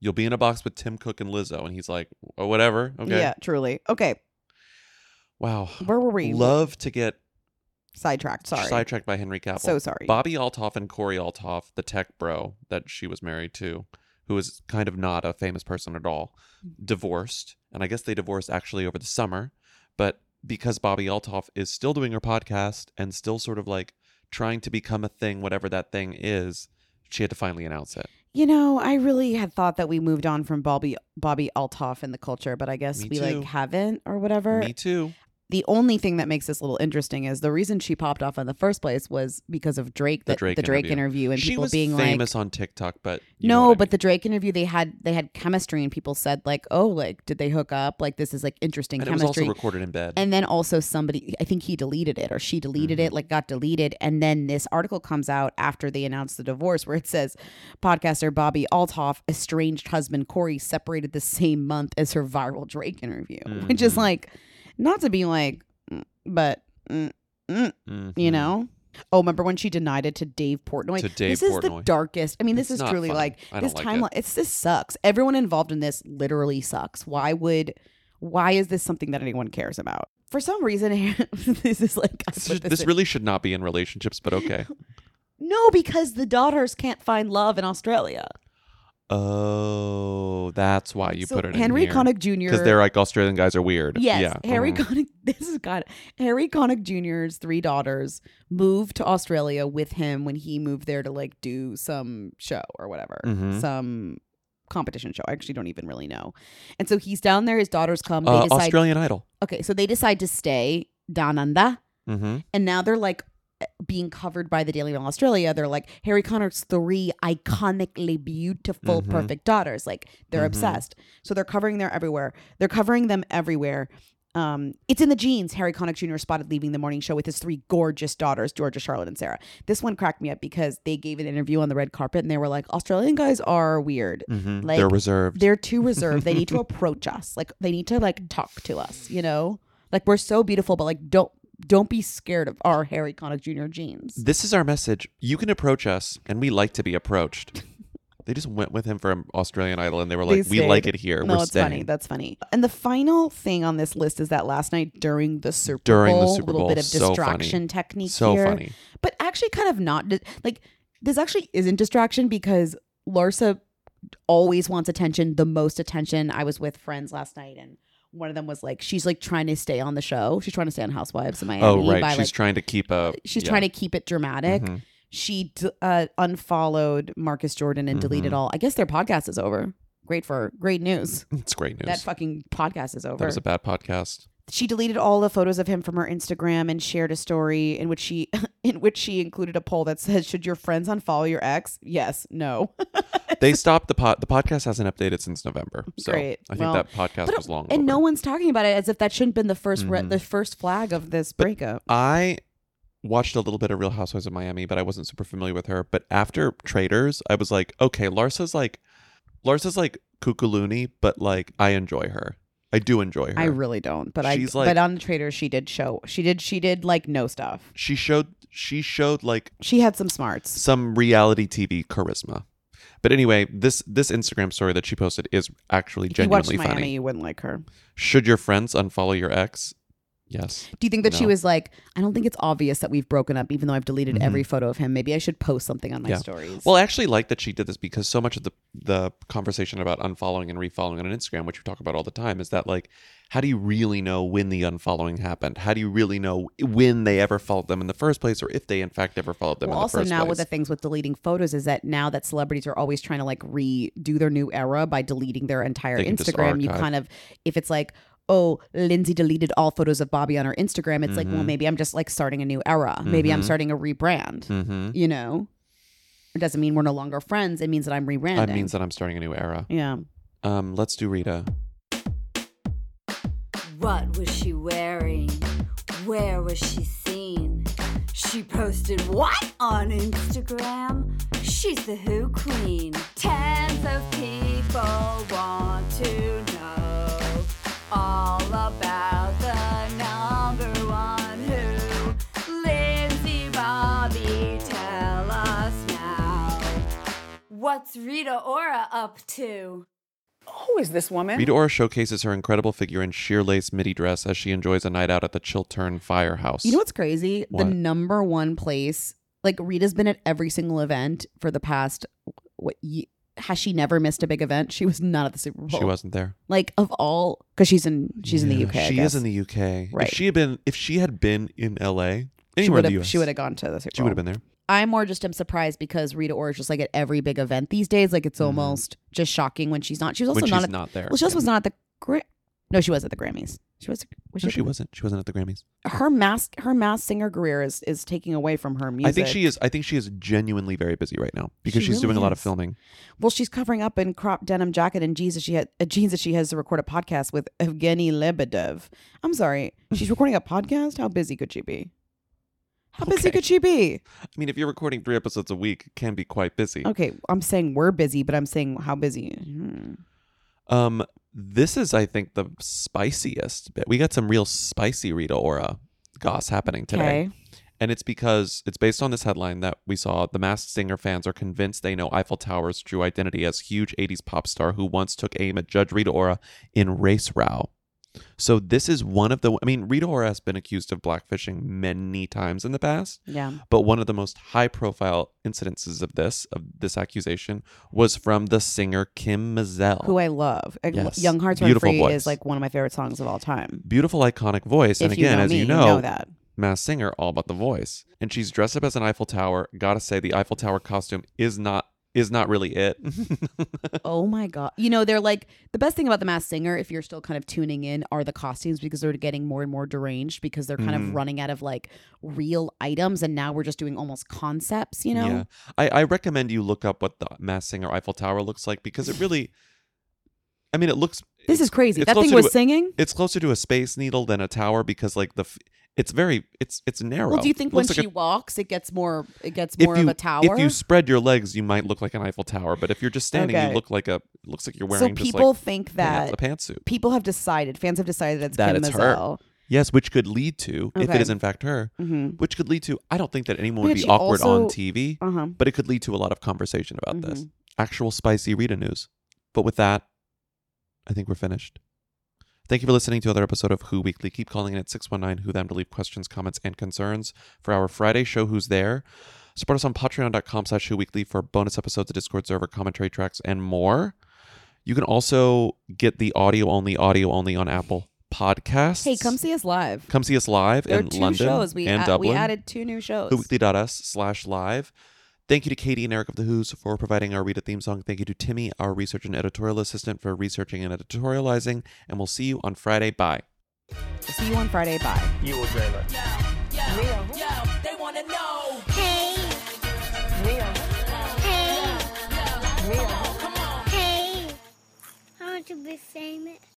Speaker 1: you'll be in a box with tim cook and lizzo and he's like oh, whatever okay
Speaker 2: yeah, truly." Okay,
Speaker 1: wow
Speaker 2: where were we?
Speaker 1: love to get
Speaker 2: Sidetracked. Sorry.
Speaker 1: sidetracked by henry cavill
Speaker 2: So sorry.
Speaker 1: bobby altoff and corey altoff the tech bro that she was married to who is kind of not a famous person at all
Speaker 2: Mm-hmm.
Speaker 1: divorced and i guess they divorced actually over the summer but because Bobby Altoff is still doing her podcast and still sort of like trying to become a thing, whatever that thing is, she had to finally announce it.
Speaker 2: You know, I really had thought that we moved on from Bobby Bobby Altoff in the culture, but I guess
Speaker 1: Me
Speaker 2: we
Speaker 1: too.
Speaker 2: like haven't or whatever.
Speaker 1: Me too.
Speaker 2: The only thing that makes this little interesting is the reason she popped off in the first place was because of Drake, the, the Drake, interview. and
Speaker 1: she
Speaker 2: people
Speaker 1: was
Speaker 2: being like,
Speaker 1: famous on TikTok, but you know
Speaker 2: no,
Speaker 1: what I
Speaker 2: but the Drake interview they had they had chemistry and people said like, oh, like did they hook up? Like this is like interesting
Speaker 1: mean. and it was
Speaker 2: chemistry.
Speaker 1: also recorded in bed.
Speaker 2: And then also somebody, I think he deleted it or she deleted
Speaker 1: Mm-hmm.
Speaker 2: it, like got deleted. And then this article comes out after they announced the divorce where it says podcaster Bobby Altoff, estranged husband Corey, separated the same month as her viral Drake interview, *laughs* which is
Speaker 9: Mhm.
Speaker 1: Mm-hmm.
Speaker 2: like, not to be like, mm, but, mm, mm,
Speaker 1: Mm-hmm.
Speaker 2: you know? Oh, remember when she denied it to Dave Portnoy?
Speaker 1: To Dave
Speaker 2: this is the
Speaker 1: Portnoy.
Speaker 2: darkest. I mean, this
Speaker 1: It's
Speaker 2: is
Speaker 1: not
Speaker 2: truly
Speaker 1: fun.
Speaker 2: like
Speaker 1: I
Speaker 2: this
Speaker 1: don't like it.
Speaker 2: timeline. It's this sucks. Everyone involved in this literally sucks. Why would? Why is this something that anyone cares about? For some reason, *laughs* this is like I put
Speaker 1: this
Speaker 2: in-
Speaker 1: really should not be in relationships,
Speaker 2: *laughs*
Speaker 1: but okay.
Speaker 2: no because the daughters can't find love in Australia.
Speaker 1: Oh, that's why you
Speaker 2: So
Speaker 1: put it
Speaker 2: Henry
Speaker 1: in here.
Speaker 2: Connick Jr.
Speaker 1: Because they're like Australian guys are weird.
Speaker 2: Yes,
Speaker 1: yeah.
Speaker 2: Harry
Speaker 1: mhm.
Speaker 2: Connick. *laughs* This is God. Harry Connick Jr.'s three daughters moved to Australia with him when he moved there to like do some show or whatever,
Speaker 1: Mhm.
Speaker 2: some competition show. I actually don't even really know. And so he's down there. His daughters come. They
Speaker 1: Uh,
Speaker 2: decide,
Speaker 1: Australian Idol.
Speaker 2: Okay, so they decide to stay down under,
Speaker 1: Mhm.
Speaker 2: and now they're like being covered by the Daily Mail Australia. They're like Harry Connick's three iconically beautiful,
Speaker 9: Mhm.
Speaker 2: perfect daughters. Like they're
Speaker 9: Mhm.
Speaker 2: obsessed. So they're covering them everywhere. They're covering them everywhere. Um, it's in the genes. Harry Connick Jr. spotted leaving the morning show with his three gorgeous daughters, Georgia, Charlotte, and Sarah. This one cracked me up because they gave an interview on the red carpet and they were like, Australian guys are weird.
Speaker 1: Mhm.
Speaker 2: Like,
Speaker 1: They're reserved.
Speaker 2: They're too reserved. they need
Speaker 1: *laughs*
Speaker 2: to approach us. Like they need to like talk to us, you know? Like we're so beautiful, but like don't don't be scared of our Harry Connick Jr. genes.
Speaker 1: This is our message. You can approach us, and we like to be *laughs* approached. they just went with him from Australian Idol, and they were
Speaker 2: They
Speaker 1: like, "We like
Speaker 2: stayed.
Speaker 1: it here.
Speaker 2: No,
Speaker 1: We're
Speaker 2: it's
Speaker 1: staying."
Speaker 2: funny. That's funny. And the final thing on this list is that last night during the Super
Speaker 1: During the
Speaker 2: Bowl,
Speaker 1: Super
Speaker 2: little
Speaker 1: Bowl,
Speaker 2: bit of
Speaker 1: so funny.
Speaker 2: distraction technique
Speaker 1: So
Speaker 2: here,
Speaker 1: funny.
Speaker 2: but actually kind of not di- like this. Actually, isn't distraction because Larsa always wants attention, the most attention. I was with friends last night and. One of them was like, she's like trying to stay on the show. She's trying to stay on Housewives of Miami.
Speaker 1: oh, right.
Speaker 2: by,
Speaker 1: She's
Speaker 2: like,
Speaker 1: trying to keep up.
Speaker 2: she's
Speaker 1: yeah.
Speaker 2: trying to keep it dramatic.
Speaker 1: Mhm.
Speaker 2: She d- uh, unfollowed Marcus Jordan and deleted
Speaker 1: Mhm.
Speaker 2: all. I guess their podcast is over. Great for great news.
Speaker 1: It's great news.
Speaker 2: That fucking podcast is over.
Speaker 1: That was a bad
Speaker 2: *laughs*
Speaker 1: podcast.
Speaker 2: she deleted all the photos of him from her Instagram and shared a story in which she *laughs* in which she included a poll that says, "Should your friends unfollow your ex?" Yes, no.
Speaker 1: they stopped the pod. The podcast hasn't updated since November. So
Speaker 2: Great.
Speaker 1: I think
Speaker 2: Well, *laughs*
Speaker 1: that podcast was long.
Speaker 2: and no one's talking about it as if that shouldn't been the 1st re-
Speaker 1: Mhm.
Speaker 2: the first flag of this breakup.
Speaker 1: I watched a little bit of Real Housewives of Miami, but I wasn't super familiar with her. But after Traders, I was like, okay, Larsa's like, Larsa's like Kukuluny, but like I enjoy her. I do enjoy her.
Speaker 2: I really don't, but
Speaker 1: She's
Speaker 2: I
Speaker 1: like-
Speaker 2: but on the trader she did show she did she did like no stuff.
Speaker 1: she showed she showed like
Speaker 2: She had some smarts.
Speaker 1: some reality TV charisma. But anyway, this this Instagram story that she posted is actually
Speaker 2: If you watched
Speaker 1: genuinely
Speaker 2: Miami,
Speaker 1: funny.
Speaker 2: you wouldn't like her.
Speaker 1: Should your friends unfollow your ex? Yes.
Speaker 2: Do you think that she
Speaker 1: No.
Speaker 2: was like, I don't think it's obvious that we've broken up, even though I've deleted
Speaker 1: Mhm.
Speaker 2: every photo of him. Maybe I should post something on my stories.
Speaker 1: Well, I actually like that she did this because so much of the the conversation about unfollowing and refollowing on Instagram, which we talk about all the time, is that like, how do you really know when the unfollowing happened? How do you really know when they ever followed them in the first place, or if they in fact ever followed them?
Speaker 2: Well,
Speaker 1: in the
Speaker 2: also
Speaker 1: first
Speaker 2: now
Speaker 1: place?
Speaker 2: with the things with deleting photos is that now that celebrities are always trying to like redo their new era by deleting their entire
Speaker 9: They can just
Speaker 2: Instagram, you
Speaker 9: archive.
Speaker 2: kind of if it's like, oh, Lindsay deleted all photos of Bobby on her Instagram, it's like, well,
Speaker 9: Mhm.
Speaker 2: maybe I'm just like starting a new era. Maybe I'm
Speaker 9: Mhm.
Speaker 2: starting a rebrand.
Speaker 1: Mhm.
Speaker 2: You know, it doesn't mean we're no longer friends. It means that I'm rebranding.
Speaker 1: That means that I'm starting a new era.
Speaker 2: Yeah.
Speaker 1: Um, let's do Rita.
Speaker 10: What was she wearing? Where was she seen? She posted what on Instagram? She's the Who Queen. Tens of people want to know all about the number one Who. Lindsay Bobby, tell us now. What's Rita Ora up to?
Speaker 17: Who is this woman?
Speaker 1: Rita Ora showcases her incredible figure in sheer lace midi dress as she enjoys a night out at the Chiltern Firehouse.
Speaker 2: You know what's crazy?
Speaker 1: What?
Speaker 2: The number one place, like Rita's been at every single event for the past what ye- has she never missed a big event? She was not at the Super Bowl.
Speaker 1: She wasn't there.
Speaker 2: Like of all, because she's in she's in the
Speaker 1: Yeah,
Speaker 2: UK. I
Speaker 1: She
Speaker 2: guess.
Speaker 1: is in the UK.
Speaker 2: Right.
Speaker 1: If she had been, if she had been in
Speaker 2: She
Speaker 1: LA, anywhere in the
Speaker 2: would've-
Speaker 1: US,
Speaker 2: she would've gone to the Super
Speaker 1: She would have
Speaker 2: Bowl.
Speaker 1: been there.
Speaker 2: I more just am surprised because Rita Ora is just like at every big event these days. Like it's almost just shocking when she's not. She was also
Speaker 1: Mm-hmm. When
Speaker 2: not
Speaker 1: she's
Speaker 2: at,
Speaker 1: not there,
Speaker 2: Well, she also
Speaker 1: yeah.
Speaker 2: was not at the. Gra- no, she was at the Grammys. She was. was
Speaker 1: no,
Speaker 2: at
Speaker 1: she
Speaker 2: the-
Speaker 1: wasn't. She wasn't at the Grammys.
Speaker 2: Her mask. Her mask singer career is is taking away from her music.
Speaker 1: I think she is. I think she is genuinely very busy right now because
Speaker 2: She
Speaker 1: she's
Speaker 2: really
Speaker 1: doing a lot of
Speaker 2: is.
Speaker 1: filming.
Speaker 2: Well, she's covering up in crop denim jacket and jeans that she had uh, jeans that she has to record a podcast with Evgeny Lebedev. I'm sorry, she's recording a podcast. How busy could she be? How busy could she be?
Speaker 1: I mean, if you're recording three episodes a week, it can be quite busy.
Speaker 2: Okay, I'm saying we're busy, but I'm saying how busy. Hmm.
Speaker 1: Um, this is, I think, the spiciest bit. We got some real spicy Rita Ora goss happening today.
Speaker 2: Okay.
Speaker 1: And it's because it's based on this headline that we saw the Masked Singer fans are convinced they know Eiffel Tower's true identity as huge 80s pop star who once took aim at Judge Rita Ora in Race Row. So this is one of the I mean Rita Ora has been accused of blackfishing many times in the past.
Speaker 2: Yeah.
Speaker 1: But one of the most high profile incidences of this of this accusation was from the singer Kim Mazel.
Speaker 2: Who I love. And
Speaker 1: Yes.
Speaker 2: Young Hearts Run
Speaker 1: Beautiful
Speaker 2: Free
Speaker 1: voice.
Speaker 2: is like one of my favorite songs of all time.
Speaker 1: beautiful iconic voice and
Speaker 2: If you
Speaker 1: again
Speaker 2: know
Speaker 1: as
Speaker 2: me,
Speaker 1: you
Speaker 2: you
Speaker 1: know,
Speaker 2: know that.
Speaker 1: mass singer all about the voice and she's dressed up as an eiffel tower gotta say the eiffel tower costume is not is not really it
Speaker 2: oh my god! You know they're like the best thing about the Masked Singer, if you're still kind of tuning in, are the costumes because they're getting more and more deranged because they're kind
Speaker 1: Mhm.
Speaker 2: of running out of like real items, and now we're just doing almost concepts.
Speaker 1: *laughs*
Speaker 2: You know,
Speaker 1: I, I recommend you look up what the mass singer eiffel tower looks like because it really i mean it looks
Speaker 2: This is
Speaker 1: it's-
Speaker 2: crazy.
Speaker 1: it's
Speaker 2: That thing
Speaker 1: closer to
Speaker 2: was
Speaker 1: a-
Speaker 2: singing?
Speaker 1: it's closer to a space needle than a tower because like the f- it's very it's it's narrow
Speaker 2: Well, do you think
Speaker 1: It
Speaker 2: when
Speaker 1: looks
Speaker 2: she
Speaker 1: like a-
Speaker 2: walks, it gets more? It gets
Speaker 1: if
Speaker 2: more
Speaker 1: you-
Speaker 2: of a tower.
Speaker 1: If you spread your legs, you might look like an Eiffel Tower, but if you're just standing,
Speaker 2: Okay.
Speaker 1: you look like a looks like you're
Speaker 2: so
Speaker 1: wearing. just, like,
Speaker 2: people think that
Speaker 1: pants- a pantsuit.
Speaker 2: People have decided. Fans have decided that's
Speaker 1: that
Speaker 2: Kim
Speaker 1: it's
Speaker 2: Mazel.
Speaker 1: her. Yes, which could lead to if it
Speaker 2: Okay.
Speaker 1: is in fact her,
Speaker 2: Mhm.
Speaker 1: which could lead to I don't think that anyone would
Speaker 2: Yeah,
Speaker 1: be
Speaker 2: she
Speaker 1: awkward on
Speaker 2: also-
Speaker 1: TV,
Speaker 2: Uh-huh.
Speaker 1: but it could lead to a lot of conversation about this.
Speaker 2: Mhm.
Speaker 1: Actual spicy Rita news. But with that, I think we're finished. Thank you for listening to another episode of Who Weekly. Keep calling in at 619 Who Them to leave questions, comments, and concerns for our Friday show Who's There. Support us on patreon.com slash Who Weekly for bonus episodes, a Discord server, commentary tracks, and more. You can also get the audio only, audio only on Apple Podcasts.
Speaker 2: Hey, come see us live.
Speaker 1: Come see us live
Speaker 2: There are
Speaker 1: in
Speaker 2: two
Speaker 1: London
Speaker 2: shows. We
Speaker 1: and
Speaker 2: add- we
Speaker 1: Dublin.
Speaker 2: added two new shows.
Speaker 1: Whoweekly.us slash live. Thank you to Katie and Eric of The Who's for providing our Rita theme song. Thank you to Timmy, our research and editorial assistant, for researching and editorializing. And we'll see you on Friday. Bye.
Speaker 2: See you on Friday. Bye.
Speaker 1: You will dream it.
Speaker 18: They wanna know. Hey. Real. Hey. Real. Come on. Hey.
Speaker 5: I want to be famous.